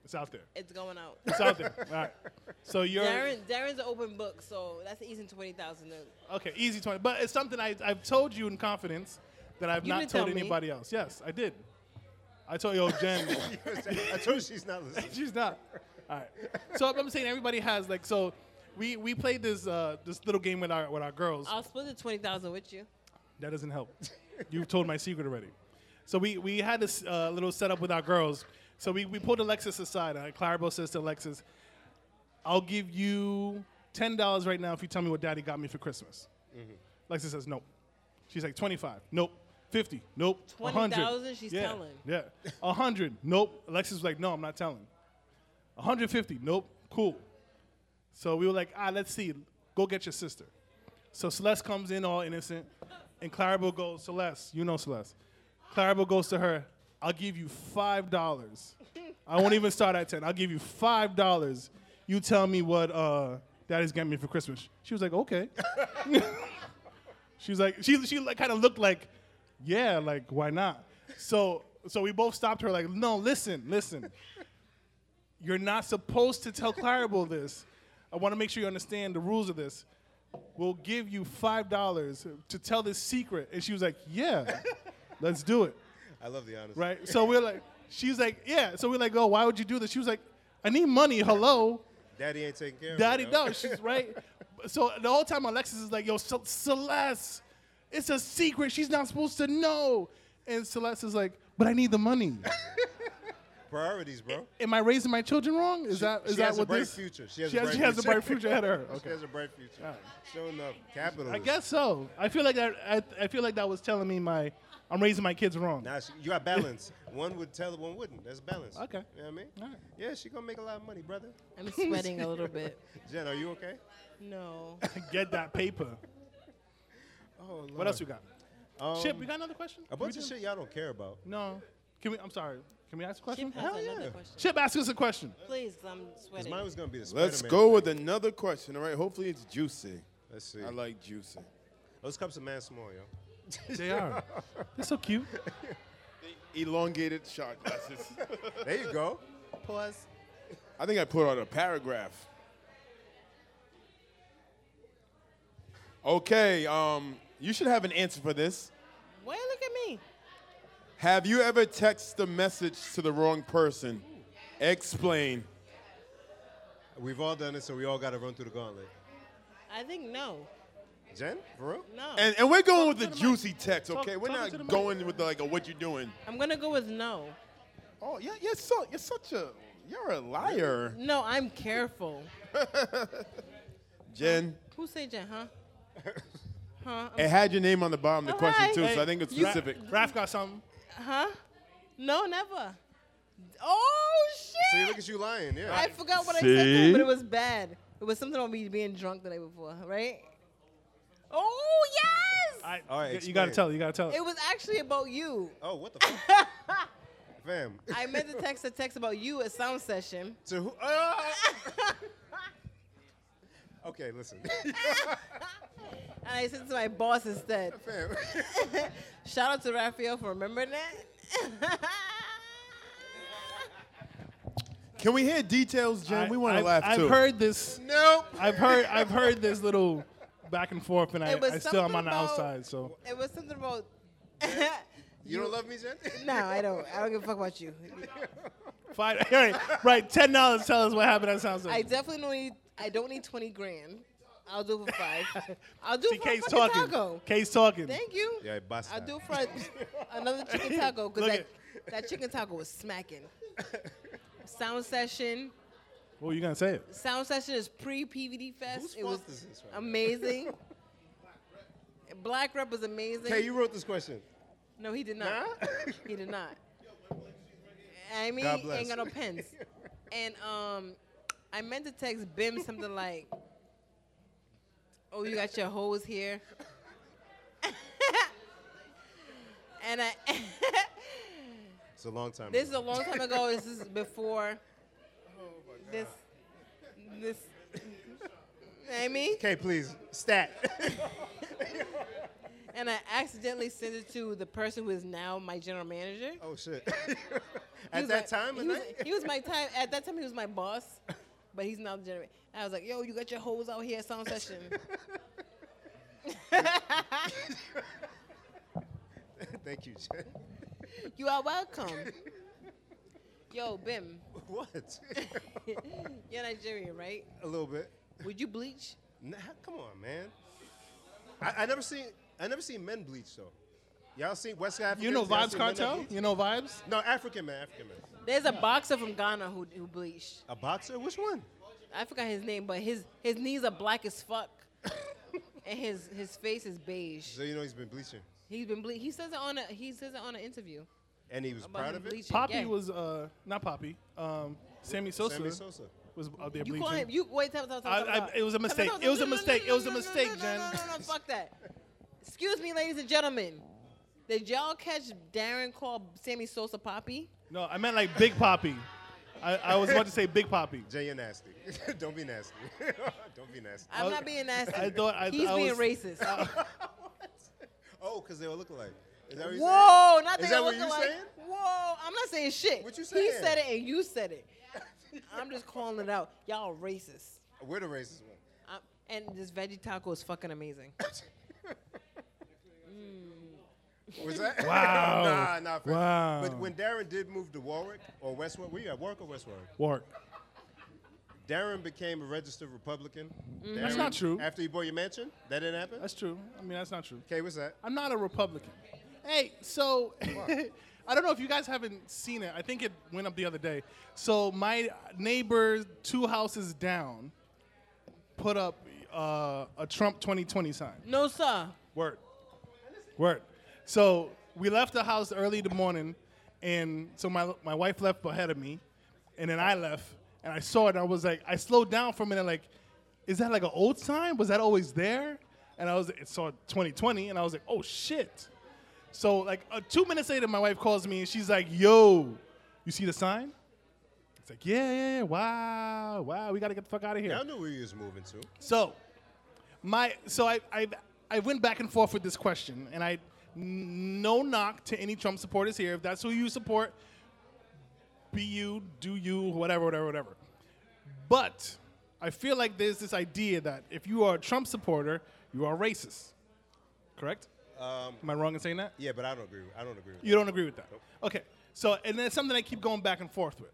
S4: It's out there.
S3: It's going out.
S4: It's out there. All right. So you're.
S3: Darren. Darren's an open book, so that's an easy twenty thousand.
S4: Okay, easy 20. But it's something I, I've told you in confidence that I've
S3: You
S4: not
S3: didn't
S4: told
S3: tell me.
S4: anybody else. Yes, I did. I told you, oh, Jen.
S2: I told you she's not listening.
S4: She's not. All right. So I'm saying everybody has, like, so. We, we played this uh, this little game with our with our girls.
S3: I'll split the twenty thousand with you.
S4: That doesn't help. You've told my secret already. So we, we had this uh, little setup with our girls. So we, we pulled Alexis aside. Uh, Clarabelle says to Alexis, I'll give you $10 right now if you tell me what daddy got me for Christmas. Alexis says, nope. She's like, 25. Nope. 50. Nope. 100.
S3: 20,000, she's
S4: yeah.
S3: telling.
S4: Yeah. 100. Nope. Alexis was like, no, I'm not telling. 150. Nope. Cool. So we were like, ah, let's see. Go get your sister. So Celeste comes in all innocent, and Clarabelle goes, Celeste, you know Celeste. Clarabelle goes to her, I'll give you five dollars. I won't even start at ten. I'll give you five dollars. You tell me what uh, daddy's getting me for Christmas. She was like, okay. she was like, she she like kind of looked like, yeah, like why not? So so we both stopped her like, no, listen, listen. You're not supposed to tell Clarabelle this. I want to make sure you understand the rules of this we'll give you five dollars to tell this secret. And she was like, Yeah, let's do it.
S2: I love the honesty.
S4: Right? So we're like, she's like, Yeah. So we're like, Oh, why would you do this? She was like, I need money, hello.
S2: Daddy ain't taking care
S4: Daddy
S2: of me.
S4: no, she's right. So the whole time Alexis is like, Yo, Cel- Celeste, it's a secret. She's not supposed to know. And Celeste is like, But I need the money.
S2: Priorities, bro.
S4: Am I raising my children wrong? Is that is
S2: she
S4: that
S2: has
S4: what
S2: a bright
S4: this?
S2: future. She has
S4: she
S2: a
S4: has,
S2: bright
S4: she has a
S2: future.
S4: bright future ahead of her.
S2: She
S4: Okay.
S2: has a bright future. Showing up capital.
S4: I guess so. I feel like that. I, I feel like that was telling me my I'm raising my kids wrong.
S2: Now she, you got balance. one would tell, one wouldn't. That's balance.
S4: Okay.
S2: You know what I mean?
S4: All right.
S2: Yeah, she gonna make a lot of money, brother.
S3: I'm sweating a little bit.
S2: Jen, are you okay?
S3: No.
S4: Get that paper.
S2: Oh, Lord.
S4: What else you got? Chip, we got another question?
S2: Um, A
S4: Can we
S2: bunch of
S4: do-
S2: shit y'all don't care about.
S4: No. Can we? I'm sorry. Can we ask a question?
S3: Chip has
S2: Hell
S3: another
S2: yeah.
S3: question.
S4: Chip, ask us a question.
S3: Please, 'cause I'm
S2: Because
S3: sweating.
S2: mine was gonna be the Spider-Man.
S1: Let's go with another question. All right. Hopefully it's juicy.
S2: Let's see.
S1: I like juicy.
S2: Those cups are man small, yo.
S4: They are. They're so cute.
S1: Elongated shot glasses.
S2: There you go.
S6: Pause.
S1: I think I put out a paragraph. Okay, um, you should have an answer for this.
S3: Why look at me?
S1: Have you ever texted a message to the wrong person? Explain.
S2: We've all done it, so we all gotta run through the gauntlet.
S3: I think no.
S2: Jen, for real?
S3: No.
S1: And, and we're going with the
S4: to the mic.
S1: juicy text,
S4: Talk-
S1: okay? We're
S4: talk into the
S1: not
S4: mic.
S1: going with the, like a what you doing.
S3: I'm going to go with no.
S1: Oh yeah, you're so you're such a you're a liar,
S3: No, I'm careful.
S1: Jen.
S3: Who say Jen, huh? Huh?
S1: It had your name on the bottom of the
S3: All
S1: question
S3: right.
S1: too, so I think it's
S3: You-
S1: specific.
S4: Raph got something.
S3: Huh? No, never. Oh
S2: See,
S3: shit!
S2: look at you lying, yeah.
S3: I forgot what I said, to
S1: See?
S3: him, but it was bad. It was something about me being drunk the night before, right? Oh yes!
S4: I,
S2: All right,
S4: you, got to
S2: explain.
S4: tell. it, You got to tell. it.
S3: it was actually about you.
S2: oh, what the fuck? Fam.
S3: I meant to text a text about you at sound session.
S2: to who? Ah! okay, listen.
S3: And I sent it to my boss instead.
S2: Fam.
S3: Shout out to Raphael for remembering that.
S1: Can we hear details, Jen?
S4: I-
S1: we want to
S4: I've-
S1: laugh
S4: I've
S1: too.
S4: heard this.
S2: nope.
S4: I've heard. I've heard this little back and forth, and I,
S3: It was
S4: I still am
S3: something
S4: on the
S3: about-
S4: outside. So
S3: it was something about.
S2: You don't love me, Jen?
S3: no, I don't. I don't give a fuck about you.
S4: fine. All right, right. Ten dollars. Tell us what happened. That sounds.
S3: I
S4: Like.
S3: definitely don't need. I don't need twenty grand. I'll do it for five. I'll do
S4: See,
S3: it for a
S4: Kay's
S3: fucking
S4: talking.
S3: taco.
S4: Kay's talking.
S3: Thank you.
S2: Yeah, basta.
S3: I'll do it for a, another chicken taco because
S4: Look
S3: that, that chicken taco was smacking. Sound session.
S4: What were you gonna say?
S3: Sound session is pre PVD
S2: Who's
S3: Fest. It was
S2: sponsors this right now?
S3: amazing. Black Rep was amazing.
S2: Hey, you wrote this question.
S3: no, he did not. He did not. I mean,
S2: God
S3: he
S2: bless.
S3: ain't got no pens. And um, I meant to text Bim something like, "Oh, you got your hose here," and I.
S2: It's a long time.
S3: this is
S2: ago.
S3: a long time ago. This is before. This. This. I mean,
S2: Okay, please. Stat.
S3: and I accidentally sent it to the person who is now my general manager.
S2: oh shit.
S3: He
S2: At
S3: was
S2: that
S3: my-
S2: time,
S3: he
S2: of
S3: was,
S2: night?
S3: he was my time. At that time, he was my boss, but he's now the general. I was like, "Yo, you got your hoes out here at sound session."
S2: Thank you, Jen.
S3: you are welcome. Yo, Bim,
S2: What?
S3: you're Nigerian, right?
S2: a little bit.
S3: Would you bleach?
S2: Nah, come on, man. I, I never seen. I never seen men bleach though. Y'all seen West Africa?
S4: You know Vibes Cartel? You know Vibes?
S2: No, African man, African man.
S3: There's a boxer from Ghana who, who bleached.
S2: A boxer? Which one?
S3: I forgot his name, but his his knees are black as fuck, and his his face is beige.
S2: So you know he's been bleaching,
S3: He's been ble- he says it on a he says it on an interview.
S2: and he was
S3: About
S2: proud
S3: him
S2: of it.
S3: bleaching.
S4: Poppy
S3: Yeah.
S4: was uh not Poppy. Um, Sammy Sosa,
S2: Sammy Sosa.
S4: was out there
S3: You
S4: bleaching.
S3: call him. You wait. Tell, tell, tell,
S4: I-
S3: tell,
S4: I-
S3: tell.
S4: it was a
S3: Tell,
S4: mistake.
S3: tell,
S4: It was a
S3: tell, tell,
S4: mistake.
S3: tell,
S4: It was a
S3: tell, tell,
S4: mistake,
S3: tell,
S4: Jen.
S3: No, no, no, no, fuck that. Excuse me, ladies and gentlemen. Did y'all catch Darren call Sammy Sosa Poppy?
S4: no, I meant like Big Poppy. I, I was about to say Big Poppy.
S2: Jay, you're nasty. Don't be nasty. Don't be nasty.
S3: I'm
S4: was-
S3: not being nasty.
S4: Uh, I thought- I-
S3: He's
S4: I
S3: being
S4: was-
S3: racist. Uh,
S2: Oh, because they all look alike. Is that what you're
S3: Whoa,
S2: saying?
S3: not that,
S2: Is that
S3: I
S2: what
S3: look
S2: you're
S3: alike.
S2: saying?
S3: Whoa, I'm not saying shit.
S2: What you
S3: He
S2: saying?
S3: said it and you said it. I'm just calling it out. Y'all racist.
S2: We're the racist one.
S3: i and this veggie taco is fucking amazing.
S2: Was that?
S4: Wow.
S2: nah, nah. fam.
S4: Wow.
S2: But when Darren did move to Warwick or Westwood, were you at Warwick or Westwood?
S4: Warwick.
S2: Darren became a registered Republican.
S4: Mm-hmm. That's
S2: Darren-
S4: not true.
S2: After you bought your mansion, that didn't happen.
S4: That's true. I mean, that's not true.
S2: okay, what's that?
S4: I'm not a Republican. Hey, so I don't know if you guys haven't seen it. I think it went up the other day. So my neighbor, two houses down, put up uh, a Trump 2020 sign.
S3: no, sir.
S4: Word. Word. So we left the house early in the morning, and so my, my wife left ahead of me, and then I left, and I saw it, and I was like, I slowed down for a minute, like, is that like an old sign? Was that always there? And I was, it saw 2020, and I was like, oh shit. So like uh, two minutes later, my wife calls me and she's like, "Yo, you see the sign?" It's like, "Yeah, yeah, yeah. Wow, wow. We gotta get the fuck out of here."
S2: I knew where you was moving to.
S4: So, my so I I I went back and forth with this question, and I n- no knock to any Trump supporters here. If that's who you support, be you, do you, whatever, whatever, whatever. But I feel like there's this idea that if you are a Trump supporter, you are racist. Correct? Am I wrong in saying that?
S2: Yeah, but I don't agree. with- I don't agree with
S4: You don't agree with that. Okay. So, and that's something I keep going back and forth with.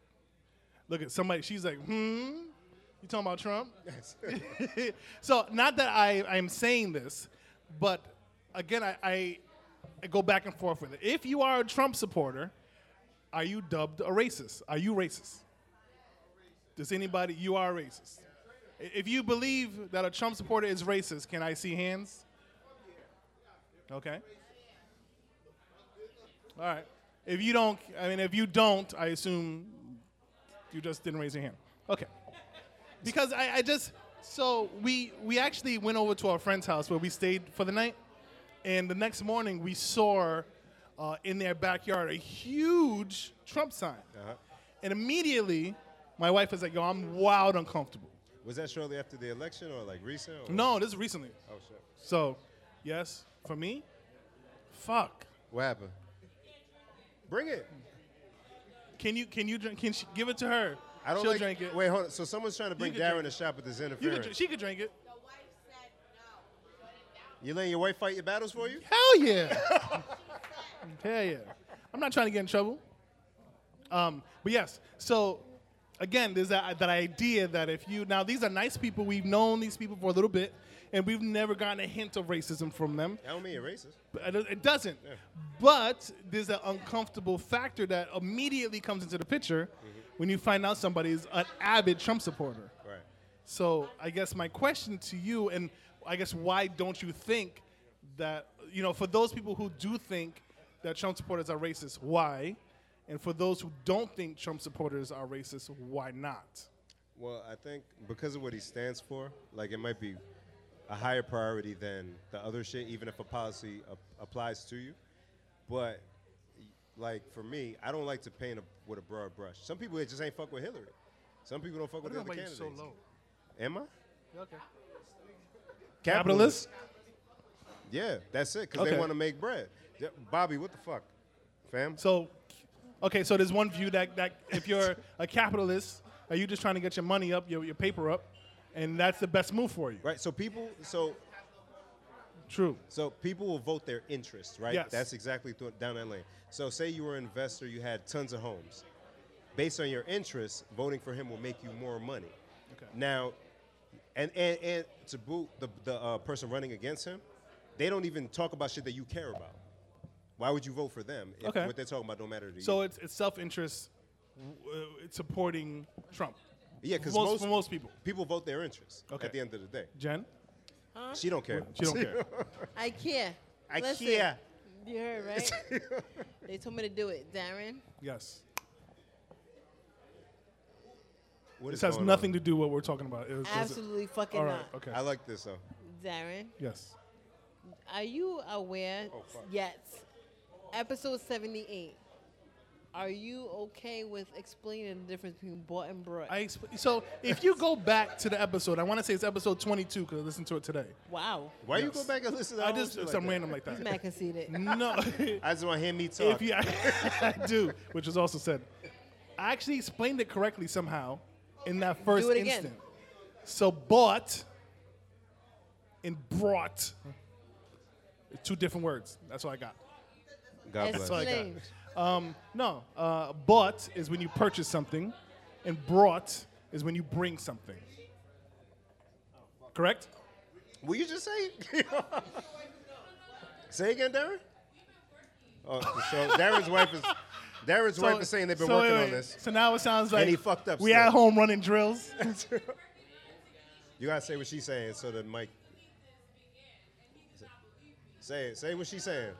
S4: Look at somebody, she's like, hmm, you talking about Trump? so, not that I, I'm saying this, but again, I, I, I go back and forth with it. If you are a Trump supporter, are you dubbed a racist? Are you racist? Does anybody, you are a racist. I- If you believe that a Trump supporter is racist, can I see hands? Okay. All right. If you don't, I mean, if you don't, I assume you just didn't raise your hand. Okay. Because I, I just, so we we actually went over to our friend's house where we stayed for the night, and the next morning we saw uh, in their backyard a huge Trump sign,
S2: Uh-huh.
S4: and immediately my wife was like, "Yo, I'm wild uncomfortable."
S2: that. Was that shortly after the election or like recent? Or?
S4: No, this is recently.
S2: Oh shit.
S4: So, yes, for me, fuck.
S2: What happened? Bring it.
S4: Can you can you drink? Can she give it to her?
S2: I don't
S4: She'll
S2: like,
S4: drink it.
S2: Wait, hold on. So someone's trying to bring
S4: could
S2: Darren
S4: drink
S2: a shot with this
S4: You could,
S2: interference.
S4: dr- she could drink it.
S2: you letting your wife fight your battles for you?
S4: Hell yeah. Hell yeah. I'm not trying to get in trouble. Um, but yes, so again, there's that, that idea that if you, now these are nice people, we've known these people for a little bit, and we've never gotten a hint of racism from them.
S2: That don't mean you're racist.
S4: But It it doesn't. But there's an uncomfortable factor that immediately comes into the picture when you find out somebody's an avid Trump supporter.
S2: Right.
S4: So I guess my question to you, and I guess why don't you think that you know for those people who do think that Trump supporters are racist, why? And for those who don't think Trump supporters are racist, why not?
S2: Well, I think because of what he stands for, like it might be a higher priority than the other shit, even if a policy ap- applies to you. But like for me, I don't like to paint a, with a broad brush. Some people it just ain't fuck with Hillary. Some people don't fuck with the other candidates. Am I?
S4: Capitalist.
S2: Yeah, that's it. Because
S4: Okay.
S2: they want to make bread. Yeah, Bobby, what the fuck, fam?
S4: So, okay, so there's one view that, that if you're a capitalist, are you just trying to get your money up, your, your paper up, and that's the best move for you?
S2: Right. So people. So
S4: True.
S2: So people will vote their interests, right?
S4: Yes.
S2: That's exactly th- down that lane. So say you were an investor, you had tons of homes. Based on your interests, voting for him will make you more money.
S4: Okay.
S2: Now, and and and to boot the the uh, person running against him, they don't even talk about shit that you care about. Why would you vote for them if
S4: Okay.
S2: what they're talking about don't matter to
S4: So
S2: you?
S4: it's, it's self-interest uh, supporting Trump.
S2: yeah, because
S4: most-
S2: most,
S4: for most people.
S2: people vote their interests.
S4: Okay.
S2: At the end of the day,
S4: Jen,
S2: she don't care.
S4: she don't care.
S3: I care.
S2: I
S3: Listen,
S2: care.
S3: You heard right? they told me to do it, Darren.
S4: Yes.
S2: What
S4: This
S2: is
S4: has
S2: going
S4: nothing
S2: on?
S4: to do with what we're talking about. Is- is it-
S3: Absolutely fucking
S4: All right.
S3: not.
S4: Okay.
S2: I like this though.
S3: Darren,
S4: Yes.
S3: are you aware
S4: Oh,
S3: yet? Episode 78. Are you okay with explaining the difference between bought and brought?
S4: I expl- so if you go back to the episode, I want to say it's episode 22 because I listened to it today.
S3: wow.
S2: Why you go back and listen to
S4: I
S2: that whole
S4: just
S2: shit like
S4: some
S2: that?
S4: random like that.
S3: Matt conceded.
S4: No,
S2: I just want to hear me talk.
S4: if you, I, do, which was also said. I actually explained it correctly somehow in that first
S3: Do it again.
S4: instant. So bought and brought, two different words. That's what I got.
S2: God bless.
S4: all I got.
S3: Explain.
S4: Um, no, uh, bought is when you purchase something, and brought is when you bring something. Correct?
S2: Will you just say? say again, Darren. Oh, so Darren's wife is Darren's wife is saying they've been
S4: so
S2: working
S4: wait,
S2: on
S4: wait.
S2: this.
S4: So now it sounds like
S2: he fucked up
S4: we
S2: still.
S4: at home running drills.
S2: You gotta say what she's saying so that Mike. Say it. Say what she's saying.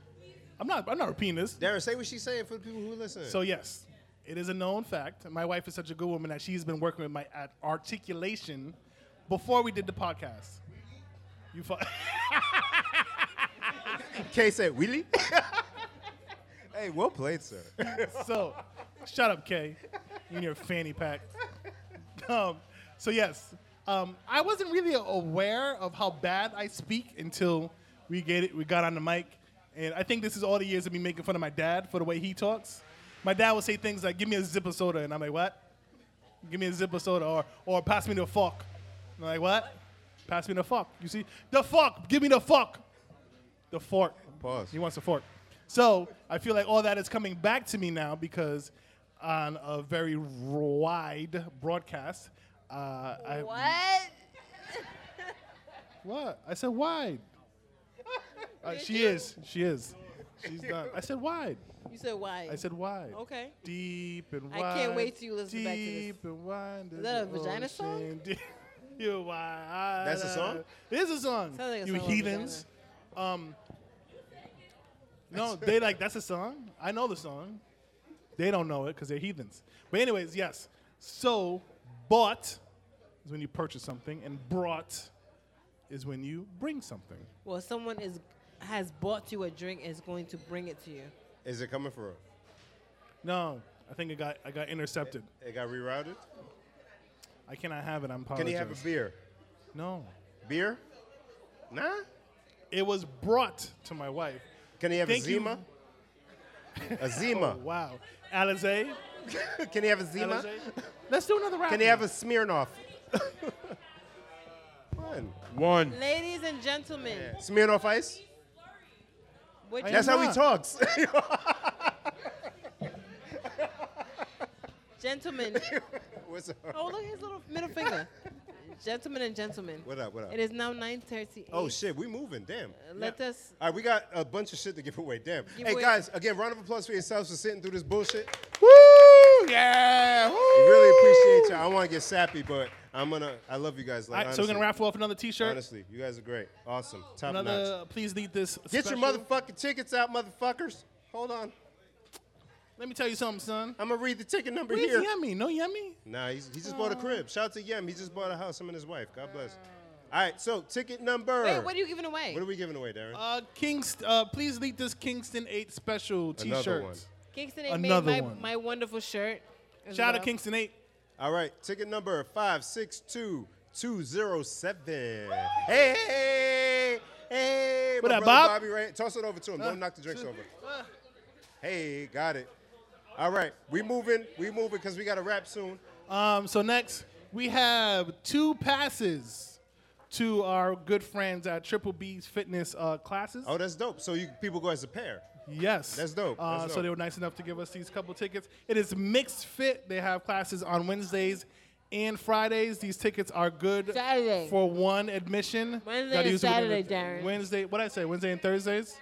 S4: I'm not. I'm not repeating this.
S2: Darren, say what she's saying for the people who listen.
S4: So yes, it is a known fact. My wife is such a good woman that she's been working with my at articulation before we did the podcast. You fu-
S2: Kay said, "Willie." Hey, well played, sir.
S4: so, shut up, Kay. You and your fanny pack. Um, so yes, um, I wasn't really aware of how bad I speak until we get it. We got on the mic, and I think this is all the years of me making fun of my dad for the way he talks. My dad would say things like, "Give me a zip of soda," and I'm like, "What? Give me a zip of soda," or "Or pass me the fuck." And I'm like, "What? Pass me the fuck." You see, the fuck. Give me the fuck. The fork.
S2: Pause.
S4: He wants a fork. So I feel like all that is coming back to me now because on a very wide broadcast, uh, I,
S6: What?
S4: what? I said wide. Uh, she is. She is. She's done. I said wide.
S3: You said why?
S4: I said wide.
S3: Okay.
S4: Deep and
S3: I
S4: wide.
S3: can't wait till you listen
S4: deep
S3: back to this.
S4: Deep and wide. Is
S3: that a vagina song?
S4: You're wide.
S2: That's a song?
S4: It is a song.
S3: Sounds like a
S4: you
S3: song on
S4: heathens. Um, no, they like, that's a song. I know the song. They don't know it because they're heathens. But, anyways, yes. So, bought is when you purchase something, and brought is when you bring something.
S3: Well, someone is has bought you a drink and is going to bring it to you.
S2: Is it coming for her?
S4: No, I think it got, I got intercepted.
S2: It got rerouted?
S4: I cannot have it. I'm apologizing.
S2: Can he have a beer?
S4: No.
S2: Beer? Nah.
S4: It was brought to my wife.
S2: Can he have
S4: Thank
S2: a
S4: you. Oh,
S2: Zima? A Zima.
S4: Wow. Alizé.
S2: Can he have a Zima?
S4: Alizé. Let's do another round.
S2: Can he have a Smirnoff? Fun.
S1: One.
S3: Ladies and gentlemen,
S2: Smirnoff Ice?
S3: what
S4: I
S3: you
S2: That's how he
S4: not.
S2: talks.
S3: gentlemen.
S2: What's up?
S3: Oh, look his little middle finger. gentlemen and gentlemen.
S2: What up? What up?
S3: It is now 9:38.
S2: Oh shit, we moving. Damn.
S4: Uh,
S3: Let us.
S2: All right, we got a bunch of shit to give away. Damn.
S3: Give
S2: hey
S3: away-
S2: guys, again, round of applause for yourselves for sitting through this bullshit.
S1: Woo! Yeah!
S2: We
S1: Woo!
S2: really appreciate y'all. I want to get sappy, but I'm gonna. I love you guys.
S4: All
S2: Like,
S4: right, so we're gonna
S2: honestly.
S4: raffle off another T-shirt.
S2: Honestly, you guys are great. Awesome. Top
S4: another. uh,
S2: notch.
S4: Please lead this.
S2: Get
S4: special.
S2: your motherfucking tickets out, motherfuckers. Hold on.
S4: Let me tell you something, son.
S2: I'm gonna read the ticket number
S4: Where's Uh.
S2: here.
S4: Yummy? No Yummy.
S2: Nah, he's, he just bought a crib. Shout out to Yem. He just bought a house. Him and his wife. God bless. All right, so ticket number.
S3: Wait, what are you giving away?
S2: What are we giving away, Darren?
S4: Uh, Kingst. Uh, please lead this Kingston Eight special T-shirt.
S2: Another one.
S3: Kingston ain't
S4: Another
S3: made my,
S4: one.
S3: my wonderful shirt. as
S4: Shout out
S3: well.
S4: to Kingston Eight.
S2: All right, ticket number 562207. Hey, hey, hey,
S4: What
S2: my
S4: up,
S2: brother
S4: Bob?
S2: Bobby, right? Toss it over to him. Don't knock the drinks over. Hey, got it. All right, we moving, we moving because we got to wrap soon.
S4: Um, so next we have two passes to our good friends at Triple B's Fitness uh, classes.
S2: Oh, that's dope. So you people go as a pair.
S4: Yes.
S2: That's dope.
S4: Uh,
S2: That's
S4: So
S2: dope.
S4: they were nice enough to give us these couple tickets. It is mixed fit. They have classes on Wednesdays and Fridays. These tickets are good
S3: Saturday.
S4: for one admission.
S3: Wednesday
S4: Gotta
S3: and
S4: use it within
S3: Saturday,
S4: the-
S3: Darren.
S4: Wednesday, what I say? Wednesday and Thursdays?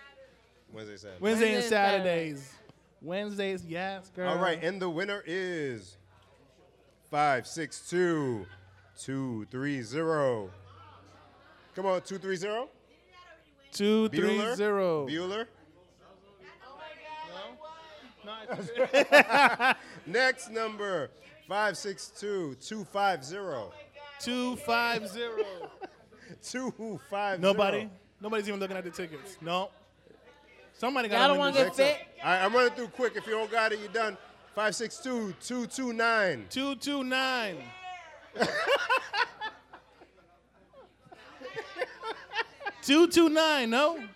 S2: Wednesday, Saturday.
S4: Wednesday, and
S3: and Saturday.
S4: Saturdays. Wednesdays, yes, girl.
S2: All right, and the winner is 562230. Come on, 230?
S4: two,
S2: Bueller?
S4: three, zero.
S2: Bueller?
S4: Nice.
S2: Next number, 562-250.
S4: two, five, zero.
S2: 250.
S4: Nobody. Nobody's even looking at the tickets. No. Somebody got.
S3: Y'all don't want to get
S2: Next up.
S3: fit.
S2: All right, I'm running through quick. If you don't got it, you're done. 562-229.
S4: two, two, nine. two, two, nine. No.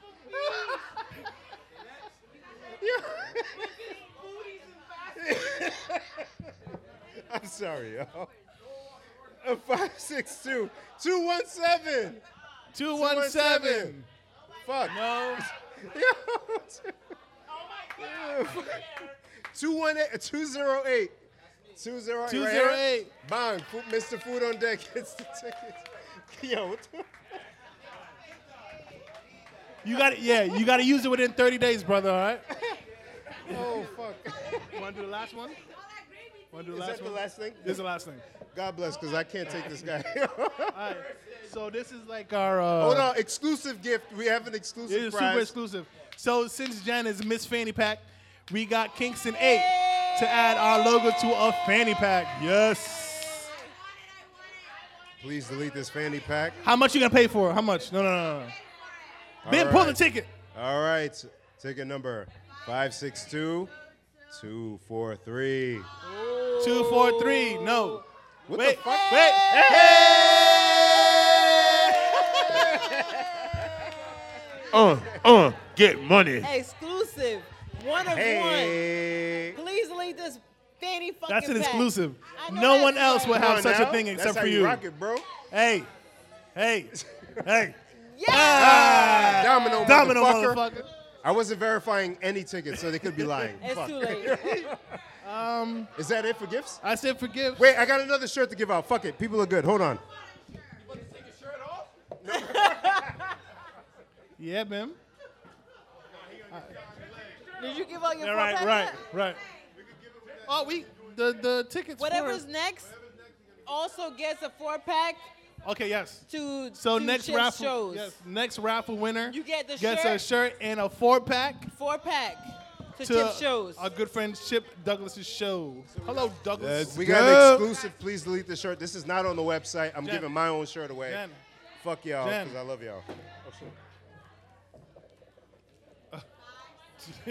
S2: I'm sorry, y'all. Uh, 562-217.
S4: Two, one, seven.
S2: Fuck.
S4: No.
S2: Two one eight two zero eight. Two zero eight.
S4: Two,
S2: right
S4: zero,
S2: here.
S4: eight.
S2: Bang. Food- Mr. Food on deck gets the tickets. Yo, what the
S4: You got to Yeah, you got to use it within 30 days, brother. All right.
S2: Oh fuck.
S4: Want to do the last one? Want to do the
S2: Is
S4: last
S2: that the
S4: one?
S2: last thing?
S4: This is the last thing.
S2: God bless, because I can't take this guy.
S4: All right. So this is like our. Uh,
S2: Hold on, exclusive gift. We have an exclusive
S4: It is
S2: prize.
S4: super exclusive. So since Jen is Miss Fanny Pack, we got Kingston 8 to add our logo to a fanny pack. Yes.
S2: Please delete this fanny pack.
S4: How much you gonna pay for it? How much? No, no, no, no. Ben,
S2: All
S4: pull the
S2: right.
S4: ticket.
S2: All right, ticket number 562 243.
S4: Two, four, three. No.
S2: What
S4: wait,
S2: the fuck?
S4: wait.
S1: Uh, uh, get money.
S3: Exclusive. One of
S2: Hey.
S3: one. Please leave this fanny fucking
S4: That's an
S3: pack.
S4: exclusive.
S3: I know
S4: No
S3: that's
S4: one else
S3: right.
S4: would have
S2: on
S4: such
S2: now.
S4: a thing except
S2: That's how
S4: for
S2: you.
S4: you.
S2: rock it, bro.
S4: Hey, hey, hey.
S3: Yeah.
S2: Domino,
S4: Domino
S2: motherfucker.
S4: motherfucker.
S2: I wasn't verifying any tickets, so they could be lying.
S3: It's
S2: Fuck.
S3: too late.
S2: Is that it for gifts?
S4: I said forgive.
S2: Wait, I got another shirt to give out. Fuck it. People are good. Hold on.
S4: Yeah, man.
S3: Did you give out your
S4: All
S3: four
S4: right,
S3: pack
S4: right,
S3: yet?
S4: right. Oh, we the the tickets.
S3: Whatever's
S4: for,
S3: next also gets a four pack
S4: okay, yes.
S3: to
S4: So
S3: to
S4: next
S3: Chip's
S4: raffle,
S3: shows.
S4: yes, next raffle winner
S3: You get the
S4: gets a shirt and a four pack
S3: Four pack to,
S4: to
S3: Chip shows.
S4: our good friend Chip Douglas's show. Hello, Douglas.
S1: Let's
S2: We
S1: go.
S2: got an exclusive. Please delete the shirt. This is not on the website. I'm
S4: Jen.
S2: giving my own shirt away.
S4: Jen.
S2: Fuck y'all,
S4: Jen.
S2: because I love y'all. Uh-huh.
S3: I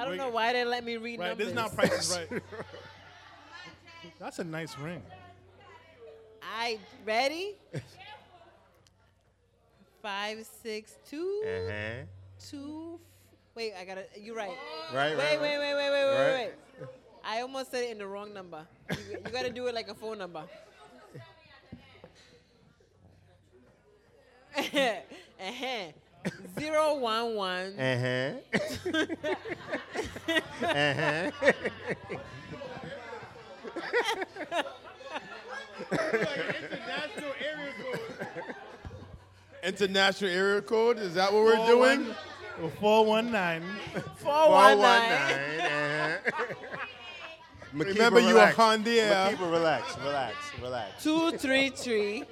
S3: don't
S4: Wait.
S3: know why they let me read
S4: Right,
S3: numbers.
S4: this is not prices right. That's a nice ring.
S3: I ready. Five six two
S2: Uh-huh.
S3: two.
S2: Right,
S3: Wait, I gotta. You're right.
S2: right,
S3: Wait, wait,
S2: right.
S3: wait, wait, wait, wait, wait,
S2: Right.
S3: wait. I almost said it in the wrong number. You, you gotta do it like a phone number. uh-huh. Zero one one.
S2: Uh-huh.
S1: International area code. Is that what we're doing?
S4: Oh, Four one nine.
S3: 419.
S2: 419. Makiba,
S1: Remember, you
S2: relax.
S1: a Hondier.
S2: Makiba, relax, relax, relax.
S3: Two three three.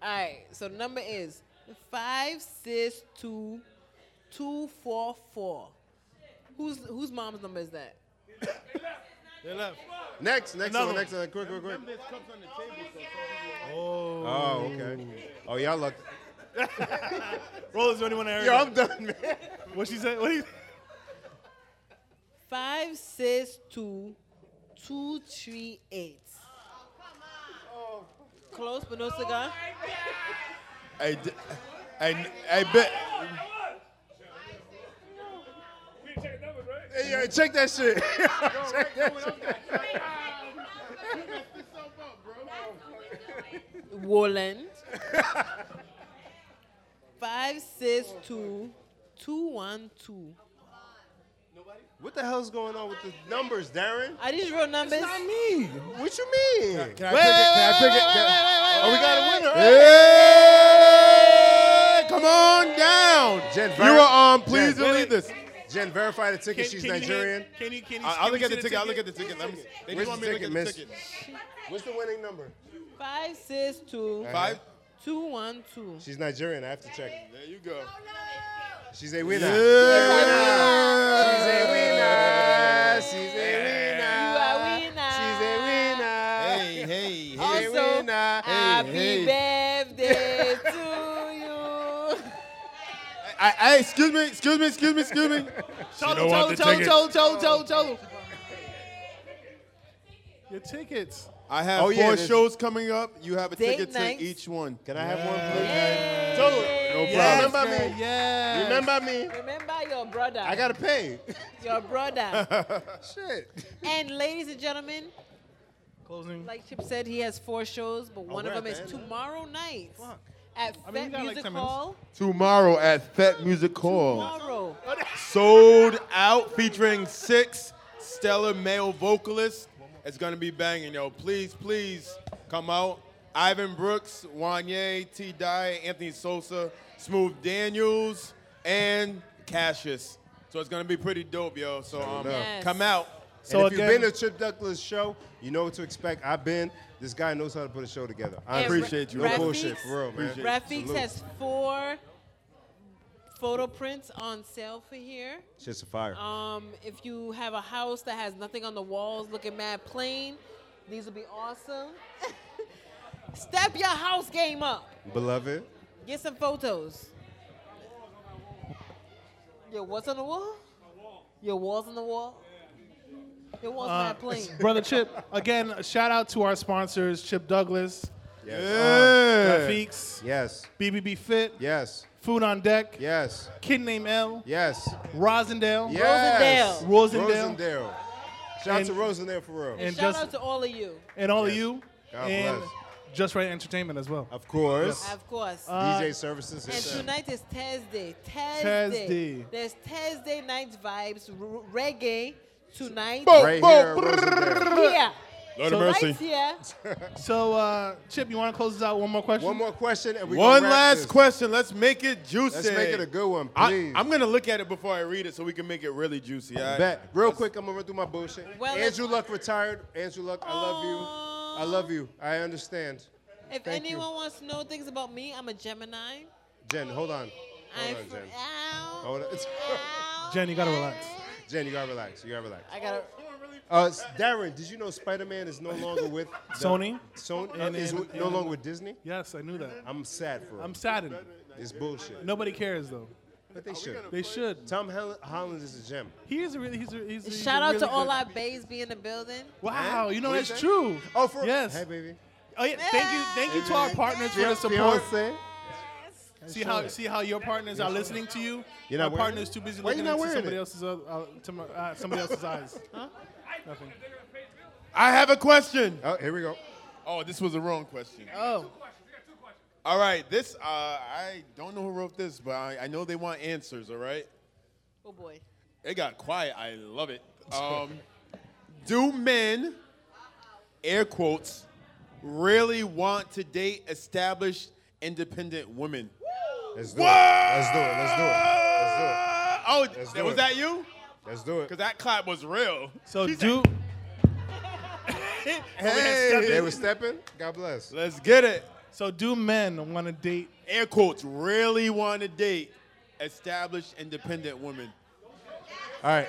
S3: All right. So number is five six two two four four. Whose whose mom's number is that?
S4: They left.
S2: Next, next
S4: Another
S2: one,
S4: one.
S2: next one. Quick, quick, quick. Oh, okay. Oh, y'all look.
S4: Rollers the only one I heard.
S2: Yo, I'm done, man.
S4: What she said? What do you?
S3: Five six two two three eight. Close but no cigar.
S1: I, d- I, I bet.
S2: Hey, yo, check that shit. check that shit.
S3: Woland. Five six two two one two.
S2: What the hell's going on with the numbers, Darren?
S3: Are these real numbers?
S2: me. What you mean?
S1: Can I pick it? Can I pick it? Can I-
S2: oh, we got a winner.
S1: Hey, come on down.
S2: Jen,
S1: you
S2: very-
S1: were on. Please
S2: Jen.
S1: delete this.
S2: Jen, verify the ticket. She's
S4: you hand-
S2: Nigerian.
S4: Can you? Can you?
S1: I- I'll
S4: can
S1: look
S4: we
S1: at the
S4: see
S1: ticket. I'll look at the ticket. Let me. They
S2: Where's
S1: just want
S2: the
S1: me to look
S2: ticket,
S1: at the
S2: miss?
S1: ticket.
S2: What's the winning number?
S3: Five six two
S1: Five.
S3: two one two.
S2: She's Nigerian. I have to check.
S1: There you go.
S2: She's a winner.
S1: Yeah.
S2: She's a winner. She's a winner.
S3: You are winner.
S2: She's a winner.
S1: Hey, hey, hey.
S2: Hey,
S3: Also,
S2: winner.
S3: happy
S1: hey.
S3: birthday to you.
S1: I, I, excuse me, excuse me, excuse me, excuse me.
S4: Tell
S1: don't want the
S4: them, tell them,
S1: ticket.
S4: tell them, tell them, tell them, tell them, tell them. Your tickets.
S1: I have
S2: Oh,
S1: four
S2: yeah, there's-
S1: shows coming up. You have a
S3: Date
S1: ticket
S3: nights.
S1: to each one.
S2: Can I have one, please?
S3: Yay.
S2: Totally.
S1: No problem.
S2: Remember
S4: girl,
S2: me.
S4: Yes.
S2: Remember me.
S3: Remember your brother.
S2: I gotta pay.
S3: your brother.
S2: Shit.
S3: and ladies and gentlemen,
S4: Closing.
S3: like Chip said, he has four shows, but one
S2: we're
S3: of them
S2: Oh, at
S3: is
S2: the end, huh?
S3: tomorrow night
S4: Fuck.
S3: at
S4: I
S3: Fet
S4: mean, we got like
S3: Music
S4: 10 minutes.
S3: Hall.
S1: Tomorrow at Fet Music Hall.
S3: Tomorrow.
S1: Sold out featuring six stellar male vocalists. It's gonna be banging, yo. Please, please come out. Ivan Brooks, Wanye, T. Dye, Anthony Sosa, Smooth Daniels, and Cassius. So it's gonna be pretty dope, yo. So um,
S3: Yes.
S1: come out.
S4: So
S2: if
S4: again,
S2: you've been to Chip Douglas show, you know what to expect. I've been. This guy knows how to put a show together. I
S3: And
S1: appreciate you.
S2: No
S1: Rafix-
S2: bullshit, for real, man.
S1: Appreciate
S3: Rafix
S2: Salute.
S3: has four photo prints on sale for here.
S2: Shit's a fire.
S3: Um, if you have a house that has nothing on the walls looking mad plain, these would be awesome. Step your house game up.
S2: Beloved.
S3: Get some photos. Yo, what's on the wall? Your walls on the wall. Your walls not plain.
S4: Brother Chip, again, a shout out to our sponsors, Chip Douglas, Um,
S2: Yes.
S4: Graphiques,
S2: Yes.
S4: BBB Fit,
S2: Yes.
S4: Food on Deck,
S2: Yes.
S4: Kid Name L,
S2: Yes.
S4: Rosendale,
S2: Yes.
S4: Rosendale.
S2: Rosendale. Shout out to
S4: And-
S2: Rosendale for real.
S4: and
S3: Shout
S4: just
S3: out to all of you,
S4: and all of you,
S2: God
S4: and
S2: bless.
S4: Just Right Entertainment as well.
S2: of course.
S3: of course.
S2: DJ services.
S3: and
S2: yes, sir.
S3: tonight is Thursday. Thursday.
S4: Thursday.
S3: There's Thursday night vibes, r- reggae tonight.
S2: right here. Rosendale.
S3: Yeah.
S1: Lord
S4: So-
S1: of
S3: Right
S1: mercy.
S3: here.
S4: So, uh, Chip, you want to close this out? One more question.
S2: One more question and we gonna
S1: One
S2: wrap
S1: last
S2: this.
S1: question. Let's make it juicy.
S2: Let's make it a good one,
S1: I,
S2: please.
S1: I'm gonna look at it before I read it so we can make it really juicy. all right?
S2: Bet. Real quick, I'm gonna run through my bullshit.
S3: Well, let's-
S2: Andrew Luck retired. Andrew Luck, I love you. I love you. I understand.
S3: If
S2: Thank
S3: anyone
S2: you.
S3: wants to know things about me, I'm a Gemini.
S2: Jen, hold on.
S3: I'm
S2: Hold on,
S3: fr-
S2: Jen.
S3: Ow,
S2: Hold on.
S3: ow.
S4: Jen, you gotta relax.
S2: Jen, you gotta relax. You gotta relax.
S3: I gotta.
S2: Uh, s- Darren, did you know Spider-Man is no longer with the-
S4: Sony?
S2: Sony
S4: And-
S2: is
S4: and-
S2: no
S4: and-
S2: longer with Disney.
S4: Yes, I knew that.
S2: I'm sad for
S4: I'm
S2: him.
S4: saddened.
S2: It's bullshit.
S4: Nobody cares though.
S2: but they should.
S4: They should.
S2: Tom Hel- Holland is a gem.
S4: He is a really. He's a, he's a, he's
S3: Shout
S4: a
S3: out
S4: really
S3: to all
S4: good-
S3: our bays be in the building.
S4: Wow, you know
S2: What'd
S4: that's
S2: you say?
S4: true.
S2: Oh, for
S4: yes.
S2: Hey, baby.
S4: Oh yeah, thank you, thank you to our partners for the support.
S2: Fiance.
S4: See how see how your partners are listening to you.
S2: You're not
S4: my
S2: wearing
S4: partner's
S2: it?
S4: too busy
S2: Why you
S4: looking
S2: not
S4: into
S2: wearing
S4: somebody
S2: it?
S4: else's uh, uh, to my, uh, somebody else's eyes. Nothing.
S1: I have a question.
S2: Oh, here we go.
S1: Oh, this was the wrong question.
S3: Oh,
S1: All right, this uh, I don't know who wrote this, but I, I know they want answers. All right,
S3: oh boy.
S1: it got quiet. I love it. Um, do men, air quotes, really want to date established, independent women?
S2: Let's do it. Let's do it. Let's do it. Let's do it.
S1: Oh,
S2: Let's
S1: that-
S2: do
S1: was
S2: it.
S1: that you?
S2: Let's do it.
S1: Because that clap was real.
S4: So
S1: She's
S4: do
S1: like,
S2: they were stepping. God bless.
S1: let's get it.
S4: so do men want to date?
S1: Air quotes really want to date established, independent women.
S2: All right.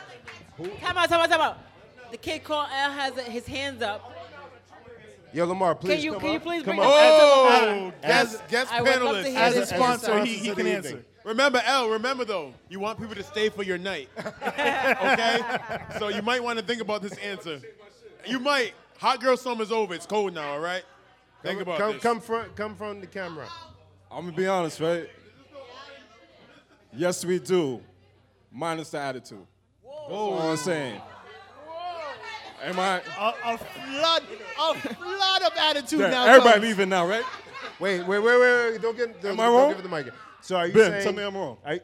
S3: Time out, time out, time out. The kid called L has his hands up.
S2: Yo, Lamar, please.
S3: you-
S2: come
S3: can you
S2: up.
S3: please
S2: come
S3: bring
S2: up.
S3: up-
S1: Oh,
S2: As-
S1: guest, guest
S3: I would love to
S1: panelist.
S3: hear
S4: As
S3: this
S4: a sponsor,
S2: sponsor
S4: he, he
S2: to
S4: can
S2: the
S4: answer.
S2: evening.
S1: Remember, L, remember though, you want people to stay for your night. okay? So you might want to think about this answer. You might. Hot girl summer's over. It's cold now, all right? Think about
S2: come,
S1: this.
S2: Come front. Come from the camera.
S6: I'm gonna be honest, right? Yes, we do. Minus the attitude. Whoa. That's all I'm saying. Am I?
S4: A, a flood, a flood of attitude
S6: There,
S4: now.
S6: everybody
S4: comes.
S6: leaving now, right?
S2: Wait, wait, wait, wait, wait. Don't get. Don't,
S6: I
S2: don't
S6: wrong?
S2: Give it the mic. So are you
S6: Ben,
S2: saying?
S6: tell me I'm wrong.
S2: I,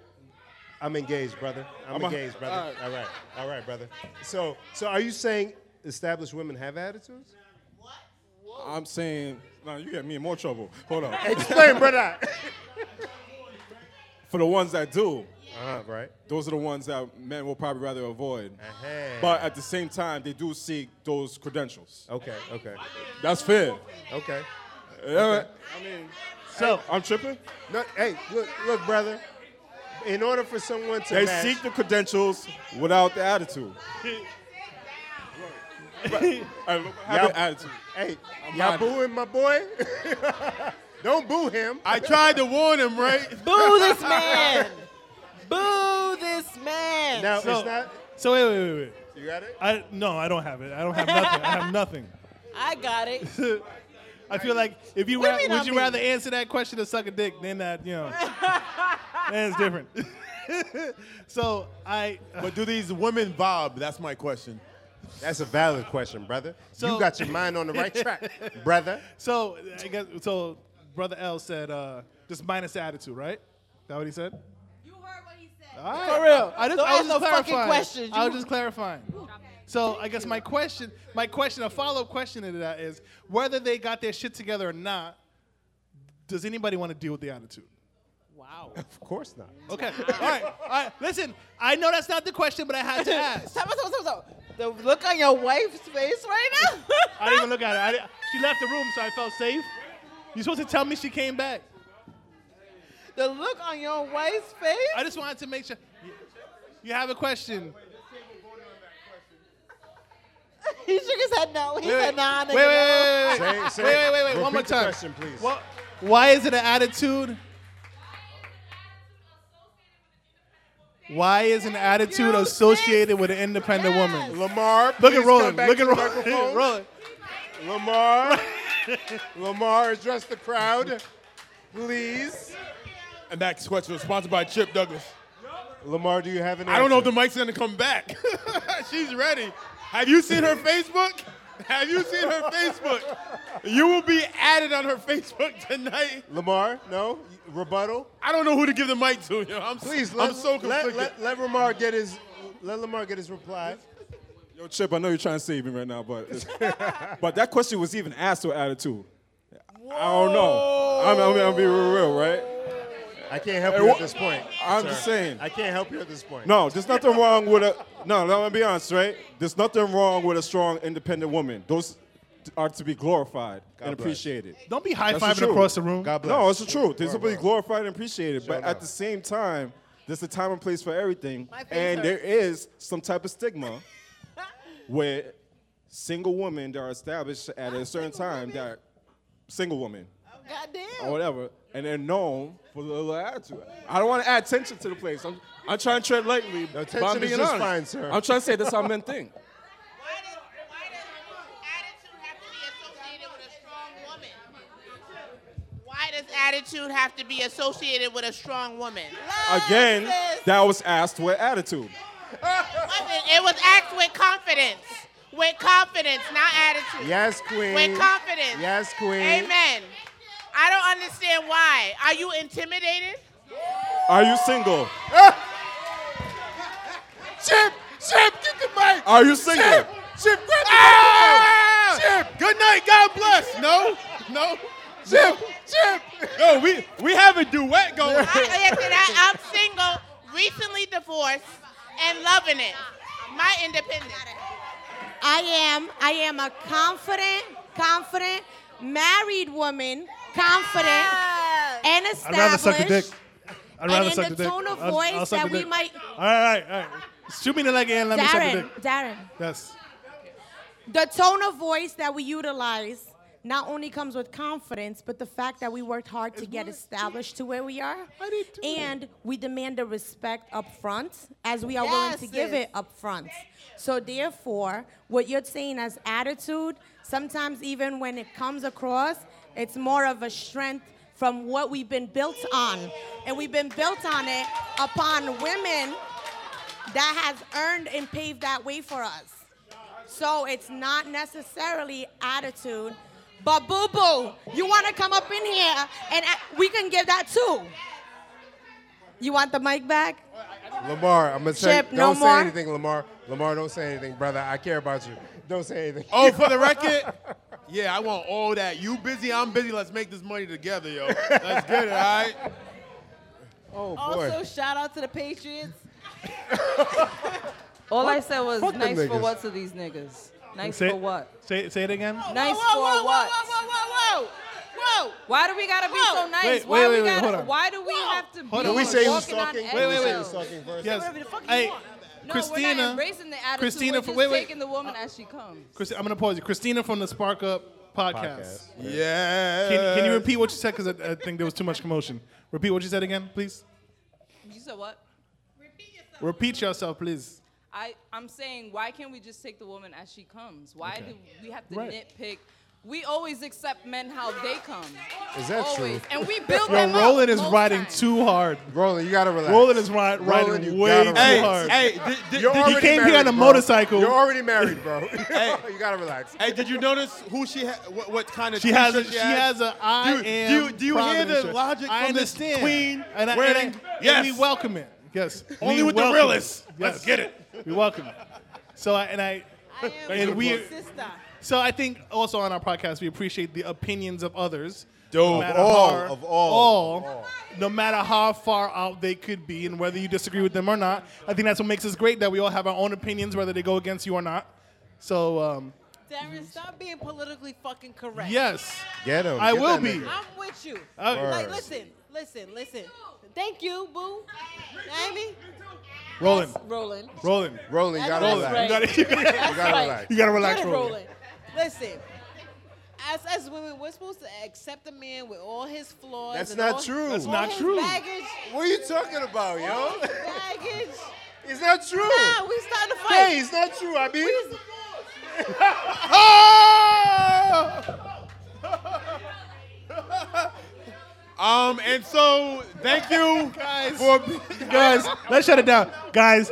S2: I'm engaged, brother. I'm,
S6: I'm a-
S2: engaged, brother.
S6: all
S2: All right. all right, brother. So, so are you saying established women have attitudes?
S6: I'm saying, no, you get me in more trouble. Hold on.
S2: Explain, brother.
S6: For the ones that do,
S2: uh, right.
S6: those are the ones that men will probably rather avoid.
S2: Uh-huh.
S6: But at the same time, they do seek those credentials.
S2: Okay. Okay.
S6: That's fair.
S2: Okay.
S6: All right. I mean, so I'm tripping.
S2: No, hey, look, look, brother. In order for someone to
S6: They
S2: match,
S6: seek the credentials without the attitude. Right. Have
S2: Y'all-
S6: the attitude.
S2: hey, y'all
S6: lying.
S2: booing my boy. Don't boo him.
S1: I tried to warn him, right?
S3: Boo this man. Boo this man.
S2: Now
S4: So,
S2: it's not.
S4: so wait, wait, wait, wait.
S2: You got it.
S4: I no, I don't have it. I don't have nothing. I have nothing.
S3: I got it.
S4: I feel like if you
S3: What do
S4: ra-
S3: you mean
S4: would
S3: I
S4: you
S3: mean?
S4: rather answer that question or suck a dick, then that you know, then it's different. so I
S1: But do these women bob? That's my question.
S2: That's a valid question, brother.
S4: So-
S2: you got your mind on the right track, brother.
S4: so I guess so. Brother L said uh, just minus the attitude, right? That what he said?
S7: You heard what he said.
S4: All
S3: For
S4: right.
S3: real.
S4: I just,
S3: Don't
S4: I was
S3: ask no
S4: just
S3: fucking
S4: clarifying.
S3: questions.
S4: I
S3: You-
S4: was just clarifying. So I guess my question, my question, a follow up question to that is whether they got their shit together or not. Does anybody want to deal with the attitude?
S3: Wow.
S2: Of course not.
S4: Okay. All right. All right. Listen, I know that's not the question, but I had to ask.
S3: Stop, stop, stop, stop. The look on your wife's face right now.
S4: I didn't even look at her. I didn't- she left the room, so I felt safe. You're supposed to tell me she came back.
S3: the look on your wife's face.
S4: I just wanted to make sure. You have a question.
S3: He shook his head no. He said nah.
S4: Wait, wait, wait, wait, wait.
S2: Say, say,
S4: wait, wait, wait, wait.
S2: repeat
S4: One more
S2: the
S4: time.
S2: question, please.
S4: What, why is it an attitude? Why is an attitude associated with an independent
S3: Yes.
S4: woman?
S1: Lamar,
S4: Look at
S1: please
S4: Roland.
S1: come back
S4: Look
S1: to
S4: at
S1: the
S4: Roland.
S1: microphone.
S4: Roland.
S1: Lamar, Lamar, address the crowd, please. And that question was sponsored by Chip Douglas.
S2: Lamar, do you have an?
S1: I don't know if the
S2: answer?
S1: mic's gonna come back. She's ready. Have you seen her Facebook? Have you seen her Facebook? You will be added on her Facebook tonight.
S2: Lamar, no rebuttal.
S1: I don't know who to give the mic to. Yo. I'm,
S2: Please,
S1: I'm
S2: let,
S1: so conflicted.
S2: let, let, let Lamar get his let Lamar get his reply.
S6: Yo, Chip, I know you're trying to save me right now, but but that question was even asked with attitude. I don't know. I'm, I'm, I'm being real, real, right?
S2: I can't help
S6: Hey,
S2: you
S6: wha-
S2: at this point.
S6: I'm
S2: sir.
S6: just saying.
S2: I can't help you at this point.
S6: No, there's nothing wrong with a. No, no, I'm gonna be honest, right? There's nothing wrong with a strong, independent woman. Those are to be glorified and
S2: bless.
S6: appreciated.
S4: Don't be high
S6: That's the
S4: fiving
S6: truth.
S4: across the room.
S2: God bless.
S6: No, it's the truth. They're to
S2: Word,
S6: be
S2: word.
S6: glorified and appreciated, but
S2: up.
S6: at the same time, there's a time and place for everything,
S3: My face
S6: and
S3: hurts.
S6: there is some type of stigma where single women that are established at
S3: Ah,
S6: a certain time that are single women or
S3: Goddamn.
S6: whatever, and they're known for the little attitude. I don't want to add tension to the place. I'm, I'm trying to tread lightly, but
S2: tension
S6: I'm
S2: is
S6: being
S2: just
S6: honest.
S2: fine, sir.
S6: I'm trying to say that's how men think.
S7: Why does, why does attitude have to be associated with a strong woman? Why does attitude have to be associated with a strong woman?
S6: Again, that was asked with attitude.
S7: Listen, it was act with confidence. With confidence, not attitude.
S2: Yes, queen.
S7: With confidence.
S2: Yes, queen.
S7: Amen. I don't understand why. Are you intimidated?
S6: Are you single?
S1: Chip, Chip, get the mic.
S6: Are you single?
S1: Chip, Chip, grab the ah! Chip, good night. God bless. No, no. Chip, Chip. No, we we have a duet going.
S7: I, listen, I, I'm single, recently divorced, and loving it. My independence.
S8: I am I am a confident, confident married woman, confident and
S4: I'd
S8: established.
S4: rather suck the dick. I'd
S8: And
S4: rather
S8: in
S4: suck
S8: the
S4: dick.
S8: tone of
S4: I'll-
S8: voice
S4: I'll suck
S8: that
S4: the
S8: we
S4: dick.
S8: might-
S4: All right, all right, all right. Shoot me in the leg and let me suck
S8: Darren,
S4: the dick.
S8: Darren,
S4: Yes.
S8: the tone of voice that we utilize not only comes with confidence, but the fact that we worked hard to get established to where we are. And we demand the respect up front as we are willing to
S3: Yes,
S8: give
S3: sis.
S8: it up front. So therefore, what you're saying as attitude, sometimes even when it comes across, it's more of a strength from what we've been built on. And we've been built on it upon women that has earned and paved that way for us. So it's not necessarily attitude, but boo boo, you want to come up in here and a- we can give that too. You want the mic back?
S2: Lamar, I'm gonna say,
S8: Chip,
S2: don't
S8: no
S2: say
S8: more?
S2: anything, Lamar. Lamar, don't say anything, brother. I care about you. Don't say anything.
S1: Oh, for the record, yeah, I want all that. You busy, I'm busy. Let's make this money together, yo. Let's get it, all right?
S2: Oh,
S3: Also, shout out to the Patriots. All I said was
S2: fuck them
S9: nice for
S2: niggas.
S9: what to these niggas? Nice
S4: Say,
S9: for what?
S4: Say, say it again.
S9: Nice
S7: whoa, whoa,
S9: for
S7: whoa,
S9: what?
S7: Whoa, whoa, whoa, whoa, whoa, whoa.
S9: Why do we gotta be
S7: Whoa.
S9: so nice?
S4: Wait,
S9: why
S4: wait,
S9: we
S4: wait, wait,
S9: gotta,
S4: hold on.
S9: Why do we have to be
S4: Hold on.
S2: Can we
S4: Wait,
S2: say who's
S9: walking on
S2: talking?
S9: eggshells?
S2: Can we say who's talking first?
S4: Yes.
S9: whatever the fuck you
S4: Hey,
S9: want. No, we're not
S4: Christina.
S9: embracing the attitude.
S4: Christina,
S9: we're
S4: for-
S9: just
S4: wait, wait.
S9: taking the woman as she comes.
S4: Christi- I'm gonna pause you. Christina from the Spark Up podcast.
S2: Podcast.
S1: Yeah.
S4: Can,
S6: Uh,
S4: can you repeat what you said? Because I, I think there was too much commotion. Repeat what you said again, please.
S9: You said what?
S4: Repeat yourself, please.
S9: I, I'm saying, why can't we just take the woman as she comes? Why do we have to
S4: Right.
S9: nitpick? We always accept men how they come.
S2: Is that
S9: always.
S2: true?
S9: And we build
S4: Yo,
S9: them up
S4: Roland is
S9: most
S4: riding
S9: times.
S4: too hard.
S2: Roland, you gotta relax.
S4: Roland is ri-
S2: Roland,
S4: riding
S2: you
S4: way
S2: gotta
S4: too
S1: Hey,
S2: relax.
S4: hard.
S1: hey, did, did,
S2: You're
S1: did
S2: already
S1: you,
S4: came here
S2: married,
S4: on a
S2: bro.
S4: motorcycle.
S2: You're already married, bro. you gotta relax.
S1: hey, did you notice who she ha- what, what kind of
S4: She has a
S1: t-shirt
S4: she has a I
S1: Do you-
S4: am.
S1: do you- do you hear
S4: prominent
S1: the
S4: shirt.
S1: logic
S4: I
S1: from this
S4: understand.
S1: queen
S4: And, I,
S1: wearing-
S4: and, I- and
S1: Yes.
S4: we welcome it. Yes.
S1: Only
S4: We
S1: with the
S4: welcome it.
S1: realists. Let's get it.
S4: We welcome it. So I, and I
S3: I am
S4: And
S3: your
S4: we-
S3: sister.
S4: so I think also on our podcast we appreciate the opinions of others.
S1: Dope.
S4: no
S1: Of
S4: matter
S2: all,
S4: how-
S2: of all,
S4: all,
S2: of all.
S4: no matter how far out they could be, and whether you disagree with them or not, I think that's what makes us great that we all have our own opinions, whether they go against you or not. So um,
S3: Darren, stop being politically fucking correct.
S4: yes,
S2: Get him.
S4: I
S2: Get
S4: will
S2: that
S4: be.
S2: nigga.
S3: I'm with you.
S4: Okay.
S3: Like,
S2: Word.
S3: listen, listen, listen. Thank you, boo. Amy,
S4: Roland,
S3: Roland.
S4: Roland,
S2: Roland, you
S3: That's
S2: gotta
S3: right.
S2: relax.
S3: You
S4: you gotta, you gotta,
S2: You gotta relax.
S4: you gotta relax,
S3: Get it,
S4: Roland.
S3: Roland. Listen, as us women, we're supposed to accept a man with all his flaws.
S2: That's
S3: and
S2: not
S3: all-
S2: true. That's
S3: all
S4: not
S3: his
S4: true.
S3: Baggage,
S2: What are you talking about,
S3: all
S2: yo?
S3: his baggage.
S2: It's not true.
S3: Nah, we starting to fight.
S2: Hey, it's not true. I mean,
S1: Um, and so thank you
S4: Guys.
S1: for.
S4: guys, let's shut it down. Guys,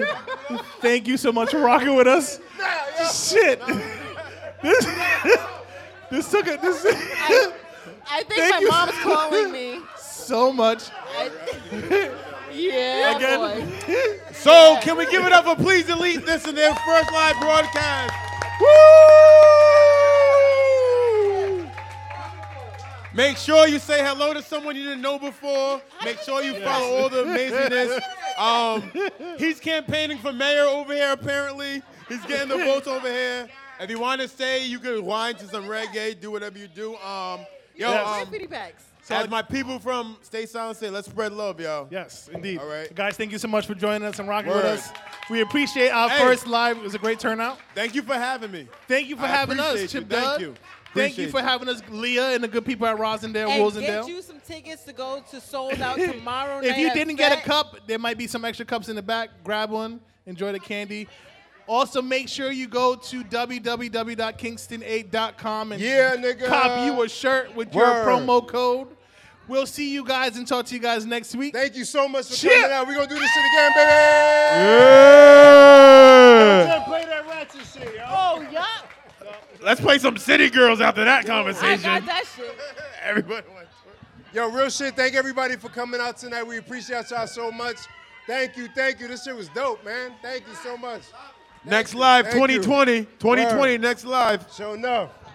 S4: thank you so much for rocking with us. Shit. this, this took a, this
S3: I think
S4: Thank
S3: my
S4: you.
S3: mom's calling me.
S4: so much.
S3: Yeah,
S4: Again.
S3: boy.
S1: So can we give it up for please delete this in their first live broadcast? Woo! Make sure you say hello to someone you didn't know before. Make sure you follow all the amazingness. Um, he's campaigning for mayor over here, apparently. He's getting the votes over here. If you want to stay, you can wind to some reggae, do whatever you do. Um, yo,
S4: Yes.
S1: um,
S3: Bippity backs.
S1: as my people from Stay Silent say, let's spread love, y'all.
S4: Yes, indeed.
S1: All right.
S4: Guys, thank you so much for joining us and rocking
S1: Word.
S4: with us. We appreciate our
S1: Hey.
S4: first live. It was a great turnout.
S1: Thank you for having me.
S4: Thank you for
S1: I
S4: having us,
S1: appreciate
S4: Chip
S1: you. Thank
S4: Dub.
S1: you.
S4: Thank you
S1: Appreciate
S4: for
S1: you.
S4: having us, Leah, and the good people at Rosendale,
S3: And
S4: Rosendale.
S3: get you some tickets to go to Sold Out tomorrow night.
S4: if you
S3: at
S4: didn't get a
S3: Fat-
S4: cup, there might be some extra cups in the back. Grab one, enjoy the candy. Also, make sure you go to www.kingston8.com and
S2: Yeah, nigga.
S4: cop you a shirt with your
S2: Word.
S4: promo code. We'll see you guys and talk to you guys next week.
S2: thank you so much for
S4: Shit.
S2: coming out. We're going to do this shit again, baby. Play that ratchet shit, yo.
S3: Oh, yup.
S1: Let's play some City Girls after that
S3: I
S1: conversation.
S3: got that shit.
S1: Everybody went to it.
S2: Yo, real shit. Thank everybody for coming out tonight. We appreciate y'all so much. Thank you, thank you. This shit was dope, man. Thank you so much.
S1: Next live
S2: Thank you.
S1: 2020. 2020,
S2: Word.
S1: next live.
S2: Show enough.